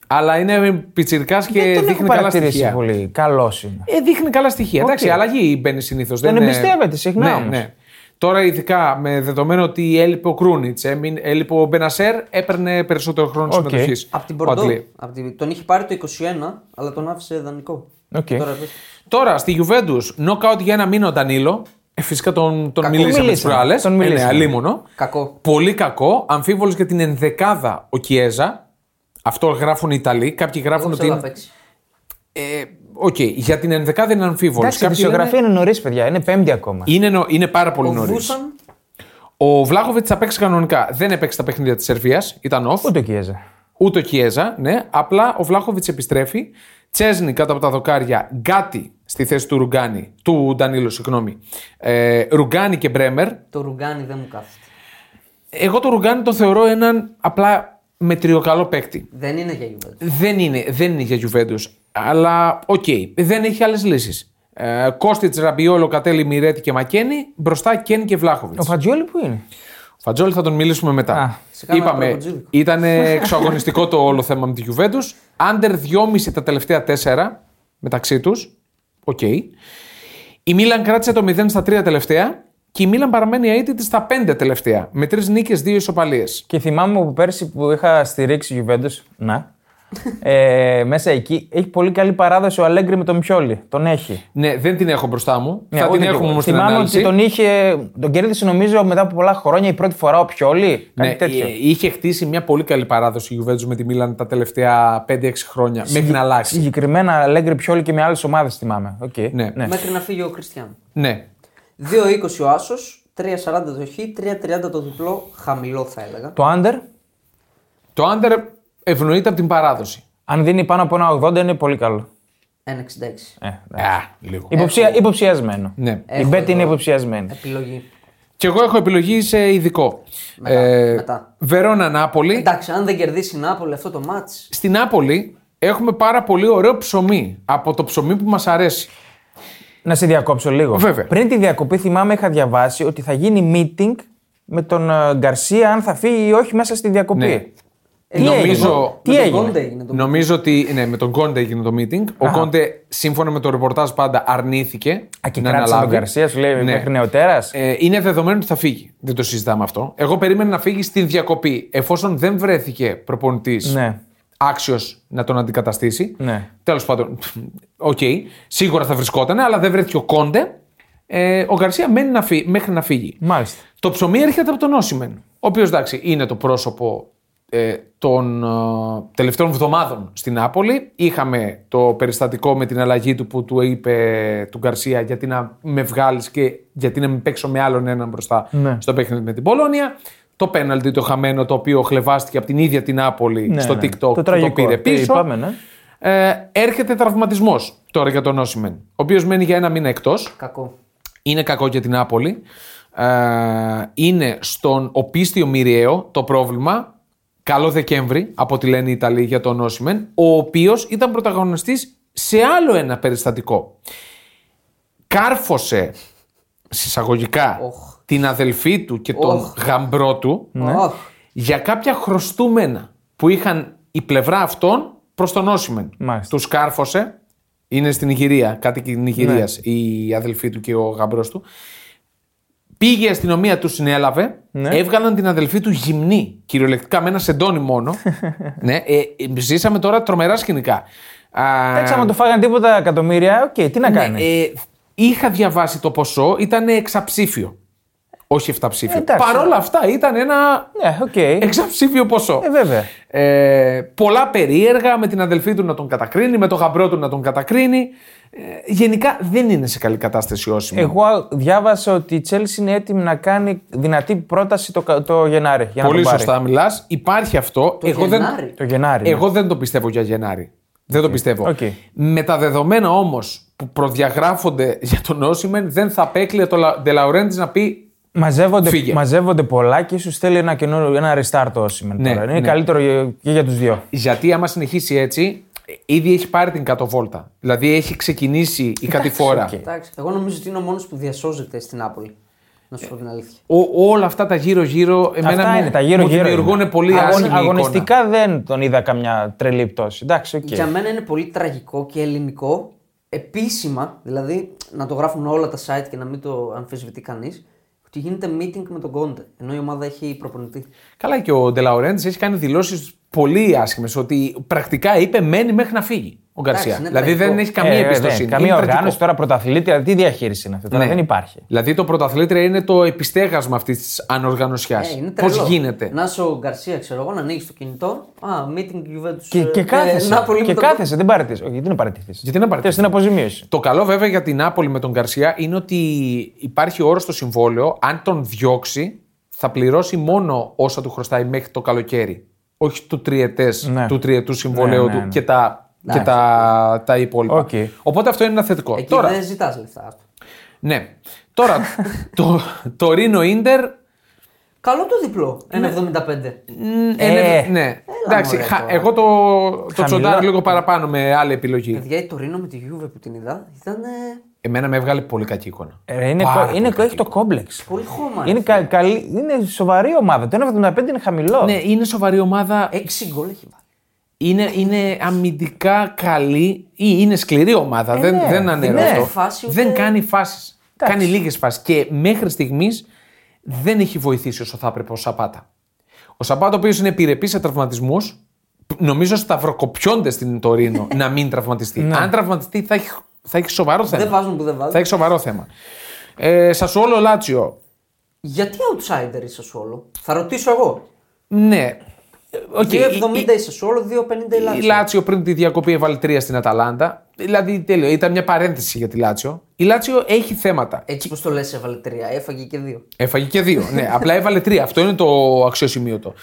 [SPEAKER 1] Αλλά είναι πιτσιρικάς και
[SPEAKER 2] δεν τον έχω
[SPEAKER 1] δείχνει καλά
[SPEAKER 2] παρατηρήσει
[SPEAKER 1] στοιχεία.
[SPEAKER 2] πολύ. Καλός είναι.
[SPEAKER 1] Ε, δείχνει καλά στοιχεία. Εντάξει, η αλλαγή μπαίνει συνήθως.
[SPEAKER 2] Τον εμπιστεύεται συχνά
[SPEAKER 1] Ναι,
[SPEAKER 2] όμως.
[SPEAKER 1] ναι. Τώρα, ειδικά με δεδομένο ότι έλειπε ο Κρούνιτ, έλειπε ο Μπενασέρ, έπαιρνε περισσότερο χρόνο
[SPEAKER 2] Οκ.
[SPEAKER 1] συμμετοχής.
[SPEAKER 3] Από την Πορτό. Απ' την- Τον είχε πάρει το 21, αλλά τον άφησε δανεικό.
[SPEAKER 2] Οκ.
[SPEAKER 3] Τώρα επέστρεψε.
[SPEAKER 1] Τώρα στη Γιουβέντους, νοκάουτ για ένα μήνα ο Ντανίλο. Ε, φυσικά τον, τον μιλήσαμε τι
[SPEAKER 2] μιλήσαμε,
[SPEAKER 1] προάλλε.
[SPEAKER 2] τον μιλήσαμε.
[SPEAKER 1] Ε, ναι, αλίμονο.
[SPEAKER 3] Κακό.
[SPEAKER 1] Πολύ κακό. Αμφίβολος για την ενδεκάδα ο Κιέζα. Αυτό γράφουν οι Ιταλοί. Κάποιοι γράφουν
[SPEAKER 3] Δόξα
[SPEAKER 1] ότι.
[SPEAKER 3] να
[SPEAKER 1] είναι-
[SPEAKER 3] παίξει.
[SPEAKER 1] Ε, Οκ, για την ενδεκάδα είναι αμφίβολος.
[SPEAKER 2] Εντάξει, η φυσιογραφία είναι νωρίς, παιδιά. Είναι πέμπτη ακόμα.
[SPEAKER 1] Είναι, νο- είναι πάρα πολύ
[SPEAKER 3] Ο
[SPEAKER 1] νωρίς.
[SPEAKER 3] Βούσαν
[SPEAKER 1] Ο Βλάχοβιτ θα παίξει κανονικά. Δεν έπαιξε τα παιχνίδια της Σερβίας. Ήταν off.
[SPEAKER 2] Ούτε ο Κιέζα.
[SPEAKER 1] Ούτε ο Κιέζα, ναι. Απλά ο Βλάχοβιτ επιστρέφει. Τσέσνη κάτω από τα δοκάρια. Γκάτι στη θέση του Ρουγκάνη. Του Ντανίλο, συγγνώμη. Ε, Ρουγκάνη και Μπρέμερ.
[SPEAKER 3] το Ρουγκάνι δεν μου κάθεται.
[SPEAKER 1] Εγώ τον Ρουγκάνη τον θεωρώ έναν απλά μετριοκαλό παίκτη.
[SPEAKER 3] Δεν είναι για Juventus.
[SPEAKER 1] Δεν είναι, δεν είναι για Γιουβέντου. Αλλά οκ, δεν έχει άλλες λύσεις. Ε, Κώστιτ, Ραμπιόλο, Κατέλη, Μιρέτη και Μακένι. Μπροστά Κένι και Βλάχοβιτ.
[SPEAKER 2] Ο Φατζιόλη που είναι.
[SPEAKER 1] Φατζόλη θα τον μιλήσουμε μετά.
[SPEAKER 2] Α,
[SPEAKER 3] σε κάνα
[SPEAKER 1] Είπαμε,
[SPEAKER 3] προποτζίδικο.
[SPEAKER 1] ήταν εξωαγωνιστικό το όλο θέμα με τη Juventus. Άντερ 2,5 τα τελευταία 4 μεταξύ τους. Οκ. Η Μίλαν κράτησε το 0 στα 3 τελευταία Και η Μίλαν παραμένει αίτητη στα 5 τελευταία, με 3 νίκε, 2 ισοπαλίες.
[SPEAKER 2] Και θυμάμαι που πέρσι που είχα στηρίξει Γιουβέντο. Να. ε, μέσα εκεί έχει πολύ καλή παράδοση ο Αλέγκρι με τον Πιόλι. Τον έχει.
[SPEAKER 1] Ναι, δεν την έχω μπροστά μου.
[SPEAKER 2] Ναι,
[SPEAKER 1] θα
[SPEAKER 2] ούτε
[SPEAKER 1] την
[SPEAKER 2] κι εγώ.
[SPEAKER 1] έχουμε όμω την
[SPEAKER 2] Θυμάμαι
[SPEAKER 1] ανάλυση.
[SPEAKER 2] ότι τον είχε. Τον κέρδισε νομίζω μετά από πολλά χρόνια η πρώτη φορά ο Πιόλι. Κάτι
[SPEAKER 1] Ναι,
[SPEAKER 2] τέτοιο.
[SPEAKER 1] ε, είχε χτίσει μια πολύ καλή παράδοση η Γιουβέντου με τη Μίλαν τα τελευταία 5-6 χρόνια. Μέχρι να αλλάξει.
[SPEAKER 2] Συγκεκριμένα Αλέγκρι Πιόλι και με άλλες ομάδες θυμάμαι. Okay.
[SPEAKER 1] Ναι.
[SPEAKER 3] Μέχρι να φύγει ο Κριστιαν.
[SPEAKER 1] Ναι.
[SPEAKER 3] 2-20 ο Άσος, 3-40 το χ, 3-30 το διπλό, χαμηλό θα έλεγα.
[SPEAKER 2] Το under,
[SPEAKER 1] Το Άντερ ευνοείται από την παράδοση.
[SPEAKER 2] αν δίνει πάνω από ένα 80, είναι πολύ καλό. Ε,
[SPEAKER 3] 1,66.
[SPEAKER 2] εντάξει.
[SPEAKER 1] Α, λίγο.
[SPEAKER 2] Υποψία, υποψιασμένο.
[SPEAKER 1] Ναι.
[SPEAKER 2] Η
[SPEAKER 3] Έχω
[SPEAKER 2] Μπέτη είναι
[SPEAKER 3] εδώ.
[SPEAKER 2] υποψιασμένη.
[SPEAKER 3] Επιλογή.
[SPEAKER 1] Και εγώ έχω επιλογή σε ειδικό. Ε,
[SPEAKER 3] Μετά, μετά.
[SPEAKER 1] Βερόνα Νάπολη.
[SPEAKER 3] Εντάξει, αν δεν κερδίσει η Νάπολη αυτό το μάτ.
[SPEAKER 1] Στην Νάπολη έχουμε πάρα πολύ ωραίο ψωμί. Από το ψωμί που μας αρέσει.
[SPEAKER 2] Να σε διακόψω λίγο.
[SPEAKER 1] Βέβαια.
[SPEAKER 2] Πριν τη διακοπή, θυμάμαι, είχα διαβάσει ότι θα γίνει meeting με τον ε, Γκαρσία αν θα φύγει ή όχι μέσα στη διακοπή.
[SPEAKER 1] Ναι.
[SPEAKER 2] Τι
[SPEAKER 1] Νομίζω- Ναι.
[SPEAKER 2] έγινε,
[SPEAKER 3] με
[SPEAKER 2] τι
[SPEAKER 3] τον
[SPEAKER 2] έγινε.
[SPEAKER 3] Κόντε έγινε το
[SPEAKER 1] Νομίζω ότι ναι, με τον Κόντε έγινε το meeting. Ο Κόντε, σύμφωνα με το ρεπορτάζ, πάντα αρνήθηκε
[SPEAKER 2] Α, και κράτησε τον Γκαρσία, σου λέει
[SPEAKER 1] Ναι.
[SPEAKER 2] μέχρι νεοτέρας.
[SPEAKER 1] Ε, είναι δεδομένο ότι θα φύγει. Δεν το συζητάμε αυτό. Εγώ περίμενα να φύγει στην διακοπή. Εφόσον δεν βρέθηκε προπονητής
[SPEAKER 2] Ναι.
[SPEAKER 1] άξιος να τον αντικαταστήσει.
[SPEAKER 2] Ναι.
[SPEAKER 1] Τέλος πάντων, οκ. Σίγουρα θα βρισκόταν, αλλά δεν βρέθηκε ο Κόντε. Ε, ο Γκαρσία μένει να φύ- μέχρι να φύγει.
[SPEAKER 2] Μάλιστα.
[SPEAKER 1] Το ψωμί έρχεται από τον Όσιμεν, ο οποίος εντάξει είναι το πρόσωπο ε, των ε, τελευταίων εβδομάδων στην Νάπολη. Είχαμε το περιστατικό με την αλλαγή του που του είπε του Γκαρσία γιατί να με βγάλεις και γιατί να μην παίξω με άλλον έναν μπροστά
[SPEAKER 2] Ναι.
[SPEAKER 1] στο παιχνίδι με την Πολώνια. Το πέναλτι το χαμένο το οποίο χλεβάστηκε από την ίδια την Νάπολη
[SPEAKER 2] Ναι,
[SPEAKER 1] στο
[SPEAKER 2] ναι.
[SPEAKER 1] TikTok
[SPEAKER 2] Το
[SPEAKER 1] που το
[SPEAKER 2] τραγικό.
[SPEAKER 1] πήρε
[SPEAKER 2] Τι
[SPEAKER 1] πίσω.
[SPEAKER 2] είπαμε, ναι.
[SPEAKER 1] ε, έρχεται τραυματισμός τώρα για τον Όσιμεν, ο οποίος μένει για ένα μήνα εκτός.
[SPEAKER 3] Κακό.
[SPEAKER 1] Είναι κακό για την Άπολη. Ε, είναι στον οπίστιο Μυριαίο το πρόβλημα. Καλό Δεκέμβρη, από ό,τι λένε οι Ιταλοί για τον Όσιμεν, ο οποίος ήταν πρωταγωνιστής σε άλλο ένα περιστατικό. Κάρφωσε συσσαγωγικά
[SPEAKER 3] Οχ.
[SPEAKER 1] την αδελφή του και τον
[SPEAKER 3] Οχ.
[SPEAKER 1] γαμπρό του
[SPEAKER 3] Αχ,
[SPEAKER 1] για κάποια χρωστούμενα που είχαν η πλευρά αυτών προς τον Όσιμεν.
[SPEAKER 2] Μάλιστα.
[SPEAKER 1] Τους κάρφωσε. Είναι στην Ιγυρία, κάτοικοι Νιγηρίας,
[SPEAKER 2] Ναι.
[SPEAKER 1] η αδελφή του και ο γαμπρός του. Πήγε η αστυνομία, τους συνέλαβε.
[SPEAKER 2] Ναι.
[SPEAKER 1] Έβγαλαν την αδελφή του γυμνή. Κυριολεκτικά με ένα σεντόνι μόνο. ναι, ε, ε, ζήσαμε τώρα τρομερά σκηνικά. Α,
[SPEAKER 2] Εντάξει, άμα το φάγανε τίποτα εκατομμύρια, οκ, τι να κάνει.
[SPEAKER 1] ε, είχα διαβάσει το ποσό, ήταν εξαψήφιο. Όχι εφταψήφιο.
[SPEAKER 2] Ε, Εντάξει.
[SPEAKER 1] Παρ' όλα αυτά ήταν ένα
[SPEAKER 2] Ναι, οκ.
[SPEAKER 1] εξαψήφιο ποσό.
[SPEAKER 2] Ε, βέβαια.
[SPEAKER 1] Ε, πολλά περίεργα με την αδελφή του να τον κατακρίνει, με τον γαμπρό του να τον κατακρίνει. Ε, γενικά δεν είναι σε καλή κατάσταση όσοι.
[SPEAKER 2] Εγώ διάβασα ότι η Chelsea είναι έτοιμη να κάνει δυνατή πρόταση το, κα- το Γενάρη. Για να
[SPEAKER 1] Πολύ
[SPEAKER 2] τον πάρει.
[SPEAKER 1] σωστά μιλάς. Υπάρχει αυτό.
[SPEAKER 3] το
[SPEAKER 1] εγώ, δεν,
[SPEAKER 3] Γενάρη.
[SPEAKER 2] Το Γενάρη.
[SPEAKER 1] εγώ δεν το πιστεύω για Γενάρη. Δεν το πιστεύω.
[SPEAKER 2] Οκ.
[SPEAKER 1] Με τα δεδομένα όμως που προδιαγράφονται για τον Όσιμεν, δεν θα απέκλειε το Λα- De Laurentiis να πει Φύγε.
[SPEAKER 2] Μαζεύονται, μαζεύονται πολλά και ίσως θέλει ένα, καινούριο, ένα restart το Όσιμεν.
[SPEAKER 1] Ναι,
[SPEAKER 2] τώρα. Είναι
[SPEAKER 1] ναι.
[SPEAKER 2] καλύτερο για- και για τους δύο.
[SPEAKER 1] γιατί άμα συνεχίσει έτσι, ε, ήδη έχει πάρει την κατοβόλτα. Δηλαδή έχει ξεκινήσει η κατηφόρα.
[SPEAKER 2] οκ.
[SPEAKER 3] εντάξει. Εγώ νομίζω ότι είναι ο μόνος που διασώζεται στην Νάπολη. Να σου πω την αλήθεια.
[SPEAKER 1] Ο- όλα αυτά τα γύρω-γύρω εμένα
[SPEAKER 2] Αυτά
[SPEAKER 1] μου,
[SPEAKER 2] είναι τα γύρω
[SPEAKER 1] μου
[SPEAKER 2] γύρω.
[SPEAKER 1] δημιουργούν πολύ άσχημη
[SPEAKER 2] Αγωνιστικά δεν τον είδα καμιά τρελή πτώση. Εντάξει, οκ.
[SPEAKER 3] Για μένα είναι πολύ τραγικό και ελληνικό. Επίσημα, δηλαδή να το γράφουν όλα τα site και να μην το αμφισβητεί κανείς, ότι γίνεται meeting με τον Κόντε. Ενώ η ομάδα έχει προπονητή.
[SPEAKER 1] εικόνα. Καλά και ο Ντελαουρέντης έχει κάνει δηλώσεις πολύ άσχημες ότι πρακτικά είπε μένει μέχρι να φύγει ο Γκαρσία.
[SPEAKER 3] είναι
[SPEAKER 1] Δηλαδή
[SPEAKER 3] τραγικό.
[SPEAKER 1] δεν έχει καμία
[SPEAKER 2] Ε,
[SPEAKER 1] εμπιστοσύνη.
[SPEAKER 2] δεν, καμία
[SPEAKER 1] Είναι
[SPEAKER 2] οργάνωση
[SPEAKER 1] τραγικό.
[SPEAKER 2] τώρα πρωταθλήτρια. Τι διαχείριση είναι αυτή τώρα,
[SPEAKER 1] Ναι.
[SPEAKER 2] δεν υπάρχει.
[SPEAKER 1] Δηλαδή το πρωταθλήτρια είναι το επιστέγασμα αυτής της ανοργανωσιάς.
[SPEAKER 3] Ε, είναι
[SPEAKER 1] Πώς
[SPEAKER 3] τρελό.
[SPEAKER 1] γίνεται.
[SPEAKER 3] Να είσαι ο Γκαρσία, ξέρω εγώ, να ανοίξει το κινητό. Α, meeting Juventus.
[SPEAKER 2] Και, και
[SPEAKER 3] ε,
[SPEAKER 2] κάθεσαι.
[SPEAKER 3] Νάπολη
[SPEAKER 2] και
[SPEAKER 3] με τον
[SPEAKER 2] κάθεσαι, δεν παρατηρήσει. Όχι, γιατί να παρατηρηθεί.
[SPEAKER 1] Γιατί να παρατηρήσεις.
[SPEAKER 2] Στην αποζημίωση.
[SPEAKER 1] Το καλό βέβαια για την Άπολη με τον Γκαρσία είναι ότι υπάρχει όρο στο συμβόλαιο. Αν τον διώξει, θα πληρώσει μόνο όσα του χρωστάει μέχρι το καλοκαίρι. Όχι του, τριετές,
[SPEAKER 2] Ναι.
[SPEAKER 1] του τριετού συμβολέου
[SPEAKER 2] Ναι, ναι,
[SPEAKER 1] του
[SPEAKER 2] ναι.
[SPEAKER 1] και τα, και τα, τα υπόλοιπα.
[SPEAKER 2] Οκ.
[SPEAKER 1] Οπότε αυτό είναι ένα θετικό.
[SPEAKER 3] Εκεί
[SPEAKER 1] Τώρα,
[SPEAKER 3] δεν ζητάς λεφτά.
[SPEAKER 1] ναι. Τώρα το, το Ρήνο Ίντερ.
[SPEAKER 3] Καλό το διπλό.
[SPEAKER 2] Ναι.
[SPEAKER 3] 1,75.
[SPEAKER 1] ε,
[SPEAKER 2] Ε,
[SPEAKER 1] ναι. Εντάξει,
[SPEAKER 3] μωρέ,
[SPEAKER 1] χα-
[SPEAKER 3] τώρα.
[SPEAKER 1] εγώ το, το
[SPEAKER 2] Χαμηλά.
[SPEAKER 1] τσοντάρω λίγο παραπάνω με άλλη επιλογή.
[SPEAKER 3] Παιδιά, η Τωρίνο με τη Juve που την είδα ήταν ε,
[SPEAKER 1] Εμένα με έβγαλε πολύ κακή εικόνα.
[SPEAKER 2] Ε, είναι,
[SPEAKER 1] Πάρα
[SPEAKER 2] κο-
[SPEAKER 1] πολύ
[SPEAKER 2] είναι,
[SPEAKER 1] κακή
[SPEAKER 2] έχει το κόμπλεξ.
[SPEAKER 3] πολύ χώμα.
[SPEAKER 2] Είναι, κα, καλή, είναι σοβαρή ομάδα. Το 1,75 είναι χαμηλό.
[SPEAKER 1] Ναι, είναι σοβαρή ομάδα.
[SPEAKER 3] Έξι γκολ έχει βάλει.
[SPEAKER 1] Είναι, είναι αμυντικά καλή ή είναι σκληρή ομάδα. δεν,
[SPEAKER 2] ναι.
[SPEAKER 1] δεν ανέρω
[SPEAKER 2] Ναι.
[SPEAKER 1] αυτό.
[SPEAKER 3] Ε, Φάση ούτε-
[SPEAKER 1] Δεν κάνει φάσεις. Κάνει λίγες φάσεις. Και μέχρι στιγμής δεν έχει βοηθήσει όσο θα έπρεπε ο Σαπάτα. Ο Σαπάτα, ο οποίος είναι επιρρεπής σε τραυματισμούς, νομίζω σταυροκοπιώνται στην Τωρίνο να μην τραυματιστεί. Αν τραυματιστεί, θα έχει, θα έχει σοβαρό θέμα.
[SPEAKER 3] Ναι. Δεν βάζουν που δεν βάζουν.
[SPEAKER 1] Θα έχει σοβαρό θέμα. Ε, Σασουόλο Λάτσιο.
[SPEAKER 3] Γιατί outsider είσαι όλο. Θα ρωτήσω εγώ.
[SPEAKER 1] Ναι. Οκ, ε,
[SPEAKER 3] 2,70 είσαι όλο, 2,50 η
[SPEAKER 1] Η
[SPEAKER 3] Λάτσιο.
[SPEAKER 1] Λάτσιο πριν τη διακοπή έβαλε τρία στην Αταλάντα. Δηλαδή τέλειο, ήταν μια παρένθεση για τη Λάτσιο. Η Λάτσιο έχει θέματα.
[SPEAKER 3] Έτσι πώς το λες, έβαλε 3, έφαγε και 2.
[SPEAKER 1] Έφαγε και δύο. ναι, απλά έβαλε τρία. Αυτό είναι το αξιοσημείωτο.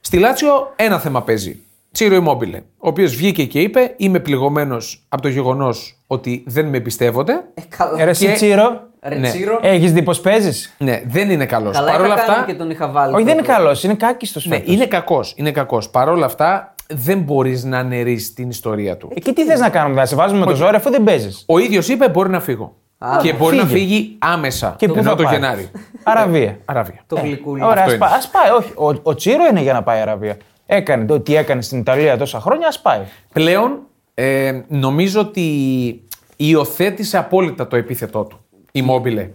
[SPEAKER 1] Στη Λάτσιο ένα θέμα παίζει. Τσίρο Immobile, ο οποίος βγήκε και είπε: Είμαι πληγωμένος από το γεγονός ότι δεν με εμπιστεύονται.
[SPEAKER 3] Ε, καλά.
[SPEAKER 2] Ε, Ρε εσύ,
[SPEAKER 1] Και-
[SPEAKER 2] Τσίρο,
[SPEAKER 3] Ρε
[SPEAKER 1] ναι.
[SPEAKER 3] Τσίρο.
[SPEAKER 2] έχεις δει πώ παίζεις.
[SPEAKER 1] Ναι, δεν είναι καλός.
[SPEAKER 3] Καλά
[SPEAKER 1] Παρ' όλα
[SPEAKER 3] είχα κάνει
[SPEAKER 1] αυτά.
[SPEAKER 3] και τον είχα βάλει.
[SPEAKER 2] Όχι, δεν είναι
[SPEAKER 3] τότε.
[SPEAKER 2] καλός, είναι κάκιστος.
[SPEAKER 1] Ναι, είναι κακός. Είναι κακός. Παρ' όλα αυτά, δεν μπορείς να νερίσεις την ιστορία του.
[SPEAKER 2] Εκεί τι θες να κάνουμε, θα σε βάζουμε με το ζόρι αφού δεν παίζεις.
[SPEAKER 1] Ο ίδιος είπε: Μπορεί να φύγω.
[SPEAKER 3] Α,
[SPEAKER 1] και
[SPEAKER 3] ναι.
[SPEAKER 1] μπορεί να
[SPEAKER 2] Φύγε.
[SPEAKER 1] φύγει άμεσα.
[SPEAKER 2] Και πού
[SPEAKER 1] ενώ
[SPEAKER 2] θα
[SPEAKER 1] το
[SPEAKER 2] πάει.
[SPEAKER 1] Γενάρη.
[SPEAKER 2] Αραβία.
[SPEAKER 1] Αραβία.
[SPEAKER 3] Το γλυκούλι.
[SPEAKER 2] Ωραία,
[SPEAKER 1] Αυτό
[SPEAKER 2] ας
[SPEAKER 1] είναι.
[SPEAKER 2] πάει, ας πάει. Όχι, ο, ο Τσίρο είναι για να πάει Αραβία. Έκανε το τι έκανε στην Ιταλία τόσα χρόνια, ας πάει.
[SPEAKER 1] Πλέον ε, νομίζω ότι υιοθέτησε απόλυτα το επίθετό του. Η Μόμπιλε.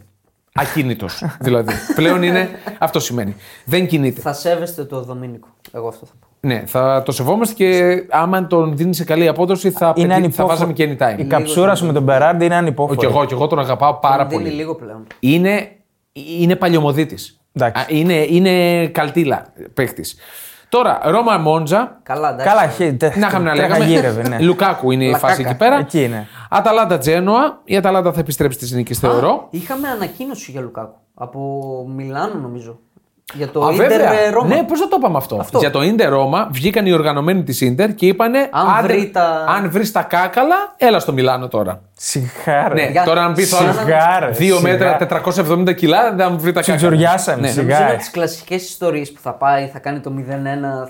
[SPEAKER 1] Ακίνητος. δηλαδή. Πλέον είναι. Αυτό σημαίνει. Δεν κινείται.
[SPEAKER 3] Θα σέβεστε το Δομήνικο. Εγώ αυτό θα πω.
[SPEAKER 1] Ναι, θα το σεβόμαστε και άμα τον δίνει σε καλή απόδοση θα, πετύ... θα
[SPEAKER 2] ανυπόφορο.
[SPEAKER 1] βάζαμε και anytime.
[SPEAKER 2] Η καψούρα σου με τον Μπεράρντι είναι ανυπόφορη.
[SPEAKER 1] Και εγώ, και εγώ τον αγαπάω πάρα
[SPEAKER 3] Μου δίνει
[SPEAKER 1] πολύ.
[SPEAKER 3] λίγο πλέον.
[SPEAKER 1] είναι, είναι παλιωμοδίτης.
[SPEAKER 2] Εντάξει.
[SPEAKER 1] Είναι, είναι καλτήλα παίκτης. Τώρα, Ρώμα Μόντζα.
[SPEAKER 3] Καλά, εντάξει.
[SPEAKER 2] Καλά, χι, τε,
[SPEAKER 1] Να είχαμε να
[SPEAKER 2] τρέχα
[SPEAKER 1] λέγαμε.
[SPEAKER 2] γύρευε, ναι.
[SPEAKER 1] Λουκάκου είναι η
[SPEAKER 3] Λακάκα.
[SPEAKER 1] φάση εκεί πέρα.
[SPEAKER 2] Εκεί είναι.
[SPEAKER 1] Αταλάντα Τζένοα. Η Αταλάντα θα επιστρέψει τη νίκη, θεωρώ.
[SPEAKER 3] Είχαμε ανακοίνωση για Λουκάκου. Από Μιλάνο, νομίζω. Για το
[SPEAKER 1] Α, βέβαια.
[SPEAKER 3] Ιντερ Ρώμα.
[SPEAKER 1] Ναι, πώς θα το είπαμε αυτό.
[SPEAKER 3] Αυτό.
[SPEAKER 1] Για το Ιντερ Ρώμα βγήκαν οι οργανωμένοι της Ιντερ και είπανε.
[SPEAKER 3] Αν
[SPEAKER 1] «Άντε,
[SPEAKER 3] βρει τα-
[SPEAKER 1] αν βρεις τα κάκαλα, έλα στο Μιλάνο τώρα.
[SPEAKER 2] Σιγάρε.
[SPEAKER 1] Ναι,
[SPEAKER 3] Για-
[SPEAKER 1] τώρα αν πεις
[SPEAKER 3] Ε,
[SPEAKER 2] Σιγάρε,
[SPEAKER 1] Δύο
[SPEAKER 2] σιγά.
[SPEAKER 1] μέτρα, 470 κιλά, δεν βρει τα κάκαλα.
[SPEAKER 2] Τσιτζουριάσανε,
[SPEAKER 1] Ναι.
[SPEAKER 2] σιγά.
[SPEAKER 3] Νομίζω είναι
[SPEAKER 2] Γάι.
[SPEAKER 3] από τις κλασικές ιστορίες που θα πάει, θα κάνει το 0-1,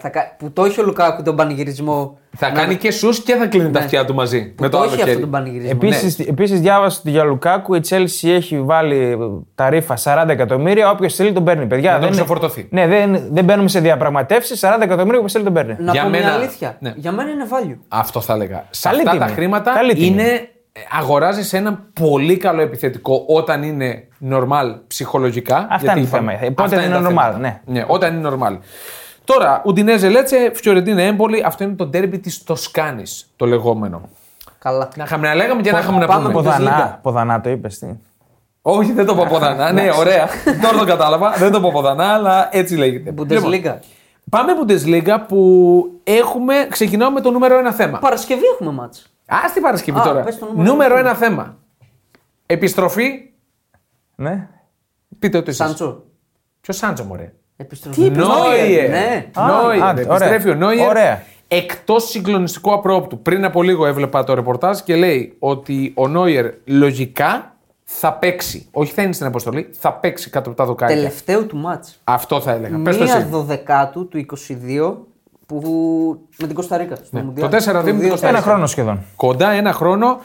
[SPEAKER 3] θα κα- που το έχει ο Λουκάκου τον πανηγυρισμό.
[SPEAKER 1] Θα
[SPEAKER 3] Να-
[SPEAKER 1] κάνει και σους και θα κλείνει τα
[SPEAKER 3] Ναι.
[SPEAKER 1] αυτιά του μαζί.
[SPEAKER 3] που
[SPEAKER 1] με το,
[SPEAKER 3] το
[SPEAKER 1] άλλο
[SPEAKER 3] έχει αυτό
[SPEAKER 1] χέρι.
[SPEAKER 3] τον πανηγυρισμό.
[SPEAKER 2] Επίσης,
[SPEAKER 1] Ναι.
[SPEAKER 2] επίσης διάβασα ότι για Λουκάκου η Chelsea έχει βάλει τα ρήφα 40 εκατομμύρια. Όποιος θέλει τον παίρνει. Παιδιά,
[SPEAKER 1] τον
[SPEAKER 2] είναι-
[SPEAKER 1] ξεφορτωθεί.
[SPEAKER 2] Ναι, δεν, δεν μπαίνουμε σε διαπραγματεύσεις. 40 εκατομμύρια όποιος θέλει τον παίρνει.
[SPEAKER 3] Να
[SPEAKER 1] για
[SPEAKER 3] πω
[SPEAKER 1] μένα-
[SPEAKER 3] μια αλήθεια.
[SPEAKER 1] ναι.
[SPEAKER 3] Για μένα είναι value.
[SPEAKER 1] Αυτό θα έλεγα. Σε
[SPEAKER 2] Καλή
[SPEAKER 1] αυτά τα
[SPEAKER 2] τιμή.
[SPEAKER 1] χρήματα
[SPEAKER 2] Καλή τιμή.
[SPEAKER 1] είναι. Αγοράζει έναν πολύ καλό επιθετικό όταν είναι normal ψυχολογικά.
[SPEAKER 2] Αυτά είναι το θέμα. Πότε
[SPEAKER 1] αυτά
[SPEAKER 2] δεν είναι
[SPEAKER 1] τα
[SPEAKER 2] normal,
[SPEAKER 1] θέματα.
[SPEAKER 2] ναι.
[SPEAKER 1] Όταν είναι normal. Τώρα, Ουντινέζε Λέτσε, Φιωρεντίνα Έμπολη, αυτό είναι το ντέρμπι της Τοσκάνης, το λεγόμενο.
[SPEAKER 3] Καλά.
[SPEAKER 1] Να είχαμε να λέγαμε και να είχαμε να
[SPEAKER 3] πάμε
[SPEAKER 1] πούμε.
[SPEAKER 3] από εδώ.
[SPEAKER 2] Ποδανά,
[SPEAKER 3] Bundesliga.
[SPEAKER 2] ποδανά το είπες. Τι.
[SPEAKER 1] Όχι, δεν το είπα ποδανά. ναι, ωραία. Τώρα το κατάλαβα. Δεν το είπα ποδανά, αλλά έτσι λέγεται. Λοιπόν,
[SPEAKER 3] Bundesliga.
[SPEAKER 1] Πάμε Bundesliga που έχουμε, ξεκινάω με το νούμερο ένα θέμα.
[SPEAKER 3] Παρασκευή έχουμε μάτς.
[SPEAKER 1] Ας την Παρασκευή
[SPEAKER 3] Α,
[SPEAKER 1] τώρα.
[SPEAKER 3] πες το νούμερο
[SPEAKER 1] νούμερο
[SPEAKER 3] ένα.
[SPEAKER 1] ένα θέμα. Επιστροφή.
[SPEAKER 2] Ναι.
[SPEAKER 1] Πείτε ότι εσείς.
[SPEAKER 3] Σάντσο.
[SPEAKER 1] Ποιος Σάντσο, μωρέ.
[SPEAKER 3] Επιστροφή.
[SPEAKER 1] Νόιερ.
[SPEAKER 3] Ναι.
[SPEAKER 2] Α,
[SPEAKER 1] Νόιερ.
[SPEAKER 2] άντε,
[SPEAKER 1] Επιστρέφει
[SPEAKER 2] ωραία.
[SPEAKER 1] ο Νόιερ.
[SPEAKER 2] Ωραία.
[SPEAKER 1] Εκτός συγκλονιστικού απρόπτου. Πριν από λίγο έβλεπα το ρεπορτάζ και λέει ότι ο Νόιερ λογικά θα παίξει. Όχι θα είναι στην αποστολή, θα παίξει κάτω από τα δοκάρια.
[SPEAKER 3] Τελευταίο του μάτς.
[SPEAKER 1] Αυτό θα έλεγα. Πες το
[SPEAKER 3] Μία
[SPEAKER 1] εσύ.
[SPEAKER 3] δωδεκάτου του 22 που... με την Κωνσταντίνα.
[SPEAKER 1] Ναι. Το 4-2 με την Κωνσταντίνα.
[SPEAKER 2] Ένα χρόνο σχεδόν.
[SPEAKER 1] Κοντά ένα χρόνο.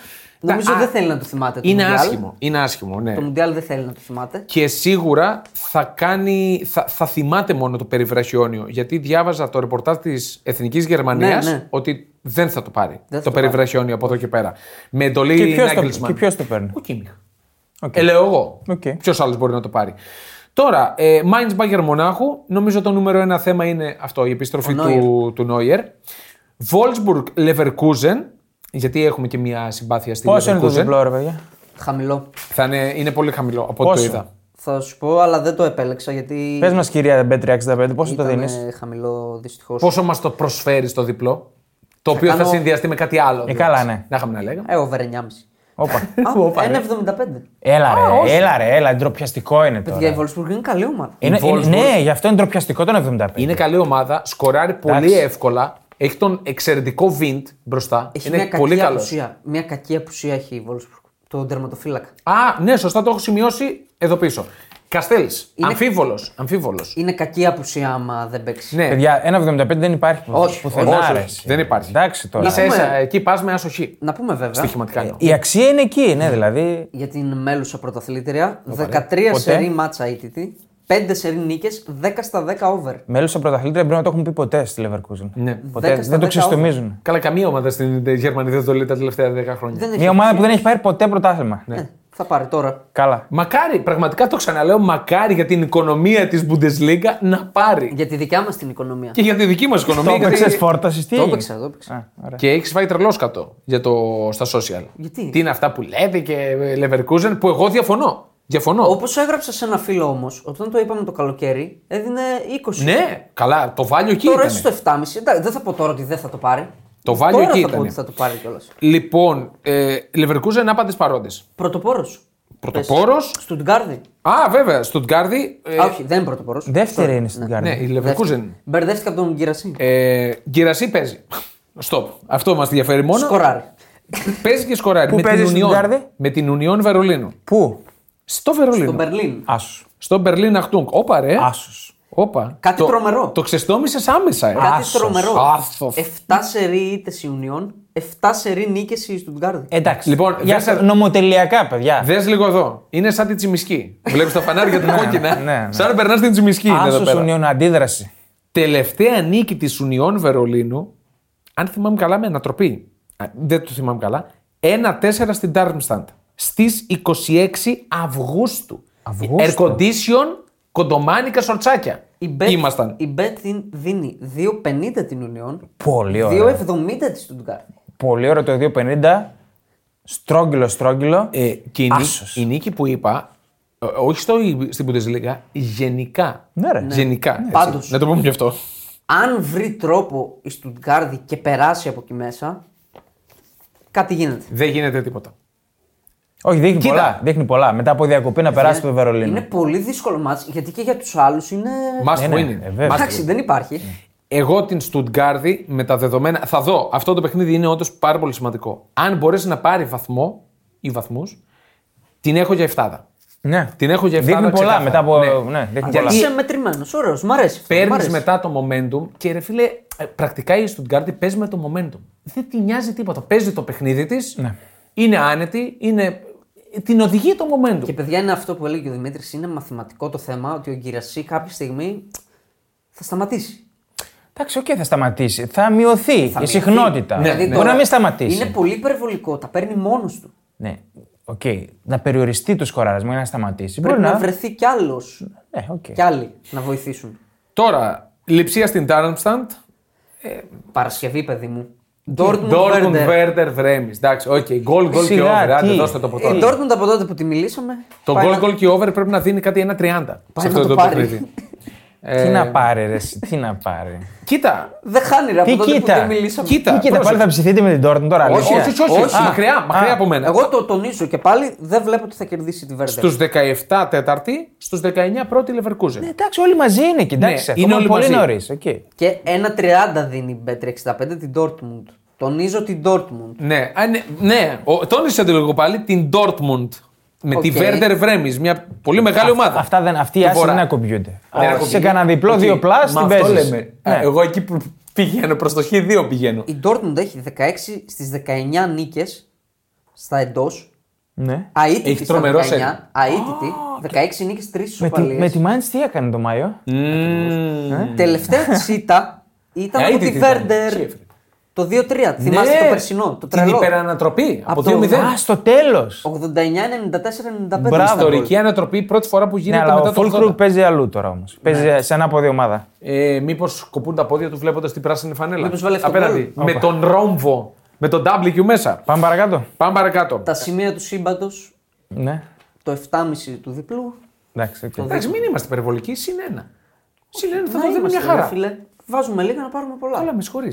[SPEAKER 3] Ε, Νομίζω
[SPEAKER 1] Α,
[SPEAKER 3] δεν θέλει να το θυμάται. το
[SPEAKER 1] Είναι
[SPEAKER 3] Μουντιάλ.
[SPEAKER 1] άσχημο. Είναι άσχημο, ναι.
[SPEAKER 3] Το Μουντιάλ δεν θέλει να το θυμάται.
[SPEAKER 1] και σίγουρα θα, κάνει, θα, θα θυμάται μόνο το περιβραχιόνιο. Γιατί διάβαζα το ρεπορτάζ της Εθνικής Γερμανίας
[SPEAKER 3] Ναι, ναι.
[SPEAKER 1] ότι δεν θα το πάρει
[SPEAKER 3] Δεν θα
[SPEAKER 1] το
[SPEAKER 3] το πάρει.
[SPEAKER 1] περιβραχιόνιο από εδώ και πέρα. Με εντολή
[SPEAKER 2] Και ποιος το-
[SPEAKER 1] Νάγκελσμαν.
[SPEAKER 2] και ποιος το παίρνει?
[SPEAKER 1] Ο Κίμιχ.
[SPEAKER 2] Οκ.
[SPEAKER 1] Ε, λέω εγώ.
[SPEAKER 2] Οκ.
[SPEAKER 1] Ποιος άλλος μπορεί να το πάρει. Τώρα, ε, Μάιντ Μπάγκερ Μονάχου. Νομίζω το νούμερο ένα θέμα είναι αυτό, η επιστροφή
[SPEAKER 3] Ο
[SPEAKER 1] του, του Νόιερ. Βόλσμπουργκ Λεβερκούζεν. Γιατί έχουμε και μια συμπάθεια στη
[SPEAKER 2] Πόσο είναι το
[SPEAKER 1] Leverkusen.
[SPEAKER 2] διπλό, ρε παιδιά.
[SPEAKER 3] Χαμηλό.
[SPEAKER 1] Θα είναι, είναι πολύ χαμηλό από ό,τι το
[SPEAKER 2] Πόσο?
[SPEAKER 1] είδα.
[SPEAKER 3] Θα σου πω, αλλά δεν το επέλεξα γιατί.
[SPEAKER 2] Πες μας, κυρία B365, πόσο το
[SPEAKER 3] ήτανε
[SPEAKER 2] δίνεις.
[SPEAKER 3] χαμηλό δυστυχώς.
[SPEAKER 1] πόσο μας το προσφέρεις το διπλό, το οποίο θα
[SPEAKER 3] κάνω-
[SPEAKER 1] συνδυαστεί με κάτι άλλο. δηλαδή.
[SPEAKER 2] καλά, ναι.
[SPEAKER 1] Να είχαμε να λέγαμε.
[SPEAKER 3] Ε, over 9,5.
[SPEAKER 2] Όπα.
[SPEAKER 1] Ε,
[SPEAKER 3] Α,
[SPEAKER 2] Όπα, ρε.
[SPEAKER 3] 1,75.
[SPEAKER 2] Έλα
[SPEAKER 1] όχι.
[SPEAKER 2] ρε, έλα ρε, έλα, ντροπιαστικό είναι
[SPEAKER 3] Παιδιά, η
[SPEAKER 2] τώρα.
[SPEAKER 3] Wolfsburg είναι καλή ομάδα.
[SPEAKER 2] Είναι,
[SPEAKER 1] η
[SPEAKER 2] είναι-
[SPEAKER 1] Wolfsburg.
[SPEAKER 2] ναι, γι' αυτό είναι ντροπιαστικό το 75.
[SPEAKER 3] ναι.
[SPEAKER 1] Είναι καλή ομάδα, σκοράρει πολύ
[SPEAKER 2] Εντάξει.
[SPEAKER 1] εύκολα. Έχει τον εξαιρετικό Βίντ μπροστά.
[SPEAKER 3] Έχει
[SPEAKER 1] είναι
[SPEAKER 3] μια
[SPEAKER 1] πολύ
[SPEAKER 3] κακή
[SPEAKER 1] καλός.
[SPEAKER 3] απουσία. Μια κακή απουσία έχει η Wolfsburg. Το τερματοφύλακα.
[SPEAKER 1] Α, ναι, σωστά το έχω σημειώσει εδώ πίσω. Καστέλ.
[SPEAKER 3] Είναι-
[SPEAKER 1] Αμφίβολος, Αμφίβολος.
[SPEAKER 3] Είναι κακή απουσία άμα δεν παίξει.
[SPEAKER 1] Ναι,
[SPEAKER 2] Παιδιά, 1,75 δεν υπάρχει που,
[SPEAKER 3] Όχι,
[SPEAKER 2] πουθενά.
[SPEAKER 1] όχι,
[SPEAKER 2] ρε,
[SPEAKER 1] όχι,
[SPEAKER 2] εσύ.
[SPEAKER 1] δεν υπάρχει.
[SPEAKER 2] Εντάξει τώρα. Ε,
[SPEAKER 1] ίσα
[SPEAKER 3] πούμε.
[SPEAKER 1] ίσα εκεί πας με ασοχή.
[SPEAKER 3] Να πούμε βέβαια.
[SPEAKER 1] Στοιχηματικά
[SPEAKER 3] ε,
[SPEAKER 1] εννοώ.
[SPEAKER 2] Η αξία είναι εκεί, ναι, δηλαδή.
[SPEAKER 3] για την μέλουσα πρωταθλήτρια. 13
[SPEAKER 2] Ποτέ.
[SPEAKER 3] σερή μάτσα ήττητη. 5 σερή νίκες. 10 στα 10 over.
[SPEAKER 2] Μέλο σε πρωταθλήτρια πρέπει να το έχουν πει ποτέ στη Leverkusen.
[SPEAKER 1] Ναι.
[SPEAKER 2] Ποτέ,
[SPEAKER 3] 10 στα
[SPEAKER 2] δεν το
[SPEAKER 3] 10
[SPEAKER 2] ξεστομίζουν.
[SPEAKER 1] Καλά, καμία ομάδα στην Γερμανία δεν το λέει τα τελευταία 10 χρόνια.
[SPEAKER 3] Δεν έχει
[SPEAKER 2] Μια ομάδα που δεν έχει πάρει ποτέ πρωτάθλημα.
[SPEAKER 1] Ναι.
[SPEAKER 3] Θα πάρει τώρα.
[SPEAKER 2] Καλά.
[SPEAKER 1] Μακάρι, πραγματικά το ξαναλέω, μακάρι για την οικονομία της Bundesliga να πάρει.
[SPEAKER 3] Για τη δικιά μας την οικονομία.
[SPEAKER 1] Και για τη δική μας
[SPEAKER 2] Το
[SPEAKER 1] οικονομία.
[SPEAKER 2] έπαιξε
[SPEAKER 1] γιατί...
[SPEAKER 2] φόρτασης, τι
[SPEAKER 3] Το
[SPEAKER 2] έγινε?
[SPEAKER 3] έπαιξα, το έπαιξα.
[SPEAKER 2] Α, ωραία.
[SPEAKER 1] Ε. Και έχεις φάει τρελό κάτω για το, στα social.
[SPEAKER 3] Γιατί?
[SPEAKER 1] Τι είναι αυτά που λέτε και ε, Leverkusen που εγώ διαφωνώ. Διαφωνώ.
[SPEAKER 3] Όπως έγραψα σε ένα φίλο όμως, όταν το είπαμε το καλοκαίρι, έδινε 20.
[SPEAKER 1] Ναι, καλά, το βάλιο εκεί
[SPEAKER 3] Τώρα
[SPEAKER 1] ήταν.
[SPEAKER 3] έτσι το 7,5. Εντάξει, δεν θα πω τώρα ότι δεν θα το πάρει.
[SPEAKER 1] Το βάλιο
[SPEAKER 3] τώρα
[SPEAKER 1] εκεί
[SPEAKER 3] θα πω
[SPEAKER 1] ήτανε.
[SPEAKER 3] ότι θα το πάρει κιόλας.
[SPEAKER 1] Λοιπόν, ε, Leverkusen άπαντε παρόντες.
[SPEAKER 3] Πρωτοπόρος.
[SPEAKER 1] Πρωτοπόρος.
[SPEAKER 3] Στουτγκάρδη.
[SPEAKER 1] Α, βέβαια, Στουτγκάρδη. Ε,
[SPEAKER 3] Α, όχι, δεν είναι πρωτοπόρος.
[SPEAKER 2] Δεύτερη είναι στην
[SPEAKER 1] ναι,
[SPEAKER 2] κάρτα.
[SPEAKER 1] η Leverkusen.
[SPEAKER 3] Μπερδεύτηκα από τον Γκυρασί.
[SPEAKER 1] Ε, Γκυρασί παίζει. Στοπ. Αυτό μας ενδιαφέρει μόνο.
[SPEAKER 3] Σκοράρει.
[SPEAKER 2] Ε,
[SPEAKER 1] Παίζει και σκοράρει.
[SPEAKER 2] Πού
[SPEAKER 1] με,
[SPEAKER 2] παίζει
[SPEAKER 1] την
[SPEAKER 2] στην
[SPEAKER 1] Union,
[SPEAKER 2] Τουγκάρδη?
[SPEAKER 1] με την Union Βερολίνου.
[SPEAKER 2] Πού?
[SPEAKER 1] Στο Βερολίνο.
[SPEAKER 2] ναι.
[SPEAKER 3] Στον Μπερλίν.
[SPEAKER 2] Άσος.
[SPEAKER 1] Στο Berlin Achtung. Όπα
[SPEAKER 2] Ε.
[SPEAKER 1] ρε.
[SPEAKER 2] Άσος.
[SPEAKER 1] Όπα.
[SPEAKER 3] Κάτι
[SPEAKER 1] το,
[SPEAKER 3] τρομερό.
[SPEAKER 1] Το ξεστόμησες άμεσα. Ε.
[SPEAKER 3] Κάτι
[SPEAKER 2] Άσος.
[SPEAKER 3] τρομερό.
[SPEAKER 1] Άσος.
[SPEAKER 3] 7 σερή ήττες Ιουνιών, 7 σερή νίκες η Στουτγκάρδη.
[SPEAKER 2] Εντάξει.
[SPEAKER 1] Λοιπόν,
[SPEAKER 2] για
[SPEAKER 1] δεν σε-
[SPEAKER 2] νομοτελειακά, παιδιά.
[SPEAKER 1] Δες λίγο εδώ. Είναι σαν τη τσιμισκή. Βλέπεις τα φανάρια του κόκκινα.
[SPEAKER 2] ναι, ναι.
[SPEAKER 1] Σαν να περνάς την τσιμισκή. είναι εδώ
[SPEAKER 2] Άσος
[SPEAKER 1] πέρα.
[SPEAKER 2] Union αντίδραση.
[SPEAKER 1] Τελευταία νίκη της Union Βερολίνου, αν θυμάμαι καλά, με ανατροπή. Α, δεν το θυμάμαι καλά. 1-4 στην Darmstadt. Στις 26 Αυγούστου.
[SPEAKER 2] Αυγούστου.
[SPEAKER 1] Air condition, κοντομάνικα σορτσάκια.
[SPEAKER 3] Η Bet,
[SPEAKER 1] Ήμασταν.
[SPEAKER 3] η Bet δίν- δίνει 2,50 την Ιουνιών,
[SPEAKER 2] Πολύ ωραίο.
[SPEAKER 3] 2,70 τη Στουτγκάρδη.
[SPEAKER 2] Πολύ ωραίο το 2.50. Στρόγγυλο, στρόγγυλο.
[SPEAKER 1] Ε, και η, νί-
[SPEAKER 2] Άσος.
[SPEAKER 1] η νίκη που είπα, ε, όχι στο, στην Bundesliga, γενικά.
[SPEAKER 2] Ναι, ρε. Ναι.
[SPEAKER 1] Γενικά. έτσι.
[SPEAKER 3] Πάντως.
[SPEAKER 1] Να το πούμε γι' αυτό.
[SPEAKER 3] Αν βρει τρόπο η Στουτγκάρδη και περάσει από εκεί μέσα, κάτι γίνεται.
[SPEAKER 1] Δεν γίνεται τίποτα.
[SPEAKER 2] Όχι, δείχνει
[SPEAKER 1] Κοίτα.
[SPEAKER 2] πολλά. Δείχνει πολλά. Μετά από διακοπή να περάσει το Βερολίνο.
[SPEAKER 3] Είναι πολύ δύσκολο μάτς, γιατί και για τους άλλους είναι...
[SPEAKER 1] Must
[SPEAKER 2] ναι,
[SPEAKER 1] win.
[SPEAKER 2] ε, βέβαια. Ναι.
[SPEAKER 1] Must
[SPEAKER 3] Εντάξει, δεν υπάρχει.
[SPEAKER 1] Εγώ την Στουτγκάρδη με τα δεδομένα. Θα δω. Αυτό το παιχνίδι είναι όντως πάρα πολύ σημαντικό. Αν μπορέσει να πάρει βαθμό ή βαθμούς, την έχω για εφτάδα.
[SPEAKER 2] Ναι.
[SPEAKER 1] Την έχω για εφτάδα.
[SPEAKER 2] Δείχνει πολλά
[SPEAKER 1] ξεκάθαρα.
[SPEAKER 2] μετά από.
[SPEAKER 1] Ναι.
[SPEAKER 2] Ναι, δείχνει
[SPEAKER 1] Γιατί-
[SPEAKER 2] πολλά.
[SPEAKER 3] Είσαι μετρημένος. Ωραίος, μ' αρέσει. αυτό, μ'
[SPEAKER 1] Παίρνεις
[SPEAKER 3] αρέσει.
[SPEAKER 1] μετά το momentum και ρε φίλε, ε, πρακτικά η Στουτγκάρδη παίζει με το momentum. Δεν τη νοιάζει τίποτα. Παίζει το παιχνίδι της,
[SPEAKER 2] Ναι.
[SPEAKER 1] είναι άνετη, είναι... την οδηγεί το momentum.
[SPEAKER 3] Και παιδιά είναι αυτό που έλεγε ο Δημήτρης, είναι μαθηματικό το θέμα ότι ο Γκυρασί κάποια στιγμή θα σταματήσει.
[SPEAKER 2] Εντάξει, οκ, θα σταματήσει. Θα μειωθεί η
[SPEAKER 3] μειωθεί.
[SPEAKER 2] συχνότητα.
[SPEAKER 1] Ναι, ναι.
[SPEAKER 2] Μπορεί
[SPEAKER 3] Δηλαδή, τώρα
[SPEAKER 2] να μην σταματήσει.
[SPEAKER 3] Είναι πολύ υπερβολικό, τα παίρνει μόνος του.
[SPEAKER 2] Ναι. Οκ. Να περιοριστεί το σκοράρισμα ή να σταματήσει.
[SPEAKER 3] Πρέπει
[SPEAKER 2] Μπορεί
[SPEAKER 3] να
[SPEAKER 2] να.
[SPEAKER 3] βρεθεί κι άλλος.
[SPEAKER 2] Ναι, οκ.
[SPEAKER 3] Κι άλλοι να βοηθήσουν.
[SPEAKER 1] Τώρα, λειψία στην Τάρμσταντ.
[SPEAKER 3] Παρασκευή, παιδί μου.
[SPEAKER 1] Ντόρκουν
[SPEAKER 3] Ντόρκμουντ
[SPEAKER 1] Βέρτερ Βρέμι. Εντάξει, οκ. Γκολ, γκολ και
[SPEAKER 2] Σιγά,
[SPEAKER 1] over. Άντε,
[SPEAKER 2] τι. Ε,
[SPEAKER 1] δώστε το
[SPEAKER 3] Η
[SPEAKER 1] πρωτόκολλο.
[SPEAKER 3] Ντόρκμουντ Ε, από τότε που τη μιλήσαμε.
[SPEAKER 1] Το
[SPEAKER 3] πάει
[SPEAKER 1] goal
[SPEAKER 3] να-
[SPEAKER 1] goal και over πρέπει να δίνει κάτι 1,30 σε
[SPEAKER 3] να
[SPEAKER 1] αυτό
[SPEAKER 3] το
[SPEAKER 1] το
[SPEAKER 3] πάρει.
[SPEAKER 1] παιχνίδι.
[SPEAKER 2] Τι
[SPEAKER 1] Ε,
[SPEAKER 2] να πάρει, ρε, εσύ, τι να πάρει.
[SPEAKER 1] Κοίτα,
[SPEAKER 3] Δεν χάνει ρε, από
[SPEAKER 2] Τι
[SPEAKER 3] τότε που
[SPEAKER 2] κοίτα.
[SPEAKER 3] τη μιλήσαμε.
[SPEAKER 1] κοίτα.
[SPEAKER 2] Ή κοίτα,
[SPEAKER 1] πρόσεξε.
[SPEAKER 2] πάλι θα ψηθείτε με την Dortmund τώρα.
[SPEAKER 1] όχι,
[SPEAKER 2] αλήθεια.
[SPEAKER 1] όχι, όχι, όχι,
[SPEAKER 2] Α,
[SPEAKER 1] μακριά, μακριά
[SPEAKER 2] α,
[SPEAKER 1] από μένα.
[SPEAKER 3] Εγώ το τονίζω και πάλι δεν βλέπω ότι θα κερδίσει τη Βέρντερ.
[SPEAKER 1] Στου 17 Τέταρτη, στους 19 πρώτη Leverkusen.
[SPEAKER 2] Ναι, Εντάξει, όλοι μαζί είναι και εντάξει.
[SPEAKER 1] Ναι, είναι
[SPEAKER 2] είναι
[SPEAKER 1] όλοι
[SPEAKER 2] πολύ
[SPEAKER 1] μαζί.
[SPEAKER 2] νωρίς. Okay.
[SPEAKER 3] Και 1,30 δίνει η Bet365 την Dortmund. Τονίζω την Dortmund.
[SPEAKER 1] Ναι, α, ναι, ναι. Ο- τόνισε το λίγο πάλι την Dortmund. Με τη
[SPEAKER 3] Οκ.
[SPEAKER 1] Werder Βρέμι, μια πολύ μεγάλη ομάδα.
[SPEAKER 2] Αυτά δεν, αυτοί οι
[SPEAKER 1] Του
[SPEAKER 2] άσοι
[SPEAKER 1] Βορρά.
[SPEAKER 2] δεν ακουπιούνται.
[SPEAKER 1] Δεν
[SPEAKER 2] Α,
[SPEAKER 1] ακουπιούνται.
[SPEAKER 2] Σε κανένα διπλό,
[SPEAKER 1] Οκ.
[SPEAKER 2] δύο πλάσ,
[SPEAKER 1] Μα
[SPEAKER 2] την
[SPEAKER 1] αυτό
[SPEAKER 2] παίζεις.
[SPEAKER 1] λέμε.
[SPEAKER 2] Ναι.
[SPEAKER 1] Α, Εγώ εκεί που πηγαίνω προς το Χ2 πηγαίνω.
[SPEAKER 3] Η Dortmund έχει 16 στι 19 νίκες στα εντός.
[SPEAKER 2] Ναι.
[SPEAKER 3] Αίτητη
[SPEAKER 1] Έχει
[SPEAKER 3] στα
[SPEAKER 1] τρομερό
[SPEAKER 3] 19,
[SPEAKER 1] σερί.
[SPEAKER 3] Αίτητη. 16 νίκε, 3
[SPEAKER 2] Με τη,
[SPEAKER 3] σοπαλίε.
[SPEAKER 2] με τη Mainz τι έκανε το Μάιο. Ε,
[SPEAKER 3] Τελευταία τσίτα ήταν από
[SPEAKER 1] Αίτητη
[SPEAKER 3] τη
[SPEAKER 1] ήταν. Τι
[SPEAKER 3] Βέρντερ
[SPEAKER 1] έφερε.
[SPEAKER 3] το 2-3. Θυμάστε
[SPEAKER 1] Ναι,
[SPEAKER 3] το περσινό, το
[SPEAKER 1] Την
[SPEAKER 3] τρελό.
[SPEAKER 1] υπερανατροπή από,
[SPEAKER 3] Από το-
[SPEAKER 1] 2-0.
[SPEAKER 2] Α, στο τέλος.
[SPEAKER 3] 89-94-95.
[SPEAKER 2] Μπράβο,
[SPEAKER 3] Ισταμπούλ.
[SPEAKER 1] Ιστορική ανατροπή πρώτη φορά που
[SPEAKER 2] Ναι,
[SPEAKER 1] γίνεται
[SPEAKER 2] αλλά
[SPEAKER 1] μετά
[SPEAKER 2] ο
[SPEAKER 1] το Ναι. 80.
[SPEAKER 2] Φούλκρουγκ παίζει αλλού τώρα όμως. Παίζει σε ένα από δύο ομάδα.
[SPEAKER 1] Ε, Μήπως κοπούν τα πόδια του βλέποντας την πράσινη φανέλα.
[SPEAKER 3] Μήπως βάλε αυτό
[SPEAKER 1] Απέναντι.
[SPEAKER 2] γκολ.
[SPEAKER 1] Με
[SPEAKER 2] Όπα.
[SPEAKER 1] τον ρόμβο. Με τον W μέσα.
[SPEAKER 2] Πάμε παρακάτω.
[SPEAKER 1] Πάμε παρακάτω.
[SPEAKER 3] Τα σημεία του σύμπαντος,
[SPEAKER 2] Ναι.
[SPEAKER 3] το 7,5 του διπλού.
[SPEAKER 2] Εντάξει, οκ.
[SPEAKER 1] Εντάξει, μην είμαστε υπερβολικοί. Συν ένα. Συν ένα θα το δούμε
[SPEAKER 3] είμαστε,
[SPEAKER 1] μια
[SPEAKER 3] ρε
[SPEAKER 1] χαρά.
[SPEAKER 3] Φίλε. Βάζουμε λίγα να πάρουμε πολλά.
[SPEAKER 1] Αλλά με συγχωρείς.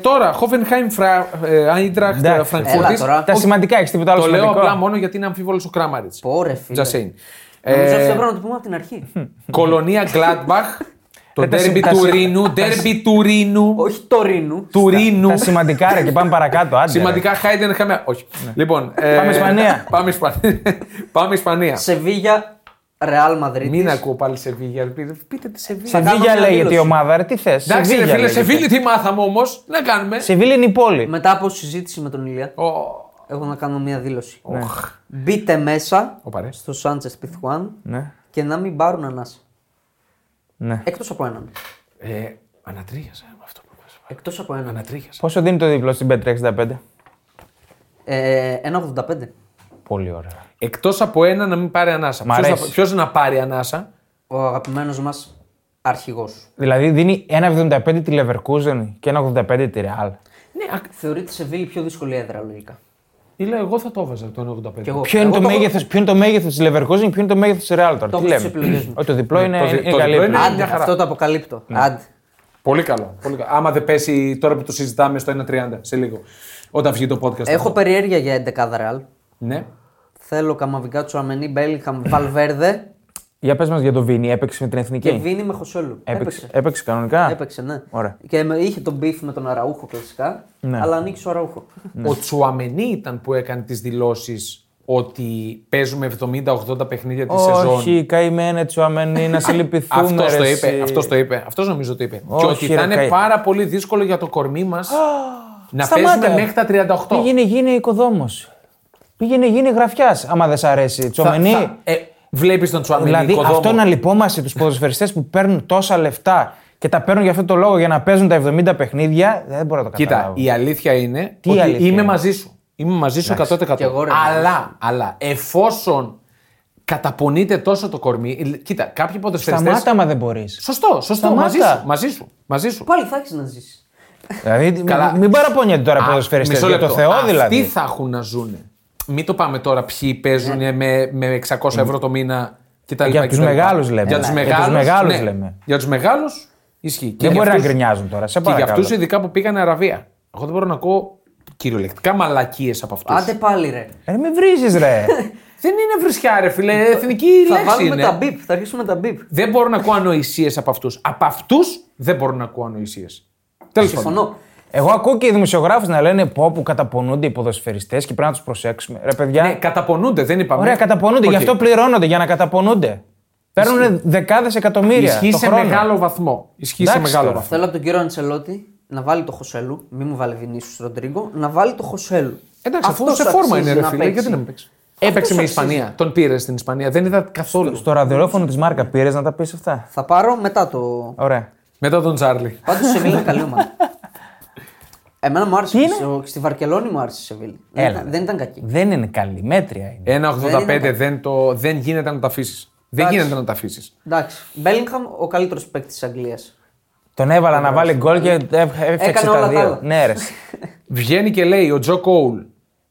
[SPEAKER 1] Τώρα, Hoffenheim, ε, Άιντραχτ,
[SPEAKER 2] Εντάξει.
[SPEAKER 1] Φραγκφούρτη.
[SPEAKER 3] Έλα τώρα.
[SPEAKER 2] Τα σημαντικά έχεις τίποτα άλλο
[SPEAKER 1] Το λέω
[SPEAKER 2] σημαντικό.
[SPEAKER 1] απλά μόνο γιατί είναι αμφίβολος ο Κράμαριτ.
[SPEAKER 3] Πόρε, φίλε.
[SPEAKER 1] Just saying.
[SPEAKER 3] Νομίζω
[SPEAKER 1] Ε, Hm.
[SPEAKER 3] αυτό πρέπει να το πούμε από την αρχή.
[SPEAKER 1] Κολονία Gladbach. Το
[SPEAKER 2] Ε, τα
[SPEAKER 1] ντέρμπι
[SPEAKER 2] συ- τα
[SPEAKER 1] του
[SPEAKER 2] συ-
[SPEAKER 1] Ρήνου, ντέρμπι του Ρήνου,
[SPEAKER 3] Όχι το Ρήνου.
[SPEAKER 1] του Ρήνου.
[SPEAKER 2] Τα σημαντικά ρε και πάμε παρακάτω. Άντε, Ναι, ρε. Ναι.
[SPEAKER 1] Σημαντικά Χάιντεν Χαμέ. Όχι. Λοιπόν, ε,
[SPEAKER 2] Πάμε Ισπανία.
[SPEAKER 1] Πάμε Ισπανία. πάμε Ισπανία.
[SPEAKER 3] Σεβίγια, Ρεάλ Μαδρίτη.
[SPEAKER 1] Μην ακούω πάλι Σεβίγια. ελπίζω. Πείτε τη Σεβίγια.
[SPEAKER 3] Θα κάνω
[SPEAKER 2] Σεβίγια
[SPEAKER 3] μια
[SPEAKER 2] λέγεται η
[SPEAKER 3] δήλωση.
[SPEAKER 2] ομάδα, ρε, τι θες.
[SPEAKER 1] Εντάξει, ρε φίλε, Σεβίλη τι μάθαμε όμως. Να κάνουμε.
[SPEAKER 2] Σεβίλη είναι η πόλη.
[SPEAKER 3] Μετά από συζήτηση με τον Ηλία,
[SPEAKER 1] Ο...
[SPEAKER 3] έχω να κάνω μια δήλωση.
[SPEAKER 1] Οχ.
[SPEAKER 3] Μπείτε μέσα
[SPEAKER 1] Οπα, ρε.
[SPEAKER 3] στο Σάντσε Πιθουάν
[SPEAKER 2] Ναι.
[SPEAKER 3] και να μην πάρουν ανάσα.
[SPEAKER 2] ναι.
[SPEAKER 3] Εκτός από έναν.
[SPEAKER 1] Ε, ανατρίχιασα με αυτό που είπες.
[SPEAKER 3] Εκτός από έναν.
[SPEAKER 1] Ανατρίχιασα.
[SPEAKER 2] Πόσο δίνει το δίπλο στην Πέτρια 65.
[SPEAKER 3] Ε, 1,85.
[SPEAKER 2] Πολύ ωραία.
[SPEAKER 1] Εκτός από ένα να μην πάρει ανάσα.
[SPEAKER 2] Μ' αρέσει.
[SPEAKER 1] Ποιος να πάρει ανάσα.
[SPEAKER 3] Ο αγαπημένος μας αρχηγός.
[SPEAKER 2] Δηλαδή δίνει 1,75 τη Leverkusen και 1,85 τη Real.
[SPEAKER 1] Ναι, α-
[SPEAKER 3] Θεωρείται σε Σεβίλη πιο δύσκολη έδρα, λογικά.
[SPEAKER 1] Ή λέω, εγώ θα το έβαζα το 85.
[SPEAKER 3] Κι εγώ.
[SPEAKER 2] Ποιο είναι, το
[SPEAKER 3] το έχω-
[SPEAKER 2] μέγεθος, ποιο είναι το μέγεθος της Leverkusen και ποιο είναι το μέγεθος της Real τώρα.
[SPEAKER 3] Το
[SPEAKER 2] τι
[SPEAKER 3] έχω στις
[SPEAKER 2] λέμε.
[SPEAKER 3] επιλογές μου.
[SPEAKER 2] Ότι το διπλό είναι,
[SPEAKER 1] Ναι, το δι-
[SPEAKER 2] είναι
[SPEAKER 1] το
[SPEAKER 2] καλή
[SPEAKER 1] διπλό είναι-
[SPEAKER 2] επιλογή.
[SPEAKER 1] μια
[SPEAKER 3] Άντε,
[SPEAKER 1] χαρά. Ναι.
[SPEAKER 3] αυτό το αποκαλύπτω. Άντε.
[SPEAKER 1] Πολύ καλό. Πολύ καλό. Άμα δεν πέσει τώρα που το συζητάμε στο 1.30 σε λίγο. Όταν βγει το podcast.
[SPEAKER 3] Έχω περιέργεια για 11 ρεάλ.
[SPEAKER 1] Ναι.
[SPEAKER 3] Θέλω Καμαβικά Τσουαμενή, Μπέλιχαμ, Βαλβέρδε
[SPEAKER 2] Για πες μας για το Βίνι, έπαιξε με την εθνική.
[SPEAKER 1] Ναι.
[SPEAKER 3] και Βίνι με Χωσόλου.
[SPEAKER 2] Έπαιξε. έπαιξε κανονικά.
[SPEAKER 3] Έπαιξε, ναι.
[SPEAKER 2] Ωραία.
[SPEAKER 3] Και με- είχε τον beef με τον Αραούχο κλασικά,
[SPEAKER 2] Ναι.
[SPEAKER 3] αλλά ανοίξει ο Αραούχο.
[SPEAKER 1] Ο Τσουαμενί ήταν που έκανε τις δηλώσεις ότι παίζουμε 70-80 παιχνίδια τη σεζόν.
[SPEAKER 2] Όχι, καημένε τσουαμένη, να σε λυπηθούμε.
[SPEAKER 1] Αυτός
[SPEAKER 2] ρε,
[SPEAKER 1] το
[SPEAKER 2] εσύ.
[SPEAKER 1] είπε. Αυτός το είπε. Αυτός νομίζω το είπε.
[SPEAKER 2] Όχι,
[SPEAKER 1] και ότι
[SPEAKER 2] ρε,
[SPEAKER 1] θα είναι
[SPEAKER 2] καεί.
[SPEAKER 1] πάρα πολύ δύσκολο για το κορμί μας να
[SPEAKER 2] Σταμάτα.
[SPEAKER 1] παίζουμε μέχρι τα 38.
[SPEAKER 2] Πήγαινε γίνε οικοδόμος. Πήγαινε γίνε γραφιάς, άμα δεν σ' αρέσει. Τσουαμενή.
[SPEAKER 1] Βλέπει ε, τον Τσουαμενί.
[SPEAKER 2] Δηλαδή,
[SPEAKER 1] οικοδόμο.
[SPEAKER 2] αυτό να λυπόμαστε τους ποδοσφαιριστές που παίρνουν τόσα λεφτά και τα παίρνουν για αυτό το λόγο για να παίζουν τα 70 παιχνίδια. Δεν μπορώ να το
[SPEAKER 1] Κοίτα,
[SPEAKER 2] καταλάβω.
[SPEAKER 1] η αλήθεια είναι
[SPEAKER 2] Τι
[SPEAKER 1] ότι
[SPEAKER 2] αλήθεια
[SPEAKER 1] είμαι
[SPEAKER 2] είναι?
[SPEAKER 1] μαζί σου. Είμαι μαζί σου 100%.
[SPEAKER 3] κι εγώ, ρε,
[SPEAKER 1] αλλά, αλλά εφόσον καταπονείται τόσο το κορμί. ε, Κοίτα, κάποιοι ποδοσφαιριστές...
[SPEAKER 2] Σταμάτα, άμα δεν μπορείς.
[SPEAKER 1] Σωστό, σωστό.
[SPEAKER 2] Σταμάτα.
[SPEAKER 1] Μαζί σου, μαζί σου. Μαζί σου.
[SPEAKER 3] Πάλι θα έχεις να ζήσεις.
[SPEAKER 2] Δηλαδή,
[SPEAKER 1] Καλά.
[SPEAKER 2] μην- μην παραπονιέται τώρα οι
[SPEAKER 1] Α,
[SPEAKER 2] ποδοσφαιριστές.
[SPEAKER 1] μισό
[SPEAKER 2] Για το
[SPEAKER 1] λεπτό.
[SPEAKER 2] Θεό
[SPEAKER 1] Αυτοί
[SPEAKER 2] δηλαδή.
[SPEAKER 1] θα έχουν να ζουν. Μην το πάμε τώρα ποιοι παίζουν
[SPEAKER 3] Ναι.
[SPEAKER 1] με, με 600 ευρώ το μήνα κτλ.
[SPEAKER 2] Για τους μεγάλους λέμε.
[SPEAKER 1] Για τους
[SPEAKER 2] Για τους
[SPEAKER 1] μεγάλους
[SPEAKER 2] μεγάλους λέμε.
[SPEAKER 1] Για τους μεγάλους ισχύει. Και
[SPEAKER 2] Δεν
[SPEAKER 1] για
[SPEAKER 2] μπορεί να
[SPEAKER 1] αυτούς-
[SPEAKER 2] γκρινιάζουν τώρα. Σε
[SPEAKER 1] Και για
[SPEAKER 2] παρακαλώ.
[SPEAKER 1] αυτούς ειδικά που πήγανε Αραβία. Εγώ δεν μπορώ να ακούω κυριολεκτικά μαλακίες από αυτούς.
[SPEAKER 3] Άντε πάλι ρε.
[SPEAKER 2] Ε, με βρίζεις, ρε.
[SPEAKER 1] Δεν είναι βρισιά, ρε φίλε. Ε, Εθνική
[SPEAKER 3] Θα
[SPEAKER 1] λέξη
[SPEAKER 3] βάλουμε
[SPEAKER 1] είναι.
[SPEAKER 3] τα μπιπ, θα αρχίσουμε τα μπιπ.
[SPEAKER 1] Δεν μπορώ να ακούω ανοησίες από αυτούς. Από αυτούς δεν μπορώ να ακούω ανοησίες. Τέλος πάντων.
[SPEAKER 3] Συμφωνώ.
[SPEAKER 2] Εγώ ακούω και οι δημοσιογράφους να λένε πω που καταπονούνται οι ποδοσφαιριστές και πρέπει να τους προσέξουμε. Ρε παιδιά,
[SPEAKER 1] Ναι, καταπονούνται, δεν είπαμε.
[SPEAKER 2] ωραία, καταπονούνται. Γι'
[SPEAKER 1] Οκ.
[SPEAKER 2] αυτό πληρώνονται, για να καταπονούνται. Παίρνουν δεκάδες εκατομμύρια.
[SPEAKER 1] Ισχύει
[SPEAKER 2] το
[SPEAKER 1] σε
[SPEAKER 2] χρόνο.
[SPEAKER 1] μεγάλο βαθμό. Ισχύει σε
[SPEAKER 2] Εντάξει
[SPEAKER 1] μεγάλο
[SPEAKER 2] τώρα.
[SPEAKER 1] βαθμό.
[SPEAKER 3] Θέλω από τον κύριο Αντσελότη να βάλει το Χωσέλου. Μην μου βάλει Βινίσου Ροντρίγκο, να βάλει το Χωσέλου.
[SPEAKER 1] Εντάξει, αφού
[SPEAKER 3] Αυτός
[SPEAKER 1] σε φόρμα
[SPEAKER 3] αξίζει
[SPEAKER 1] είναι, ρε
[SPEAKER 3] να
[SPEAKER 1] φίλε,
[SPEAKER 3] παίξει.
[SPEAKER 1] γιατί να μην παίξει. Έπαιξε με
[SPEAKER 3] αξίζει.
[SPEAKER 1] Ισπανία. Τον πήρε στην Ισπανία. Δεν είδα καθόλου.
[SPEAKER 2] Στο ραδιόφωνο της Μάρκα πήρες να τα πεις αυτά.
[SPEAKER 3] Θα πάρω μετά το.
[SPEAKER 2] Ωραία.
[SPEAKER 1] Μετά τον Τσάρλι.
[SPEAKER 3] Πάντω η Σεβίλη είναι καλή ομάδα. Εμένα μου άρεσε.
[SPEAKER 2] Τι
[SPEAKER 3] και
[SPEAKER 2] είναι?
[SPEAKER 3] στο- Στη Βαρκελόνη μου άρεσε η Σεβίλη. Δεν
[SPEAKER 2] Έλα.
[SPEAKER 3] ήταν- Δεν ήταν κακή.
[SPEAKER 2] Δεν είναι καλή, μέτρια είναι.
[SPEAKER 1] 1,85
[SPEAKER 3] είναι-
[SPEAKER 1] δεν, το, δεν γίνεται να τα αφήσεις. Δεν
[SPEAKER 3] Εντάξει.
[SPEAKER 1] γίνεται να τα αφήσεις.
[SPEAKER 3] Εντάξει. Μπέλιγχαμ, ο καλύτερος παίκτης της Αγγλίας.
[SPEAKER 2] Τον έβαλα να βάλει γκολ
[SPEAKER 1] Ε,
[SPEAKER 2] και έφ- έφτιαξε
[SPEAKER 3] όλα
[SPEAKER 2] τα
[SPEAKER 3] τα
[SPEAKER 2] δύο.
[SPEAKER 3] άλλα.
[SPEAKER 2] Ναι, ρε.
[SPEAKER 1] Βγαίνει και λέει ο Τζο Κόουλ.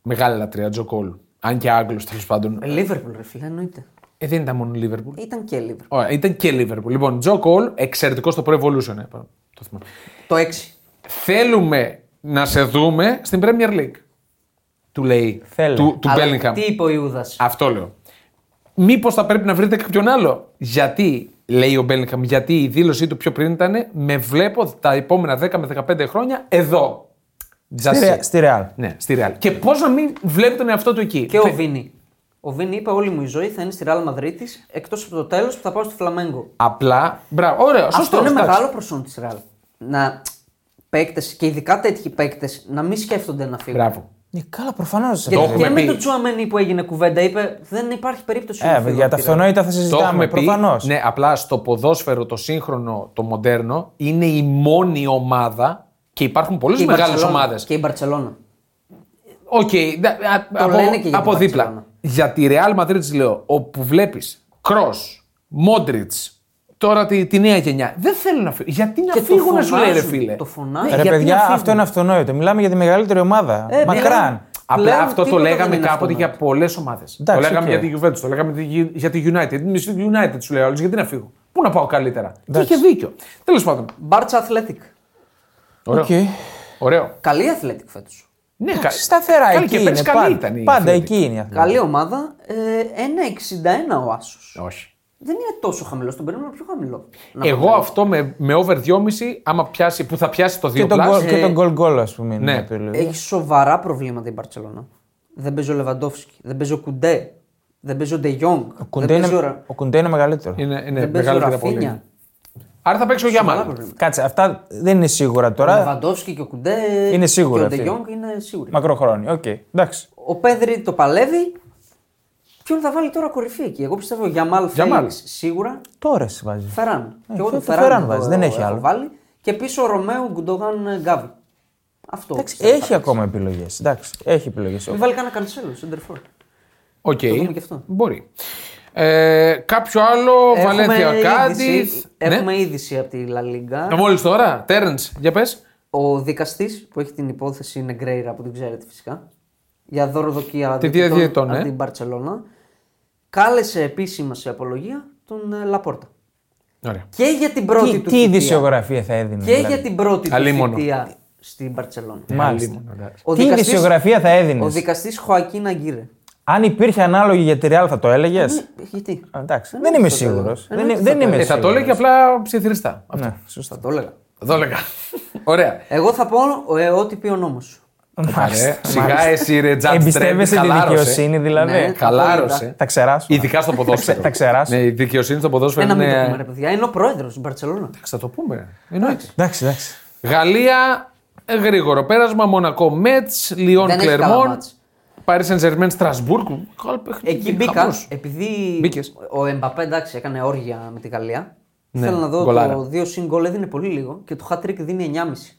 [SPEAKER 1] Μεγάλη λατρεία, Τζο Κόουλ. Αν και Άγγλος τέλος πάντων.
[SPEAKER 3] Ε, Λίβερπουλ, ρε φίλε, εννοείται.
[SPEAKER 1] Ε, δεν ήταν μόνο Λίβερπουλ.
[SPEAKER 3] Ήταν και Λίβερπουλ.
[SPEAKER 1] Ωραία, ήταν και Λίβερπουλ. Λοιπόν, Τζο Κόλ, εξαιρετικός στο Pro Evolution. ε, το θυμάμαι.
[SPEAKER 3] Το 6.
[SPEAKER 1] Θέλουμε να σε δούμε στην Premier League. Του λέει.
[SPEAKER 2] Θέλει.
[SPEAKER 1] Του, του Bellingham.
[SPEAKER 3] Τι είπε ο Ιούδας.
[SPEAKER 1] Αυτό λέω. Μήπως θα πρέπει να βρείτε κάποιον άλλο. Γιατί, λέει ο Μπέλιγχαμ, γιατί η δήλωσή του πιο πριν ήταν με βλέπω τα επόμενα 10 με 15 χρόνια εδώ. Just
[SPEAKER 2] Στη
[SPEAKER 1] say.
[SPEAKER 2] Ρε- Στη Ρεάλ.
[SPEAKER 1] Ναι, στη Real. Και πώς να μην βλέπει τον εαυτό του εκεί.
[SPEAKER 3] Και ο
[SPEAKER 1] Θε-
[SPEAKER 3] Βίνι. Ο Βίνι είπε: Όλη μου η ζωή θα είναι στη Ρεάλ Μαδρίτη εκτός από το τέλος που θα πάω στο Φλαμέγκο.
[SPEAKER 1] Απλά. Μπράβο, ωραίο.
[SPEAKER 3] Αυτό
[SPEAKER 1] σωστό,
[SPEAKER 3] είναι
[SPEAKER 1] εντάξει.
[SPEAKER 3] μεγάλο προσόν της Ρεάλ. Να παίκτες και ειδικά τέτοιοι παίκτες να μην σκέφτονται να φύγουν.
[SPEAKER 1] Μπράβο.
[SPEAKER 2] Ναι, καλά, προφανώς.
[SPEAKER 1] έχουμε
[SPEAKER 3] Γιατί και
[SPEAKER 1] πει.
[SPEAKER 3] με τον Τσουαμένι που έγινε κουβέντα είπε: Δεν υπάρχει περίπτωση. να
[SPEAKER 2] Ε,
[SPEAKER 3] φύγω
[SPEAKER 2] για τα
[SPEAKER 3] από τη Ρεάλ».
[SPEAKER 2] αυτονόητα θα
[SPEAKER 1] Το έχουμε
[SPEAKER 2] συζητάμε.
[SPEAKER 1] πει.
[SPEAKER 2] Προφανώς.
[SPEAKER 1] Ναι, απλά στο ποδόσφαιρο το σύγχρονο, το μοντέρνο, είναι η μόνη ομάδα και υπάρχουν
[SPEAKER 3] Και
[SPEAKER 1] πολλέ
[SPEAKER 3] η
[SPEAKER 1] μεγάλες
[SPEAKER 3] Μπαρτσελώνα.
[SPEAKER 1] ομάδες.
[SPEAKER 3] Και η Μπαρσελόνα.
[SPEAKER 1] Οκ, ντα- α- από,
[SPEAKER 3] λένε και για την
[SPEAKER 1] από δίπλα.
[SPEAKER 3] Μπαρτσελώνα.
[SPEAKER 1] Για τη Real Madrid της λέω, όπου βλέπεις Κρό, Μόντριτ, τώρα τη, τη νέα γενιά. Δεν θέλουν να φύγουν. Γιατί να
[SPEAKER 3] Και το
[SPEAKER 1] φύγουν, να σου λέει, ρε
[SPEAKER 3] φωνάζουν,
[SPEAKER 1] φίλε.
[SPEAKER 3] το φωνάζουν.
[SPEAKER 1] Ναι,
[SPEAKER 2] Ε, Ρε
[SPEAKER 1] γιατί να
[SPEAKER 2] παιδιά,
[SPEAKER 1] φύγουν.
[SPEAKER 2] αυτό είναι αυτονόητο. Μιλάμε για τη μεγαλύτερη ομάδα.
[SPEAKER 3] Ε,
[SPEAKER 2] Μακράν.
[SPEAKER 3] μιλάμε.
[SPEAKER 1] Απλά
[SPEAKER 3] Πλέον
[SPEAKER 1] αυτό το
[SPEAKER 3] τίποτα δεν
[SPEAKER 1] λέγαμε
[SPEAKER 3] είναι
[SPEAKER 1] κάποτε
[SPEAKER 3] αυτονόητο.
[SPEAKER 1] για πολλές ομάδες. Το
[SPEAKER 2] Εντάξει,
[SPEAKER 1] λέγαμε για
[SPEAKER 2] οκ.
[SPEAKER 1] τη Juventus, το λέγαμε για τη- για τη United. Μισή τη United σου λέει ο άλλος, γιατί να φύγω. Πού να πάω καλύτερα. Και
[SPEAKER 2] Εντάξει.
[SPEAKER 1] είχε δίκιο. Τέλος πάντων.
[SPEAKER 3] Μπάρτσα Αθλέτικ.
[SPEAKER 1] Ωραίο.
[SPEAKER 2] Οκ.
[SPEAKER 1] Ωραίο.
[SPEAKER 3] Καλή Αθλέτικ φέτος.
[SPEAKER 1] Ναι, Ε, κα...
[SPEAKER 2] Σταθερά
[SPEAKER 1] Καλή
[SPEAKER 2] εκεί
[SPEAKER 1] και
[SPEAKER 2] είναι.
[SPEAKER 1] πέρσι καλή
[SPEAKER 2] πάντα
[SPEAKER 1] ήταν η
[SPEAKER 2] πάντα
[SPEAKER 1] Athletic.
[SPEAKER 2] εκεί είναι. η Athletic.
[SPEAKER 3] Καλή ομάδα. Ε, 1,61 ο Άσος.
[SPEAKER 1] Όχι.
[SPEAKER 3] δεν είναι τόσο χαμηλός. Τον περίμενα πιο χαμηλό. Να
[SPEAKER 1] Εγώ
[SPEAKER 3] πω.
[SPEAKER 1] αυτό με, με over 2,5, άμα πιάσει, που θα πιάσει το 2
[SPEAKER 2] Και τον
[SPEAKER 1] plus,
[SPEAKER 2] γκολ- Και τον γκολ γκολ, ας πούμε. είναι
[SPEAKER 1] Ναι.
[SPEAKER 2] αυτό, δηλαδή.
[SPEAKER 3] Έχει σοβαρά προβλήματα η Μπαρσελόνα. Δεν παίζει ο Λεβαντόφσκι, δεν παίζει ο Κουντέ, δεν παίζει ο Ντε Γιόνγκ,
[SPEAKER 2] Ο
[SPEAKER 3] δεν
[SPEAKER 2] Κουντέ
[SPEAKER 3] παίζει ο
[SPEAKER 2] είναι-
[SPEAKER 3] Ρα-
[SPEAKER 2] Ο Κουντέ είναι μεγαλύτερο.
[SPEAKER 1] είναι, είναι
[SPEAKER 3] δεν παίζει ο
[SPEAKER 1] μεγάλη διαφορά.
[SPEAKER 3] Ραφίνια.
[SPEAKER 1] Άρα θα παίξει ο
[SPEAKER 3] Σοβαρά
[SPEAKER 1] Γιαμάλ.
[SPEAKER 3] προβλήματα.
[SPEAKER 2] Κάτσε, αυτά δεν είναι σίγουρα
[SPEAKER 3] Ο
[SPEAKER 2] τώρα.
[SPEAKER 3] Λεβαντόφσκι και ο Κουντέ
[SPEAKER 2] Είναι σίγουροι
[SPEAKER 3] και ο
[SPEAKER 2] αυτοί.
[SPEAKER 3] Ντε Γιόνγκ είναι σίγουροι.
[SPEAKER 2] Μακροχρόνιο, οκ. Εντάξει.
[SPEAKER 3] Ο Πέδρη το παλεύει. Ποιον θα βάλει τώρα κορυφή εκεί. Εγώ πιστεύω Γιαμάλ
[SPEAKER 1] Γιαμάλ.
[SPEAKER 3] Φέληξ σίγουρα.
[SPEAKER 2] Τώρα σε βάζει.
[SPEAKER 3] Φεράν.
[SPEAKER 2] Ε,
[SPEAKER 3] και εγώ
[SPEAKER 2] το
[SPEAKER 3] τον
[SPEAKER 2] Φεράν
[SPEAKER 3] Φεράν,
[SPEAKER 2] βάζει,
[SPEAKER 3] έχω-
[SPEAKER 2] δεν έχει
[SPEAKER 3] έχω
[SPEAKER 2] άλλο.
[SPEAKER 3] Βάλει. Και πίσω ο Ρωμαίο Γκουντογάν Γκάβι. Αυτό.
[SPEAKER 2] Εντάξει,
[SPEAKER 3] πιστεύω θα
[SPEAKER 2] έχει ακόμα επιλογές. Εντάξει, έχει επιλογές.
[SPEAKER 3] Μην βάλει κανένα κανσέλο, σεντερφόρ.
[SPEAKER 1] Οκ.
[SPEAKER 3] Το δούμε και αυτό.
[SPEAKER 1] Μπορεί. Ε, κάποιο άλλο, Βαλένθια Ναι. Κάντιθ.
[SPEAKER 3] είδηση, έχουμε είδηση από τη Λα Λίγκα.
[SPEAKER 1] Ναι. Μόλις τώρα, Τέρεν, για πες.
[SPEAKER 3] Ο δικαστής που έχει την υπόθεση Νεγκρέιρα που την ξέρετε φυσικά. Για δωροδοκία
[SPEAKER 1] Τη
[SPEAKER 3] διαιτητών
[SPEAKER 1] διαδιαιτών,
[SPEAKER 3] από
[SPEAKER 1] ε.
[SPEAKER 3] την Μπαρσελόνα. Κάλεσε επίσημα σε απολογία τον ε, Λαπόρτα.
[SPEAKER 1] Ωραία.
[SPEAKER 3] Και για την πρώτη
[SPEAKER 2] Τι, τι
[SPEAKER 3] του θητεία.
[SPEAKER 2] ειδησιογραφία θα δηλαδή? έδινε.
[SPEAKER 3] Και
[SPEAKER 1] Δηλαδή,
[SPEAKER 3] για την πρώτη του
[SPEAKER 1] Αλίμονο.
[SPEAKER 3] θητεία στην Μπαρσελόνα.
[SPEAKER 2] Μάλιστα. Ε,
[SPEAKER 1] Άλλη Ε, μόνο, εντάξει.
[SPEAKER 3] Ο
[SPEAKER 2] Τι
[SPEAKER 3] δικαστής-
[SPEAKER 2] ειδησιογραφία θα έδινες.
[SPEAKER 3] Ο δικαστής Χωακίν Αγκύρε.
[SPEAKER 2] Αν υπήρχε ανάλογη για τη Ρεάλ θα το έλεγες.
[SPEAKER 3] Ε, Γιατί.
[SPEAKER 2] Εντάξει, δεν είμαι σίγουρο. Δεν,
[SPEAKER 3] Εννοείται
[SPEAKER 2] είμαι-
[SPEAKER 3] θα
[SPEAKER 2] δεν
[SPEAKER 3] το
[SPEAKER 2] είμαι
[SPEAKER 1] Ε, θα το
[SPEAKER 2] σίγουρος.
[SPEAKER 1] έλεγε απλά ψιθυριστά. Αυτό.
[SPEAKER 2] Ναι, σωστά.
[SPEAKER 3] Θα το έλεγα.
[SPEAKER 1] Το έλεγα. Ωραία.
[SPEAKER 3] Εγώ θα πω ε, ό,τι πει ο νόμος.
[SPEAKER 1] Ρε,
[SPEAKER 2] Μάλιστα.
[SPEAKER 1] Σιγά εσύ, ρε Τζαντ
[SPEAKER 2] Εμπιστεύεσαι τη δικαιοσύνη δηλαδή.
[SPEAKER 3] Ναι.
[SPEAKER 1] Χαλάρωσε.
[SPEAKER 2] Θα ξεράσω.
[SPEAKER 1] Ειδικά στο ποδόσφαιρο.
[SPEAKER 2] ξε- τα ξεράσω.
[SPEAKER 1] Ναι, η δικαιοσύνη στο ποδόσφαιρο
[SPEAKER 3] Ένα μην το
[SPEAKER 1] είναι.
[SPEAKER 3] πούμε, ρε παιδιά. Είναι ο πρόεδρος της Μπαρσελόνα.
[SPEAKER 1] Θα το πούμε. Εννοείται.
[SPEAKER 2] Εντάξει, εντάξει.
[SPEAKER 1] Γαλλία, ε, γρήγορο πέρασμα. Μονακό Μέτ, Λιόν
[SPEAKER 3] Δεν έχει καλά
[SPEAKER 1] Κλερμόν.
[SPEAKER 3] μάτς.
[SPEAKER 1] Πάρει Saint Germain Στρασβούργ. Καλό παιχνίδι,
[SPEAKER 3] Εκεί μπήκα,
[SPEAKER 1] χαμός.
[SPEAKER 3] επειδή
[SPEAKER 1] Μπήκες.
[SPEAKER 3] ο Εμπαπέ εντάξει έκανε όργια με τη Γαλλία.
[SPEAKER 1] Ναι,
[SPEAKER 3] Θέλω να δω
[SPEAKER 1] γκολάρα.
[SPEAKER 3] το 2 συν γκολ έδινε πολύ λίγο και το hat-trick δίνει 9,5.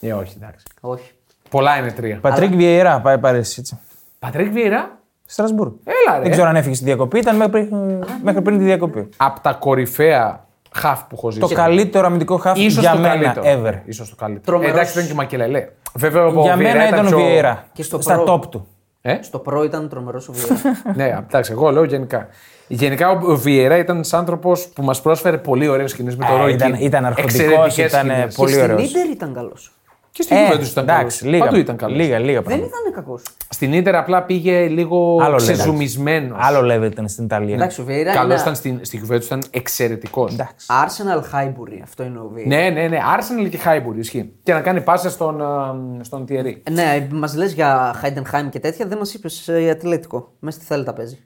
[SPEAKER 1] Ε, όχι, εντάξει.
[SPEAKER 3] Όχι.
[SPEAKER 1] Πολλά είναι τρία.
[SPEAKER 2] Πατρίκ Βιεϊρά, πάει Παρίσι. έτσι.
[SPEAKER 1] Πατρίκ Βιέρα,
[SPEAKER 2] Στρασβούργο.
[SPEAKER 1] Έλα, ρε.
[SPEAKER 2] Δεν ξέρω αν έφυγες στη διακοπή, ήταν μέχρι,
[SPEAKER 3] ναι.
[SPEAKER 2] μέχρι πριν τη διακοπή.
[SPEAKER 1] από τα κορυφαία χαφ που έχω ζήσει.
[SPEAKER 2] Το καλύτερο αμυντικό χάφι
[SPEAKER 1] Ίσως
[SPEAKER 2] για
[SPEAKER 1] το
[SPEAKER 2] μένα
[SPEAKER 1] καλύτερο.
[SPEAKER 2] ever.
[SPEAKER 1] Ίσως το καλύτερο.
[SPEAKER 3] Τρομερός.
[SPEAKER 1] Εντάξει, ήταν και ο Μακελελέ. Βέβαια, ο
[SPEAKER 2] Για
[SPEAKER 1] Βιέρα
[SPEAKER 2] μένα ήταν ο
[SPEAKER 1] πιο-
[SPEAKER 2] Βιέρα.
[SPEAKER 3] Και στο
[SPEAKER 2] Στα
[SPEAKER 3] προ.
[SPEAKER 2] top του.
[SPEAKER 1] Ε?
[SPEAKER 3] Στο προ ήταν τρομερός ο Βιέρα.
[SPEAKER 1] ναι, εντάξει, εγώ λέω γενικά. Γενικά ο Βιέρα ήταν ένα άνθρωπος που μας πρόσφερε πολύ ωραίες σκηνές με το
[SPEAKER 2] Ε,
[SPEAKER 1] Ρόι
[SPEAKER 2] ήταν-
[SPEAKER 1] Κιν.
[SPEAKER 2] ήταν αρχοντικός,
[SPEAKER 1] Εξαιρετικές
[SPEAKER 2] ήταν, ε,
[SPEAKER 1] σκηνές.
[SPEAKER 2] πολύ
[SPEAKER 3] και
[SPEAKER 2] ωραίος.
[SPEAKER 3] στην Ιντερ ήταν καλός.
[SPEAKER 1] Και στην
[SPEAKER 2] Ε,
[SPEAKER 1] Juventus ήταν
[SPEAKER 2] εντάξει,
[SPEAKER 1] καλός.
[SPEAKER 2] λίγα,
[SPEAKER 1] Παντού ήταν καλός.
[SPEAKER 2] Λίγα, λίγα
[SPEAKER 3] Δεν
[SPEAKER 2] πράγματα.
[SPEAKER 3] ήταν κακός.
[SPEAKER 1] Στην Ιντερ απλά πήγε λίγο
[SPEAKER 2] Άλλο level.
[SPEAKER 1] ξεζουμισμένος.
[SPEAKER 2] Άλλο level ήταν στην Ιταλία.
[SPEAKER 3] Εντάξει, ο Βιέρα
[SPEAKER 1] Καλό
[SPEAKER 3] είναι
[SPEAKER 1] ήταν στην, στη Juventus, ήταν εξαιρετικός.
[SPEAKER 2] Εντάξει.
[SPEAKER 3] Arsenal Highbury, αυτό είναι ο Βιέρα.
[SPEAKER 1] Ναι, ναι, ναι. Arsenal και Highbury ισχύει. Και να κάνει πάσα στον, α, στον Thierry.
[SPEAKER 3] Ναι, μας λες για Χάιντενχάιμ και τέτοια, δεν μας είπες η Ατλέτικο. Μες στη θέλει τα παίζει.
[SPEAKER 2] Ναι,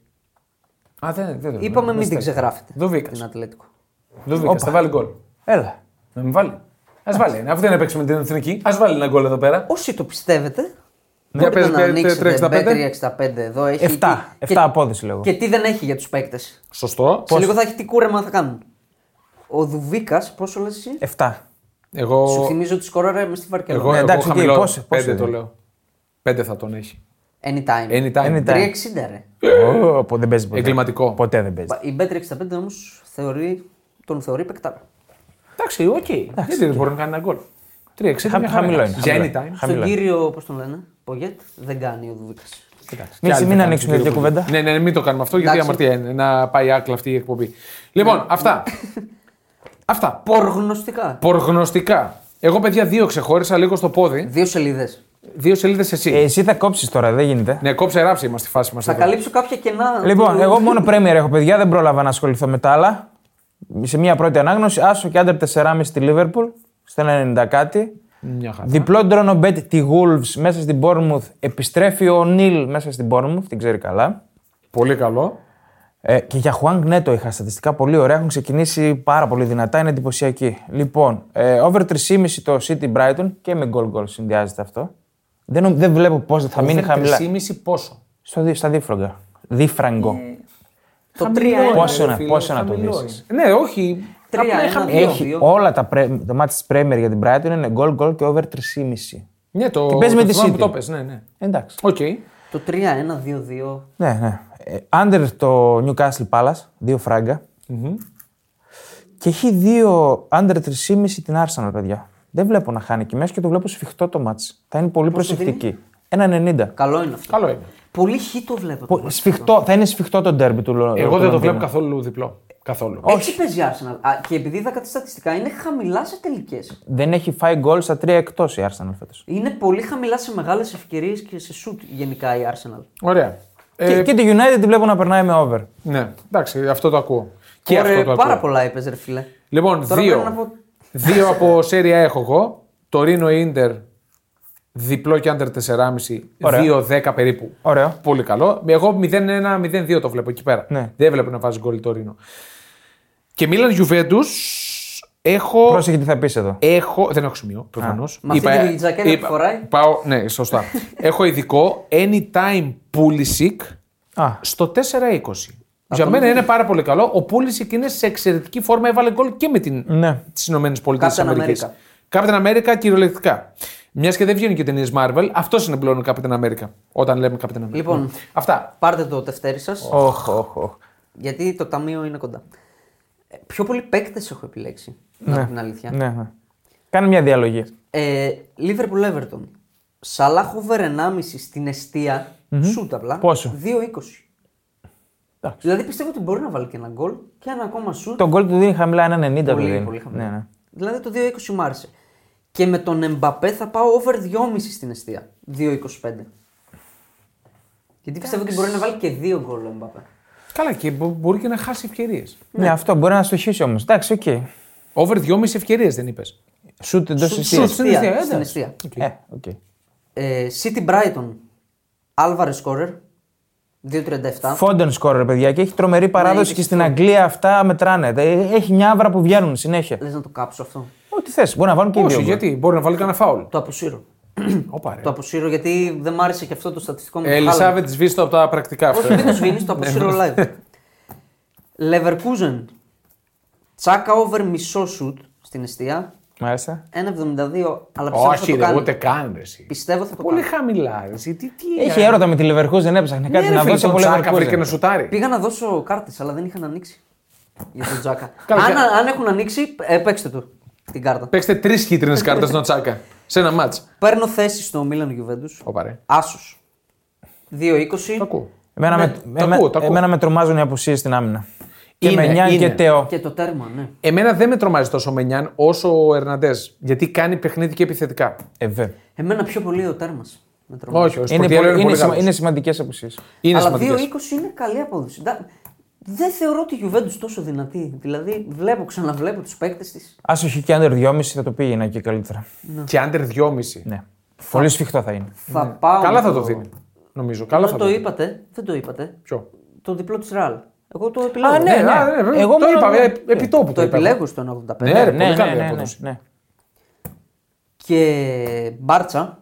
[SPEAKER 1] Α, δεν, δεν, δεν
[SPEAKER 3] Είπαμε μην την
[SPEAKER 1] στέλνει.
[SPEAKER 3] ξεγράφετε.
[SPEAKER 1] Δουβίκας.
[SPEAKER 3] Την Ατλέτικο.
[SPEAKER 1] Δουβίκας, θα βάλει γκολ.
[SPEAKER 2] Έλα.
[SPEAKER 1] Να μην βάλει. Ας βάλει. ένα. Αφού δεν παίξουμε την εθνική, ας βάλει ένα γκολ εδώ πέρα.
[SPEAKER 3] Όσοι το
[SPEAKER 2] Ναι,
[SPEAKER 3] πιστεύετε,
[SPEAKER 1] Για
[SPEAKER 3] μπορείτε
[SPEAKER 1] πες,
[SPEAKER 3] να
[SPEAKER 1] πες,
[SPEAKER 3] ανοίξετε
[SPEAKER 1] 365.
[SPEAKER 3] B365 εδώ. Έχει
[SPEAKER 2] Εφτά.
[SPEAKER 3] και-
[SPEAKER 2] Εφτά απόδοση λέγω.
[SPEAKER 3] Και τι δεν έχει για τους παίκτες. Σε
[SPEAKER 1] Σωστό.
[SPEAKER 3] λίγο θα έχει τι κούρεμα θα κάνουν. Ο Δουβίκας, πόσο λες εσύ.
[SPEAKER 2] Εφτά.
[SPEAKER 3] Σου
[SPEAKER 1] Εγώ,
[SPEAKER 3] θυμίζω ότι σκόραρε με στη Βαρκελόνη.
[SPEAKER 1] εγώ,
[SPEAKER 2] Ναι, εντάξει,
[SPEAKER 1] εγώ
[SPEAKER 2] οκ,
[SPEAKER 1] χαμηλό.
[SPEAKER 2] πόσο- πόσο
[SPEAKER 1] πέντε το
[SPEAKER 2] είναι.
[SPEAKER 1] λέω. Πέντε θα τον έχει.
[SPEAKER 3] Anytime.
[SPEAKER 1] Anytime.
[SPEAKER 2] Anytime.
[SPEAKER 3] 360 ρε.
[SPEAKER 2] Ω, πο- Δεν παίζει ποτέ.
[SPEAKER 1] Ε, Εγκληματικό.
[SPEAKER 2] Ποτέ δεν παίζει.
[SPEAKER 3] Η B365 όμως θεωρεί, τον θεωρεί παικτάρα.
[SPEAKER 1] Εντάξει, οκ. Γιατί δεν μπορεί να κάνει ένα γκολ. 3-6
[SPEAKER 2] Χα-
[SPEAKER 1] μια χαρά.
[SPEAKER 2] χαμηλό είναι,
[SPEAKER 1] Για
[SPEAKER 2] χαμηλό.
[SPEAKER 1] anytime.
[SPEAKER 3] Στον
[SPEAKER 2] Χαμηλά.
[SPEAKER 3] κύριο, πώς τον λένε, Πογέτ, δεν κάνει ο Δουβίκας.
[SPEAKER 1] Εντάξει,
[SPEAKER 2] Μην-
[SPEAKER 1] κι άλλοι
[SPEAKER 2] μην
[SPEAKER 1] θα
[SPEAKER 2] ανοίξουμε
[SPEAKER 1] κάνουν
[SPEAKER 2] τέτοια
[SPEAKER 1] στο κύριο
[SPEAKER 2] κουβέντα.
[SPEAKER 1] Ναι, ναι, μην το κάνουμε αυτό γιατί
[SPEAKER 3] Εντάξει.
[SPEAKER 1] αμαρτία είναι να πάει άκλα αυτή η εκπομπή. Λοιπόν, αυτά. αυτά.
[SPEAKER 3] Πορογνωστικά.
[SPEAKER 1] Πορογνωστικά. Εγώ, παιδιά, δύο ξεχώρισα λίγο στο πόδι.
[SPEAKER 3] Δύο σελίδες.
[SPEAKER 1] Δύο σελίδες
[SPEAKER 2] Ε,
[SPEAKER 1] εσύ.
[SPEAKER 2] Εσύ θα κόψεις τώρα, δεν γίνεται.
[SPEAKER 1] Ναι, κόψε ράψε είμαστε στη φάση μας.
[SPEAKER 3] Θα καλύψω κάποια κενά.
[SPEAKER 2] Λοιπόν,
[SPEAKER 3] του-
[SPEAKER 2] εγώ μόνο Premier έχω παιδιά, δεν πρόλαβα να ασχοληθώ με τα άλλα. Σε μια πρώτη ανάγνωση, άσο και άντερ 4,5 στη Λίβερπουλ, στα 90 κάτι.
[SPEAKER 1] Μια χαρά.
[SPEAKER 2] Διπλό ντρόνο μπέτ τη Wolves μέσα στην Bournemouth. Επιστρέφει ο Νίλ μέσα στην Bournemouth, την ξέρει καλά.
[SPEAKER 1] Πολύ καλό.
[SPEAKER 2] Ε, και για Χουάνγκ Νέτο είχα στατιστικά πολύ ωραία. Έχουν ξεκινήσει πάρα πολύ δυνατά, είναι εντυπωσιακή. Λοιπόν, ε, over 3,5 το City Brighton και με goal goal συνδυάζεται αυτό. Δεν, νο- δεν βλέπω πώς θα μείνει χαμηλά.
[SPEAKER 1] 3,5 πόσο.
[SPEAKER 2] Στο, δι- στα δίφρογγα. Δίφραγκο.
[SPEAKER 3] Το 3-1.
[SPEAKER 2] Πόσο
[SPEAKER 1] ρε
[SPEAKER 2] να-
[SPEAKER 1] φίλε,
[SPEAKER 2] πόσο να το
[SPEAKER 1] χαμηλό
[SPEAKER 2] δεσεις.
[SPEAKER 1] είναι. Ναι, όχι.
[SPEAKER 3] Τρία,
[SPEAKER 1] απλά
[SPEAKER 3] ένα,
[SPEAKER 1] είχα
[SPEAKER 3] δύο.
[SPEAKER 1] πει.
[SPEAKER 2] Έχει όλα τα, πρέ, τα μάτια τη Premier για την Brighton είναι goal goal και over 3,5.
[SPEAKER 1] Ναι, το,
[SPEAKER 2] Και πες με
[SPEAKER 1] το
[SPEAKER 2] τη
[SPEAKER 1] θυμάμαι
[SPEAKER 2] City.
[SPEAKER 1] που Το πες, ναι, ναι.
[SPEAKER 2] Εντάξει.
[SPEAKER 1] Οκ.
[SPEAKER 3] Το 3-1-2-2.
[SPEAKER 2] Ναι, ναι. Ε, Under το Newcastle Palace, δύο φράγκα. Και έχει δύο under 3,5 την Arsenal, παιδιά. Δεν βλέπω να χάνει και μέσα και το βλέπω σφιχτό το μάτς. Θα είναι πολύ προσεκτική. Ένα 90.
[SPEAKER 3] Καλό είναι αυτό.
[SPEAKER 1] Καλό είναι.
[SPEAKER 3] Πολύ χ το βλέπω. το
[SPEAKER 2] Πο-
[SPEAKER 3] μάτς.
[SPEAKER 2] Σφιχτό, θα είναι σφιχτό το ντέρμπι του Λο-
[SPEAKER 1] Εγώ
[SPEAKER 2] του
[SPEAKER 1] δεν το
[SPEAKER 2] Λονδίνου.
[SPEAKER 1] βλέπω καθόλου διπλό. Καθόλου.
[SPEAKER 3] Έτσι παίζει η Arsenal. Α, και επειδή είδα κάτι στατιστικά, είναι χαμηλά σε τελικές.
[SPEAKER 2] Δεν έχει φάει γκολ στα τρία εκτός η Arsenal φέτος.
[SPEAKER 3] Είναι πολύ χαμηλά σε μεγάλες ευκαιρίες και σε σουτ γενικά η Arsenal.
[SPEAKER 1] Ωραία. Ε,
[SPEAKER 2] Και, και τη United τη βλέπω να περνάει με over.
[SPEAKER 1] Ναι, εντάξει, αυτό το ακούω. Και
[SPEAKER 3] Ωραία,
[SPEAKER 1] αυτό το
[SPEAKER 3] πάρα
[SPEAKER 1] ακούω.
[SPEAKER 3] πολλά είπες ρε φίλε.
[SPEAKER 1] Λοιπόν,
[SPEAKER 3] Τώρα
[SPEAKER 1] δύο.
[SPEAKER 3] πρέπει να πω-
[SPEAKER 1] Δύο από σέρια έχω εγώ. Το Ρήνο Ιντερ διπλό και under 4,5.
[SPEAKER 2] Ωραία.
[SPEAKER 1] 2-10 περίπου.
[SPEAKER 2] Ωραίο.
[SPEAKER 1] Πολύ καλό. Εγώ 0-1-0-2 το βλέπω εκεί πέρα.
[SPEAKER 2] Ναι.
[SPEAKER 1] Δεν βλέπω να βάζει γκολ το Ρήνο. Και Μίλαν Γιουβέντους έχω.
[SPEAKER 2] Πρόσεχε τι θα πεις εδώ.
[SPEAKER 1] Έχω. Δεν έχω σημείο, προφανώς.
[SPEAKER 3] Μα αυτή τη τζακέτα που φοράει.
[SPEAKER 1] Πάω, ναι, σωστά. έχω ειδικό anytime Pulisic
[SPEAKER 3] Ε,
[SPEAKER 2] Α,
[SPEAKER 1] στο 4-20. Για μένα είναι πάρα πολύ καλό. Ο Pulisic είναι σε εξαιρετική φόρμα. Έβαλε γκολ και με την
[SPEAKER 2] ναι.
[SPEAKER 1] τη Ηνωμένες Πολιτείες
[SPEAKER 3] Captain
[SPEAKER 1] Αμερικής.
[SPEAKER 3] America.
[SPEAKER 1] Captain America κυριολεκτικά. Μιας και δεν βγαίνουν και ταινίες Marvel, αυτός είναι πλέον ο Captain America. Όταν λέμε Captain America. Ναι.
[SPEAKER 3] Λοιπόν.
[SPEAKER 1] Αυτά.
[SPEAKER 3] Πάρτε το τευτέρι σας,
[SPEAKER 2] Οχ, οχ, οχ.
[SPEAKER 3] γιατί το ταμείο είναι κοντά. Ε, Πιο πολλοί παίκτες έχω επιλέξει. Να πω την αλήθεια.
[SPEAKER 2] Ναι, ναι. Κάνε μια διαλογή.
[SPEAKER 3] Ε, Liverpool Everton. Σαλάχ over 1,5 στην αιστεία. Σούτ απλά.
[SPEAKER 2] Πόσο?
[SPEAKER 3] 2,20.
[SPEAKER 2] Εντάξει.
[SPEAKER 3] Δηλαδή πιστεύω ότι μπορεί να βάλει και ένα γκολ και ένα ακόμα σούτ.
[SPEAKER 2] Το γκολ του δίνει χαμηλά ένα 90 του
[SPEAKER 3] Πολύ,
[SPEAKER 2] δίνει.
[SPEAKER 3] πολύ χαμηλά.
[SPEAKER 2] Ναι, ναι.
[SPEAKER 3] Δηλαδή το 2,20 μου άρεσε. Και με τον Εμπαπέ θα πάω over 2,5 στην αιστεία. 2,25. Γιατί πιστεύω ότι μπορεί να βάλει και δύο γκολ ο Εμπαπέ.
[SPEAKER 1] Καλά, και μπο- μπορεί και να χάσει ευκαιρίες.
[SPEAKER 2] Ναι, αυτό μπορεί να στοχίσει όμως. Εντάξει, οκ.
[SPEAKER 1] Over 2,5 ευκαιρίες δεν είπες.
[SPEAKER 2] Σουτ εντός
[SPEAKER 3] Σουτ,
[SPEAKER 2] εστία.
[SPEAKER 1] σουτ. στην αιστεία, εντάξει.
[SPEAKER 3] Στην αιστεία.
[SPEAKER 2] Ε, οκ.
[SPEAKER 3] Ε, City Brighton. Άλβαρε Σκόρερ. 2,37.
[SPEAKER 2] Φόντεν σκόρερ, παιδιά, και έχει
[SPEAKER 1] Ναι,
[SPEAKER 2] τρομερή παράδοση
[SPEAKER 3] έχει
[SPEAKER 2] και στην Αγγλία αυτά μετράνε. Τα- Έχει νιάβρα που βγαίνουν συνέχεια.
[SPEAKER 3] Λες να το κάψω αυτό.
[SPEAKER 2] Ό,τι θες, μπορεί να βάλουν και οι δύο.
[SPEAKER 1] Όχι,
[SPEAKER 2] γκολ.
[SPEAKER 1] Ναι. γιατί μπορεί να βάλει κανένα φάουλ.
[SPEAKER 3] Το αποσύρω.
[SPEAKER 1] Όπα, ρε.
[SPEAKER 3] Το αποσύρω γιατί δεν μ' άρεσε και αυτό το στατιστικό μου. το χάλαμε.
[SPEAKER 1] Ε, Ελισάβετ, σβήστε το από τα πρακτικά αυτά. Ναι.
[SPEAKER 3] Όχι, δεν το σβήνεις, το αποσύρω live. Leverkusen. Τσάκα over μισό σουτ στην αιστεία.
[SPEAKER 2] Μάλιστα.
[SPEAKER 3] 1,72 αλλά πιστεύω
[SPEAKER 1] Όχι,
[SPEAKER 3] θα το
[SPEAKER 1] ρε,
[SPEAKER 3] κάνει.
[SPEAKER 1] ούτε καν. ρε, εσύ.
[SPEAKER 3] Πιστεύω θα το
[SPEAKER 1] Πολύ
[SPEAKER 3] κάνει.
[SPEAKER 1] χαμηλά. ρε, εσύ, Τι, τι,
[SPEAKER 2] Έχει έρωτα με τη Λεβερχούζεν, δεν έψαχνε
[SPEAKER 1] Ναι,
[SPEAKER 2] κάτι να δώσει από
[SPEAKER 1] Τσάκα βρήκε ένα
[SPEAKER 2] Λεβερχούζεν.
[SPEAKER 1] σουτάρι.
[SPEAKER 3] Πήγα να δώσω κάρτες, αλλά δεν είχαν ανοίξει. Για τον Τσάκα.
[SPEAKER 1] Καλά,
[SPEAKER 3] αν,
[SPEAKER 1] και-
[SPEAKER 3] αν έχουν ανοίξει, ε, παίξτε του την κάρτα.
[SPEAKER 1] Παίξτε τρεις κίτρινες κάρτες στον Τσάκα σε ένα μάτ.
[SPEAKER 3] Παίρνω θέση στο Μίλαν Γιουβέντους.
[SPEAKER 1] Όπα, ρε.
[SPEAKER 3] Άσο. 2,20.
[SPEAKER 1] Το ακούω.
[SPEAKER 2] Εμένα,
[SPEAKER 1] Ναι,
[SPEAKER 2] με,
[SPEAKER 1] το
[SPEAKER 2] εμένα-
[SPEAKER 1] ακούω, το ακούω.
[SPEAKER 2] εμένα με τρομάζουν οι απουσίες στην άμυνα. και
[SPEAKER 1] Είναι,
[SPEAKER 2] με νιάν
[SPEAKER 1] είναι.
[SPEAKER 2] και τεό.
[SPEAKER 3] Και το τέρμα, ναι.
[SPEAKER 1] Εμένα δεν με τρομάζει τόσο ο Μενιάν όσο ο Ερναντές. Γιατί κάνει παιχνίδι και επιθετικά.
[SPEAKER 2] Ε, βέβαια.
[SPEAKER 3] Εμένα πιο πολύ ο τέρμας. Με τρομάζει.
[SPEAKER 1] Όχι, ο
[SPEAKER 2] Είναι,
[SPEAKER 1] Σπορτιέλο
[SPEAKER 2] πολύ-
[SPEAKER 1] είναι,
[SPEAKER 2] είναι,
[SPEAKER 1] πολύ
[SPEAKER 2] σημα,
[SPEAKER 1] καλός.
[SPEAKER 2] είναι σημαντικές απουσίες.
[SPEAKER 1] Είναι
[SPEAKER 3] Αλλά
[SPEAKER 1] σημαντικές.
[SPEAKER 3] 2-20 είναι καλή απόδοση. Ντα- Δεν θεωρώ τη Juventus τόσο δυνατή. Δηλαδή, βλέπω, ξαναβλέπω τους παίκτες της.
[SPEAKER 2] Ας όχι και under 2,5 θα το πήγαινα και καλύτερα.
[SPEAKER 1] Και άντερ 2,5.
[SPEAKER 2] Ναι. Πολύ σφιχτό θα είναι.
[SPEAKER 3] Θα πάω.
[SPEAKER 1] Ναι. Καλά
[SPEAKER 3] με
[SPEAKER 1] θα το δίνει. Νομίζω. Καλά
[SPEAKER 3] Δεν
[SPEAKER 1] θα
[SPEAKER 3] το
[SPEAKER 1] το δίνει.
[SPEAKER 3] είπατε. Δεν το είπατε.
[SPEAKER 1] Ποιο.
[SPEAKER 3] Το διπλό της Ραλ. Εγώ το επιλέγω.
[SPEAKER 2] ναι,
[SPEAKER 1] Ε,
[SPEAKER 2] ναι.
[SPEAKER 1] α, ναι,
[SPEAKER 2] Εγώ
[SPEAKER 1] Εγώ το
[SPEAKER 2] μόνο-
[SPEAKER 1] είπα.
[SPEAKER 2] ναι.
[SPEAKER 1] ε, Επί τόπου
[SPEAKER 3] Το
[SPEAKER 1] είπα.
[SPEAKER 3] επιλέγω στον 85.
[SPEAKER 1] Ναι, ρε, πολύ
[SPEAKER 2] ναι,
[SPEAKER 1] καλή
[SPEAKER 2] ναι, ναι,
[SPEAKER 1] απόδοση.
[SPEAKER 2] ναι.
[SPEAKER 3] Και μπάρτσα.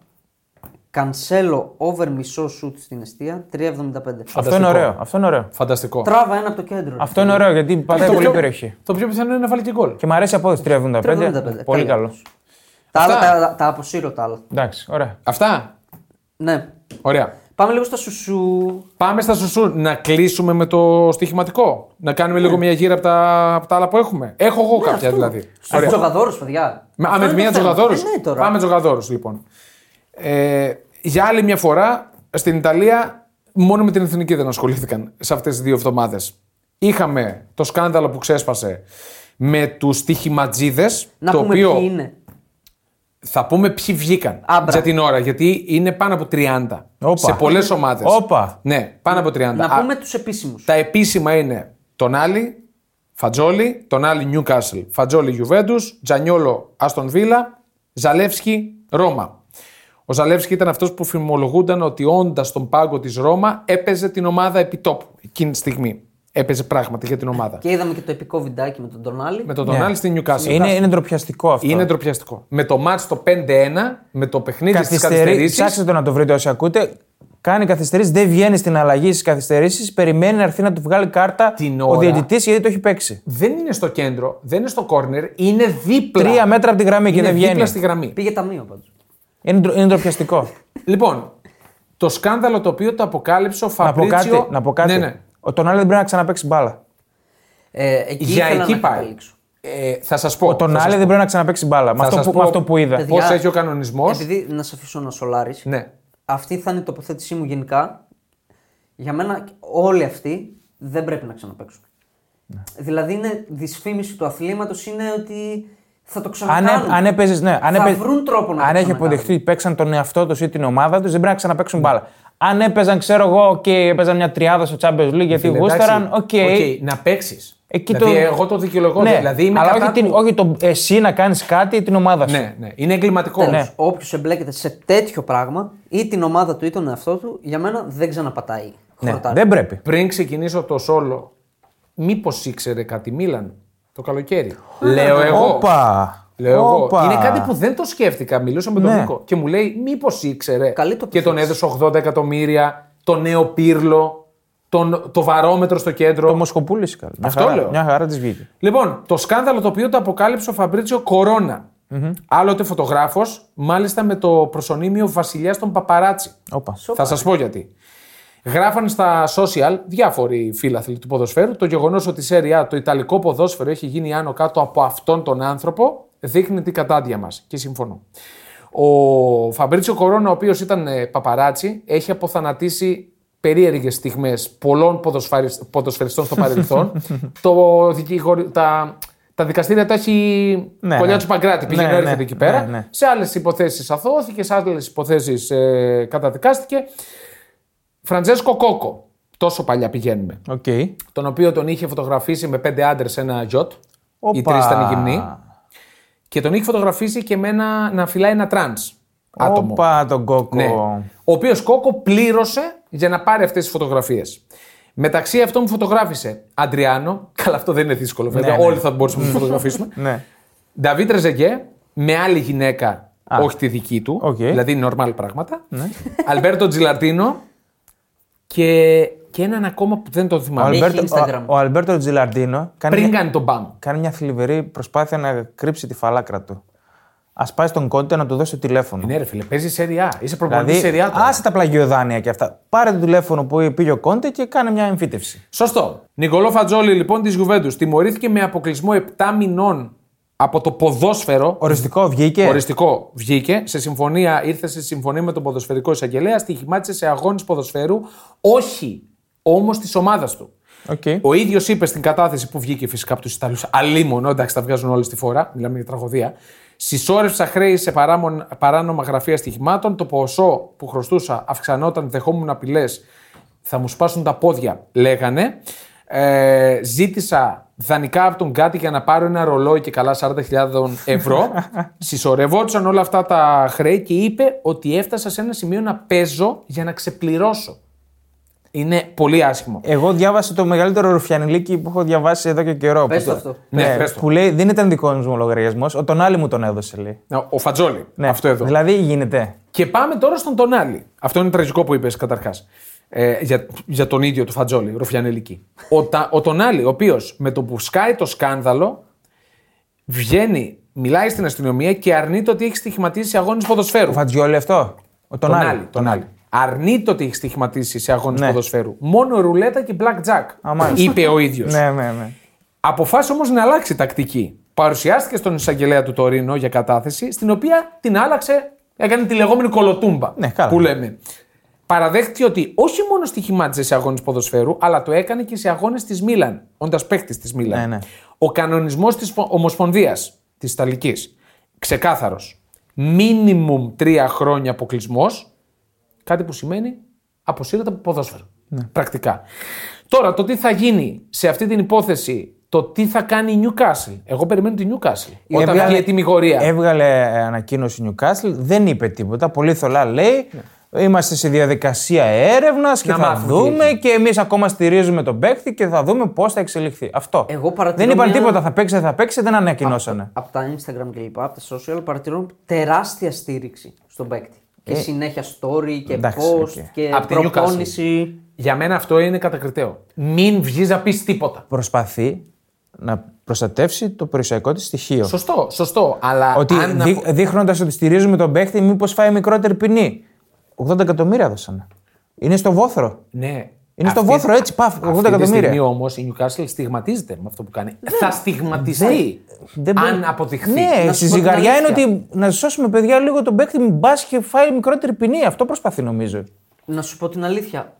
[SPEAKER 3] Κανσέλο over μισό σουτ στην αιστεία 3,75.
[SPEAKER 2] Αυτό είναι
[SPEAKER 1] Φανταστικό.
[SPEAKER 2] ωραίο. Αυτό είναι ωραίο.
[SPEAKER 1] Φανταστικό.
[SPEAKER 3] Τράβα ένα από το κέντρο. ρε.
[SPEAKER 2] Αυτό είναι ωραίο γιατί πατάει
[SPEAKER 1] Το
[SPEAKER 2] πολύ
[SPEAKER 1] πιο-
[SPEAKER 2] περιοχή.
[SPEAKER 1] Το πιο πιθανό είναι να βάλει και γκολ.
[SPEAKER 2] Και μου αρέσει η απόδοση 3,75.
[SPEAKER 3] 3,75.
[SPEAKER 2] Πολύ
[SPEAKER 3] Τέλεια.
[SPEAKER 2] καλός.
[SPEAKER 3] Τα,
[SPEAKER 1] Αυτά.
[SPEAKER 3] άλλα, τα, τα, τα αποσύρω τα άλλα.
[SPEAKER 2] Εντάξει, ωραία.
[SPEAKER 1] Αυτά.
[SPEAKER 3] Ναι.
[SPEAKER 1] Ωραία.
[SPEAKER 3] Πάμε λίγο στα σουσού.
[SPEAKER 1] Πάμε στα σουσού. Να κλείσουμε με το στοιχηματικό. Να κάνουμε λίγο μια γύρα από τα, απ' τα άλλα που έχουμε. Έχω εγώ
[SPEAKER 3] Ναι,
[SPEAKER 1] κάποια δηλαδή.
[SPEAKER 3] Στους τζογαδόρους, παιδιά.
[SPEAKER 1] Με, α,
[SPEAKER 3] Αυτό
[SPEAKER 1] με
[SPEAKER 3] είναι
[SPEAKER 1] τη
[SPEAKER 3] το
[SPEAKER 1] μία
[SPEAKER 3] θέμα.
[SPEAKER 1] τζογαδόρους.
[SPEAKER 3] Ε, ναι, τώρα.
[SPEAKER 1] Πάμε τζογαδόρους, λοιπόν. Ε, για άλλη μια φορά στην Ιταλία, μόνο με την εθνική δεν ασχολήθηκαν σε αυτές τις δύο εβδομάδες. Είχαμε το σκάνδαλο που ξέσπασε με τους στοιχηματζίδε.
[SPEAKER 3] Να
[SPEAKER 1] Το
[SPEAKER 3] πούμε
[SPEAKER 1] οποίο
[SPEAKER 3] ποιοι είναι.
[SPEAKER 1] θα πούμε ποιοι βγήκαν
[SPEAKER 3] Άμπρα.
[SPEAKER 1] για την ώρα. Γιατί είναι πάνω από 30
[SPEAKER 2] Όπα.
[SPEAKER 1] σε πολλές ομάδες.
[SPEAKER 2] Όπα.
[SPEAKER 1] Ναι, πάνω από 30.
[SPEAKER 3] Να
[SPEAKER 1] Α,
[SPEAKER 3] πούμε τους επίσημους.
[SPEAKER 1] τα επίσημα είναι τον Άλλη, Φατζόλι, τον Άλλη Νιούκασλ, Φατζόλι Γιουβέντου, Τζανιόλο Αστον Βίλα, Ζαλεύσκι Ρώμα. Ο Ζαλεύσκι ήταν αυτός που φημολογούνταν ότι όντας στον πάγκο της Ρώμα έπαιζε την ομάδα επί τόπου εκείνη τη στιγμή. Έπαιζε πράγματι για την ομάδα.
[SPEAKER 3] Και είδαμε και το επικό βιντεάκι με τον Τονάλι.
[SPEAKER 1] Με τον Τονάλι
[SPEAKER 2] Ναι.
[SPEAKER 1] στην Νιούκασλ.
[SPEAKER 2] Είναι, είναι ντροπιαστικό αυτό.
[SPEAKER 1] Είναι ντροπιαστικό. Με το μάτς το 5-1, με το παιχνίδι τη
[SPEAKER 2] Καθυστερεί.
[SPEAKER 1] καθυστερήση.
[SPEAKER 2] Ψάξτε το να το βρείτε όσοι ακούτε. Κάνει καθυστερήσεις, δεν βγαίνει στην αλλαγή στις καθυστερήσεις. Περιμένει να έρθει να του βγάλει κάρτα
[SPEAKER 1] Την
[SPEAKER 2] ο
[SPEAKER 1] ώρα.
[SPEAKER 2] διαιτητής γιατί το έχει παίξει.
[SPEAKER 1] Δεν είναι στο κέντρο, δεν είναι στο κόρνερ, είναι δίπλα.
[SPEAKER 2] Τρία μέτρα από τη γραμμή και
[SPEAKER 1] είναι
[SPEAKER 2] δεν βγαίνει.
[SPEAKER 1] δίπλα στη γραμμή.
[SPEAKER 3] Πήγε ταμείο πάντως.
[SPEAKER 2] Είναι, ντρο- είναι ντροπιαστικό.
[SPEAKER 1] Λοιπόν, το σκάνδαλο το οποίο το αποκάλυψε ο
[SPEAKER 2] να πω
[SPEAKER 1] Φαμπρίτσιο.
[SPEAKER 2] κάτι. Να πω κάτι.
[SPEAKER 1] Ναι, ναι.
[SPEAKER 2] Ο Τονάλι δεν πρέπει να ξαναπέξει μπάλα.
[SPEAKER 3] Ε, εκεί
[SPEAKER 1] Για
[SPEAKER 3] ήθελα
[SPEAKER 1] εκεί
[SPEAKER 3] να
[SPEAKER 1] πάει.
[SPEAKER 3] καταλήξω.
[SPEAKER 1] Ε, θα σας πω.
[SPEAKER 2] Ο Τονάλι δεν πρέπει να ξαναπέξει μπάλα. Με αυτό, που, με αυτό που είδα.
[SPEAKER 3] Παιδιά,
[SPEAKER 1] Πώς έχει ο κανονισμός.
[SPEAKER 3] Επειδή να σε αφήσω να σολάρεις.
[SPEAKER 1] Ναι.
[SPEAKER 3] Αυτή θα είναι η τοποθέτησή μου γενικά. Για μένα όλοι αυτοί δεν πρέπει να ξαναπέξουν.
[SPEAKER 1] Ναι.
[SPEAKER 3] Δηλαδή είναι δυσφήμιση του αθλήματος είναι ότι θα το
[SPEAKER 1] ε-
[SPEAKER 2] Αν, έ-
[SPEAKER 3] ξανακάνουν.
[SPEAKER 2] αν έπαιζες- ναι, αν
[SPEAKER 3] θα
[SPEAKER 2] έπαι-
[SPEAKER 3] βρουν τρόπο να
[SPEAKER 2] αν έχει
[SPEAKER 3] το ξανακάνουν.
[SPEAKER 2] αποδειχτεί ότι παίξαν τον εαυτό τους ή την ομάδα τους, δεν πρέπει να ξαναπέξουν μπάλα. Αν έπαιζαν, ξέρω εγώ, και έπαιζαν μια τριάδα στο Champions League γιατί γούσταραν, οκ.
[SPEAKER 1] να παίξεις.
[SPEAKER 2] Εκεί
[SPEAKER 1] Δηλαδή,
[SPEAKER 2] το-
[SPEAKER 1] εγώ το δικαιολογώ.
[SPEAKER 2] Ναι,
[SPEAKER 1] Δηλαδή, είμαι
[SPEAKER 2] αλλά
[SPEAKER 1] κατά
[SPEAKER 2] όχι, την,
[SPEAKER 1] του-
[SPEAKER 2] όχι το, εσύ να κάνεις κάτι την ομάδα σου.
[SPEAKER 1] Ναι, ναι. Είναι εγκληματικό.
[SPEAKER 2] Ναι.
[SPEAKER 3] Όποιος εμπλέκεται σε τέτοιο πράγμα ή την ομάδα του ή τον εαυτό του, για μένα δεν ξαναπατάει.
[SPEAKER 2] Ναι,
[SPEAKER 3] Χορτάρι.
[SPEAKER 2] δεν πρέπει.
[SPEAKER 1] Πριν ξεκινήσω το σόλο, μήπως ήξερε κάτι Μίλαν το καλοκαίρι. Λέω εγώ.
[SPEAKER 2] Όπα.
[SPEAKER 1] Λέω εγώ.
[SPEAKER 2] Όπα.
[SPEAKER 1] Είναι κάτι που δεν το σκέφτηκα. Μιλούσα με τον
[SPEAKER 2] Ναι.
[SPEAKER 1] Νίκο και μου λέει, μήπως ήξερε.
[SPEAKER 3] Καλή το
[SPEAKER 1] και τον
[SPEAKER 3] πληθείς.
[SPEAKER 1] έδωσε 80 εκατομμύρια, το νέο πύρλο, τον, το βαρόμετρο στο κέντρο.
[SPEAKER 2] Το Μοσχοπούλη καλά. Μια
[SPEAKER 1] Αυτό
[SPEAKER 2] χαρά-
[SPEAKER 1] λέω.
[SPEAKER 2] Μια χαρά της βγήκε.
[SPEAKER 1] Λοιπόν, το σκάνδαλο το οποίο το αποκάλυψε ο Φαμπρίτσιο Κορώνα. Άλλοτε φωτογράφος, μάλιστα με το προσωνύμιο Βασιλιάς των Παπαράτσι.
[SPEAKER 2] Όπα.
[SPEAKER 1] Θα σας πω γιατί. Γράφαν στα social διάφοροι φίλαθλοι του ποδοσφαίρου το γεγονός ότι σε ΡΙΑ το ιταλικό ποδόσφαιρο έχει γίνει άνω κάτω από αυτόν τον άνθρωπο δείχνει την κατάντια μας. Και συμφωνώ. Ο Φαμπρίτσιο Κορώνα, ο οποίος ήταν ε, παπαράτσι, έχει αποθανατήσει περίεργες στιγμές πολλών ποδοσφαρισ- ποδοσφαιριστών στο παρελθόν. το δικηγορι- τα, τα δικαστήρια τα έχει
[SPEAKER 2] Ναι,
[SPEAKER 1] κολλιά
[SPEAKER 2] ναι.
[SPEAKER 1] του Παγκράτη.
[SPEAKER 2] Ναι,
[SPEAKER 1] Πήγαινε
[SPEAKER 2] ναι,
[SPEAKER 1] έρχεται εκεί πέρα.
[SPEAKER 2] ναι, ναι.
[SPEAKER 1] Σε άλλες υποθέσεις αθώθηκε, σε άλλες υποθέσεις ε, καταδικάστηκε. Φραντζέσκο Κόκο. Τόσο παλιά πηγαίνουμε.
[SPEAKER 2] Οκ.
[SPEAKER 1] Τον οποίο τον είχε φωτογραφίσει με πέντε άντρες σε ένα γιοτ. Οι
[SPEAKER 2] Όπα.
[SPEAKER 1] τρεις ήταν γυμνοί. Και τον είχε φωτογραφίσει και με ένα, να φυλάει ένα τραν άτομο.
[SPEAKER 2] Όπα τον κόκο.
[SPEAKER 1] Ναι. Ο οποίος Κόκο πλήρωσε για να πάρει αυτές τις φωτογραφίες. Μεταξύ αυτών που φωτογράφησε Αντριάνο, καλά αυτό δεν είναι δύσκολο βέβαια,
[SPEAKER 2] ναι.
[SPEAKER 1] όλοι θα μπορούσαμε να του φωτογραφίσουμε.
[SPEAKER 2] Ναι.
[SPEAKER 1] Νταβίτ Ρεζεγκέ με άλλη γυναίκα, όχι τη δική του.
[SPEAKER 2] Οκ. Ναι.
[SPEAKER 1] Δηλαδή, normal πράγματα. Αλμπέρτο Τζιλαρτίνο και, και έναν ακόμα που δεν το
[SPEAKER 2] Ο
[SPEAKER 1] θυμάμαι.
[SPEAKER 3] Αλμπέρ-
[SPEAKER 2] Αλμπέρτο,
[SPEAKER 3] Instagram.
[SPEAKER 2] ο, ο Αλμπέρτο Τζιλαρντίνο κάνει,
[SPEAKER 1] Πριν
[SPEAKER 2] μια,
[SPEAKER 1] κάνει τον μπαμ.
[SPEAKER 2] κάνει μια θλιβερή προσπάθεια να κρύψει τη φαλάκρα του. Ας πάει στον κόντε να του δώσει το τηλέφωνο.
[SPEAKER 1] Ναι, ρε φίλε, παίζει σεριά. Είσαι προπονητής
[SPEAKER 2] δηλαδή,
[SPEAKER 1] σεριά.
[SPEAKER 2] άσε τα πλαγιοδάνεια και αυτά. Πάρε το τηλέφωνο που πήγε ο κόντε και κάνε μια εμφύτευση.
[SPEAKER 1] Σωστό. Νικολό Φατζόλη λοιπόν της Γιουβέντους τιμωρήθηκε με αποκλεισμό 7 μηνών από το ποδόσφαιρο
[SPEAKER 2] Οριστικό βγήκε.
[SPEAKER 1] Οριστικό βγήκε. Σε συμφωνία, ήρθε σε συμφωνία με τον ποδοσφαιρικό εισαγγελέα. Στοιχημάτισε σε αγώνες ποδοσφαίρου, όχι όμως της ομάδας του.
[SPEAKER 2] Οκ.
[SPEAKER 1] Ο ίδιος είπε στην κατάθεση που βγήκε φυσικά από τους Ιταλούς, αλίμονο, εντάξει, τα βγάζουν όλοι στη φορά, μιλάμε για τραγωδία. Συσσόρευσα χρέη σε παράμον, παράνομα γραφεία στοιχημάτων. Το ποσό που χρωστούσα αυξανόταν, δεχόμουν απειλές. Θα μου σπάσουν τα πόδια, λέγανε. Ε, ζήτησα δανεικά από τον Κάτι για να πάρω ένα ρολόι και καλά 40.000 ευρώ. Συσσωρευόντουσαν όλα αυτά τα χρέη και είπε ότι έφτασα σε ένα σημείο να παίζω για να ξεπληρώσω. Είναι πολύ άσχημο.
[SPEAKER 2] Εγώ διάβασα το μεγαλύτερο ρουφιανιλίκι που έχω διαβάσει εδώ και καιρό. Που
[SPEAKER 3] Πες το
[SPEAKER 2] το-
[SPEAKER 3] αυτό.
[SPEAKER 1] Ναι, πες το.
[SPEAKER 2] που λέει δεν ήταν δικός μου λογαριασμός, ο τον άλλη μου τον έδωσε λέει.
[SPEAKER 1] Να, Ο Φατζόλη.
[SPEAKER 2] Ναι.
[SPEAKER 1] Αυτό εδώ.
[SPEAKER 2] Δηλαδή γίνεται.
[SPEAKER 1] Και πάμε τώρα στον Τονάλι. Αυτό είναι τραγικό που είπες καταρχάς. Ε, για, για τον ίδιο του Φατζόλη, Ρουφιανελική. Ο, τα, ο Τονάλι, ο οποίος με το που σκάει το σκάνδαλο, βγαίνει, μιλάει στην αστυνομία και αρνείται ότι έχει στοιχηματίσει αγώνες ποδοσφαίρου.
[SPEAKER 2] Ο Φατζιόλη αυτό. Ο τον,
[SPEAKER 1] Τον
[SPEAKER 2] άλλη.
[SPEAKER 1] άλλη, τον άλλη. Αρνείται ότι έχει στοιχηματίσει σε αγώνες
[SPEAKER 2] Ναι.
[SPEAKER 1] ποδοσφαίρου. Μόνο ρουλέτα και blackjack.
[SPEAKER 2] Α, μάλιστα.
[SPEAKER 1] Είπε ο ίδιος.
[SPEAKER 2] Ναι, ναι, ναι.
[SPEAKER 1] Αποφάσισε όμως να αλλάξει τακτική. Παρουσιάστηκε στον εισαγγελέα του Τωρίνο για κατάθεση, στην οποία την άλλαξε, έκανε τη λεγόμενη κολοτούμπα.
[SPEAKER 2] Ναι, καλά.
[SPEAKER 1] Που λέμε. Παραδέχτηκε ότι όχι μόνο στοιχημάτιζε σε αγώνες ποδοσφαίρου, αλλά το έκανε και σε αγώνες της Μίλαν, όντας παίχτη της Μίλαν.
[SPEAKER 2] Ναι, ναι.
[SPEAKER 1] Ο κανονισμός της Ομοσπονδίας της Ιταλικής. Ξεκάθαρος. Μίνιμουμ τρία χρόνια αποκλεισμός. Κάτι που σημαίνει αποσύρεται από ποδόσφαιρο.
[SPEAKER 2] Ναι.
[SPEAKER 1] Πρακτικά. Τώρα, το τι θα γίνει σε αυτή την υπόθεση, το τι θα κάνει η Newcastle. Εγώ περιμένω τη Newcastle. Όταν βγει η τιμιγορία.
[SPEAKER 2] Έβγαλε ε, ανακοίνωση η Newcastle, δεν είπε τίποτα. Πολύ θολά λέει. Είμαστε σε διαδικασία έρευνας και
[SPEAKER 1] Ναι. Να
[SPEAKER 2] θα
[SPEAKER 1] μάθουμε τι
[SPEAKER 2] δούμε και εμείς ακόμα στηρίζουμε τον παίκτη και θα δούμε πώς θα εξελιχθεί. Αυτό.
[SPEAKER 3] Εγώ παρατηρώ
[SPEAKER 2] δεν είπαν
[SPEAKER 3] μια-
[SPEAKER 2] τίποτα, θα παίξει, δεν θα παίξει, δεν ανακοινώσανε.
[SPEAKER 3] από τα Instagram κλπ. Από τα social παρατηρώ τεράστια στήριξη στον παίκτη. Και συνέχεια story και
[SPEAKER 2] Ε, εντάξει,
[SPEAKER 3] post
[SPEAKER 2] οκ.
[SPEAKER 3] και
[SPEAKER 1] Απ' τη Newcastle.
[SPEAKER 3] προπόνηση.
[SPEAKER 1] Για μένα αυτό είναι κατακριτέο. Μην βγεις να πεις τίποτα.
[SPEAKER 2] Προσπαθεί να προστατεύσει το περιουσιακό της στοιχείο.
[SPEAKER 1] Σωστό, σωστό. Αλλά
[SPEAKER 2] Ότι
[SPEAKER 1] αν να
[SPEAKER 2] δεί, δείχνοντας ότι στηρίζουμε τον παίχτη, μήπως φάει μικρότερη ποινή. 80 εκατομμύρια δώσανε. Είναι στο βόθρο.
[SPEAKER 1] Ναι.
[SPEAKER 2] Είναι στο βόθρο, έτσι, παφ, 80
[SPEAKER 1] Αυτή τη
[SPEAKER 2] εκατομμύρια.
[SPEAKER 1] στιγμή όμως η Newcastle στιγματίζεται με αυτό που κάνει. Θα στιγματιστεί.
[SPEAKER 2] Δεν
[SPEAKER 1] αν
[SPEAKER 2] μπορεί-
[SPEAKER 1] αποδειχθεί.
[SPEAKER 2] Ναι,
[SPEAKER 3] Να
[SPEAKER 2] στη
[SPEAKER 3] σου πω την
[SPEAKER 2] ζυγαριά είναι
[SPEAKER 3] αλήθεια.
[SPEAKER 2] ότι να σώσουμε παιδιά λίγο τον παίκτη, μην μπα και φάει μικρότερη ποινή. Αυτό προσπαθεί νομίζω.
[SPEAKER 3] Να σου πω την αλήθεια.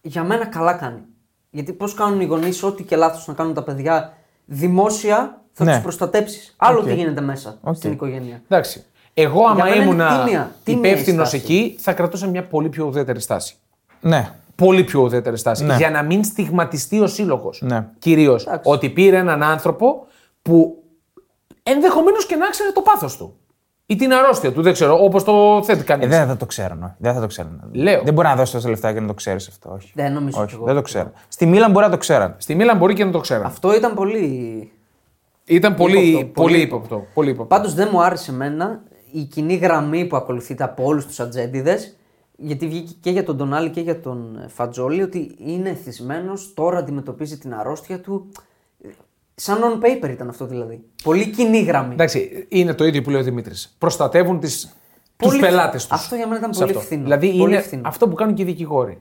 [SPEAKER 3] Για μένα καλά κάνει. Γιατί πώς κάνουν οι γονείς ό,τι και λάθος να κάνουν τα παιδιά δημόσια θα
[SPEAKER 2] Ναι.
[SPEAKER 3] τους προστατέψεις. Άλλο
[SPEAKER 2] Οκ.
[SPEAKER 3] τι γίνεται μέσα στην οικογένεια.
[SPEAKER 1] Εντάξει. Εγώ, άμα
[SPEAKER 3] μένα είναι
[SPEAKER 1] ήμουνα
[SPEAKER 3] τίμια- τίμια η
[SPEAKER 1] υπεύθυνος
[SPEAKER 3] στάση.
[SPEAKER 1] εκεί, θα κρατούσα μια πολύ πιο ουδέτερη στάση.
[SPEAKER 2] Ναι.
[SPEAKER 1] Πολύ πιο ουδέτερη στάση.
[SPEAKER 2] Ναι.
[SPEAKER 1] Για να μην στιγματιστεί ο σύλλογος.
[SPEAKER 2] Ναι.
[SPEAKER 1] Κυρίως
[SPEAKER 3] Εντάξει.
[SPEAKER 1] ότι πήρε έναν άνθρωπο που ενδεχομένως και να ξέρει το πάθος του. Ή την αρρώστια του, δεν ξέρω, όπως το θέτει κανείς.
[SPEAKER 2] Ε, δεν θα το ξέρουν. όχι. Δεν θα το ξέρουν.
[SPEAKER 1] Λέω.
[SPEAKER 2] Δεν μπορεί να δώσει τόσα λεφτά και να το ξέρεις αυτό. Όχι.
[SPEAKER 3] Δεν νομίζω κι
[SPEAKER 2] όχι,
[SPEAKER 3] εγώ.
[SPEAKER 2] δεν το ξέρουν. Στη Μίλαν μπορεί να το
[SPEAKER 3] Ε,
[SPEAKER 2] ξέραν.
[SPEAKER 1] Στη Μίλαν μπορεί και να το ξέραν.
[SPEAKER 3] Αυτό ήταν πολύ.
[SPEAKER 1] Ήταν πολύ,
[SPEAKER 3] Ύποπτο,
[SPEAKER 1] πολύ
[SPEAKER 3] πολύ
[SPEAKER 1] ύποπτο. Πολύ ύποπτο.
[SPEAKER 3] Πάντως δεν μου άρεσε εμένα η κοινή γραμμή που ακολουθείται από όλους τους ατζέντιδες. Γιατί βγήκε και για τον Ντονάλη και για τον Φατζόλη ότι είναι θυσμένος, τώρα αντιμετωπίζει την αρρώστια του. Σαν on paper ήταν αυτό δηλαδή. Πολύ κοινή γραμμή.
[SPEAKER 1] Εντάξει, είναι το ίδιο που λέει ο Δημήτρης. Προστατεύουν τις, τους
[SPEAKER 3] Πολύ-
[SPEAKER 1] πελάτες τους.
[SPEAKER 3] Αυτό για μένα ήταν
[SPEAKER 1] Σε
[SPEAKER 3] πολύ
[SPEAKER 1] αυτό.
[SPEAKER 3] φθηνό.
[SPEAKER 1] Δηλαδή
[SPEAKER 3] Πολύ
[SPEAKER 1] είναι
[SPEAKER 3] φθηνό.
[SPEAKER 1] αυτό που κάνουν και οι δικηγόροι.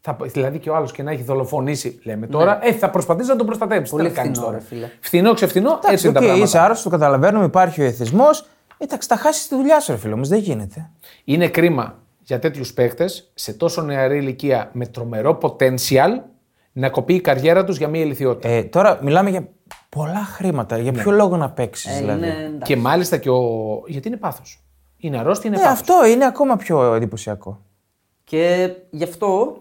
[SPEAKER 1] Θα, δηλαδή και ο άλλος και να έχει δολοφονήσει, λέμε τώρα, ε, θα προσπαθήσει να τον προστατεύσει.
[SPEAKER 3] Ναι. Πολύ
[SPEAKER 1] Τι να κάνεις
[SPEAKER 3] φθηνό,
[SPEAKER 1] τώρα.
[SPEAKER 3] ρε φίλε.
[SPEAKER 1] Φθηνό, ξεφθηνό, έτσι
[SPEAKER 2] Εντάξει,
[SPEAKER 1] είναι τα
[SPEAKER 2] οκ,
[SPEAKER 1] πράγματα.
[SPEAKER 2] είσαι άρρωστο, το καταλαβαίνουμε, υπάρχει ο εθισμός. Εντάξει, θα χάσεις τη δουλειά σου, ρε φίλο μου. Δεν γίνεται.
[SPEAKER 1] Είναι κρίμα για τέτοιους παίχτε σε τόσο νεαρή ηλικία με τρομερό potential να κοπεί η καριέρα τους για μία ηλικιότητα.
[SPEAKER 2] Ε, τώρα μιλάμε για πολλά χρήματα. Για ποιο λόγο να παίξεις,
[SPEAKER 3] Ναι. Ε,
[SPEAKER 2] δηλαδή.
[SPEAKER 3] είναι εντάξει.
[SPEAKER 1] και μάλιστα και ο. Γιατί είναι πάθος. Είναι αρρώστια, είναι
[SPEAKER 2] Ε,
[SPEAKER 1] πάθος.
[SPEAKER 2] αυτό είναι ακόμα πιο εντυπωσιακό.
[SPEAKER 3] Και γι' αυτό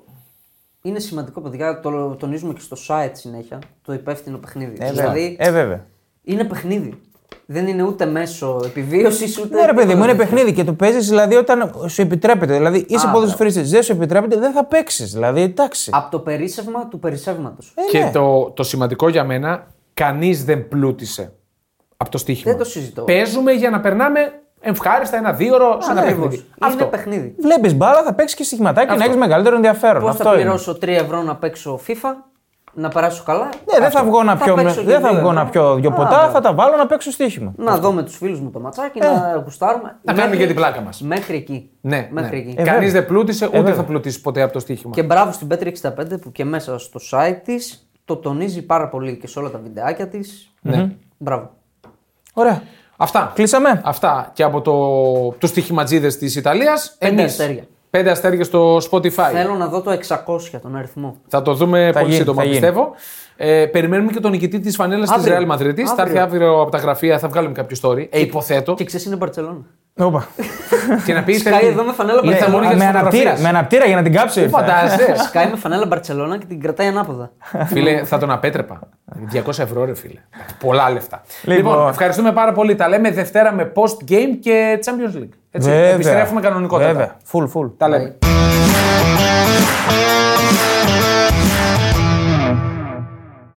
[SPEAKER 3] είναι σημαντικό, παιδιά, το τονίζουμε και στο site συνέχεια, το υπεύθυνο παιχνίδι.
[SPEAKER 2] Ε,
[SPEAKER 3] δηλαδή,
[SPEAKER 2] βέβαια. Ε, βέβαια.
[SPEAKER 3] είναι παιχνίδι. Δεν είναι ούτε μέσο επιβίωσης, ούτε.
[SPEAKER 2] Ναι, ρε παιδί μου,
[SPEAKER 3] τίποτα
[SPEAKER 2] είναι
[SPEAKER 3] τέτοιο.
[SPEAKER 2] παιχνίδι και το παίζεις δηλαδή όταν σου επιτρέπεται. Δηλαδή είσαι
[SPEAKER 3] Α,
[SPEAKER 2] ποδοσφαιριστής, δεν σου επιτρέπεται, δεν θα παίξεις. Δηλαδή εντάξει.
[SPEAKER 3] Από το περίσσευμα του περισεύματο.
[SPEAKER 2] Ε,
[SPEAKER 1] Και
[SPEAKER 2] ναι.
[SPEAKER 1] το, το σημαντικό για μένα, κανείς δεν πλούτησε από το στοίχημα.
[SPEAKER 3] Δεν το συζητώ.
[SPEAKER 1] Παίζουμε για να περνάμε ευχάριστα ένα δύο ώρο
[SPEAKER 2] Ναι,
[SPEAKER 1] σε ένα
[SPEAKER 3] Ακριβώς.
[SPEAKER 1] παιχνίδι.
[SPEAKER 3] Είναι
[SPEAKER 1] Αυτό.
[SPEAKER 3] παιχνίδι.
[SPEAKER 2] Βλέπεις μπάλα, θα παίξεις και στοιχηματάκι να έχεις μεγαλύτερο ενδιαφέρον.
[SPEAKER 3] Πώς
[SPEAKER 2] αυτό
[SPEAKER 3] θα
[SPEAKER 2] είναι.
[SPEAKER 3] πληρώσω 3 ευρώ να παίξω FIFA, να περάσω καλά.
[SPEAKER 2] Ναι, δεν θα βγω να
[SPEAKER 3] Θα
[SPEAKER 2] πιω,
[SPEAKER 3] παίξω και
[SPEAKER 2] δεν θα
[SPEAKER 3] δύο
[SPEAKER 2] βγω
[SPEAKER 3] ευρώ.
[SPEAKER 2] να πιω δύο
[SPEAKER 3] Α,
[SPEAKER 2] ποτά,
[SPEAKER 3] μπράβο.
[SPEAKER 2] θα Ε. τα βάλω να παίξω στοίχημα.
[SPEAKER 3] Να δω με τους φίλους μου το ματσάκι, να γουστάρουμε.
[SPEAKER 1] Να κάνουμε και την πλάκα μας.
[SPEAKER 3] Μέχρι εκεί.
[SPEAKER 1] Ναι,
[SPEAKER 3] μέχρι
[SPEAKER 1] ναι.
[SPEAKER 3] εκεί.
[SPEAKER 1] Κανεί
[SPEAKER 2] Ε, βέβαια.
[SPEAKER 1] δεν πλούτησε, ούτε
[SPEAKER 2] βέβαια.
[SPEAKER 1] θα πλουτίσει ποτέ από το στοίχημα.
[SPEAKER 3] Και μπράβο στην Πέτρη65 που και μέσα στο site της το τονίζει πάρα πολύ και σε όλα τα βιντεάκια της. Ναι. Μπράβο.
[SPEAKER 2] Ωραία.
[SPEAKER 1] Αυτά.
[SPEAKER 2] Κλείσαμε.
[SPEAKER 1] Αυτά και από το, τους στοιχηματζίδες της Ιταλίας.
[SPEAKER 3] Πέντε αστέρια.
[SPEAKER 1] Πέντε αστέρια στο Spotify.
[SPEAKER 3] Θέλω να δω το 600 τον αριθμό.
[SPEAKER 1] Θα το δούμε
[SPEAKER 2] Θα
[SPEAKER 1] πολύ
[SPEAKER 2] γίνει,
[SPEAKER 1] σύντομα,
[SPEAKER 2] θα γίνει.
[SPEAKER 1] πιστεύω. Ε, περιμένουμε και τον νικητή της φανέλας της
[SPEAKER 3] Αύριο.
[SPEAKER 1] Real Madrid. Θα έρθει
[SPEAKER 3] Αύριο.
[SPEAKER 1] αύριο από τα γραφεία, θα βγάλουμε κάποιο story. Ε, υποθέτω.
[SPEAKER 3] Και ξέρεις είναι Μπαρσελόνα.
[SPEAKER 2] Όπα.
[SPEAKER 1] και να πεις.
[SPEAKER 3] Σκάει εδώ με φανέλα
[SPEAKER 1] Ήρθα
[SPEAKER 3] Μπαρτσελόνα.
[SPEAKER 1] μόνο για
[SPEAKER 2] Α, Ε, με,
[SPEAKER 1] τις
[SPEAKER 2] αναπτήρα,
[SPEAKER 1] φωτογραφίες.
[SPEAKER 2] με αναπτήρα για να την κάψω. ήρθα.
[SPEAKER 1] Φαντάζεσαι.
[SPEAKER 3] Σκάει με φανέλα Μπαρσελόνα και την κρατάει ανάποδα.
[SPEAKER 1] Φίλε, θα τον απέτρεπα. 200 ευρώ, ρε φίλε. Πολλά λεφτά. Λοιπόν,
[SPEAKER 2] Λοιπόν.
[SPEAKER 1] ευχαριστούμε πάρα πολύ. Τα λέμε Δευτέρα με post game και Champions League. Έτσι,
[SPEAKER 2] Βέβαια.
[SPEAKER 1] επιστρέφουμε κανονικότατα.
[SPEAKER 2] Βέβαια. Full, full.
[SPEAKER 1] Τα λέμε.
[SPEAKER 3] Bye.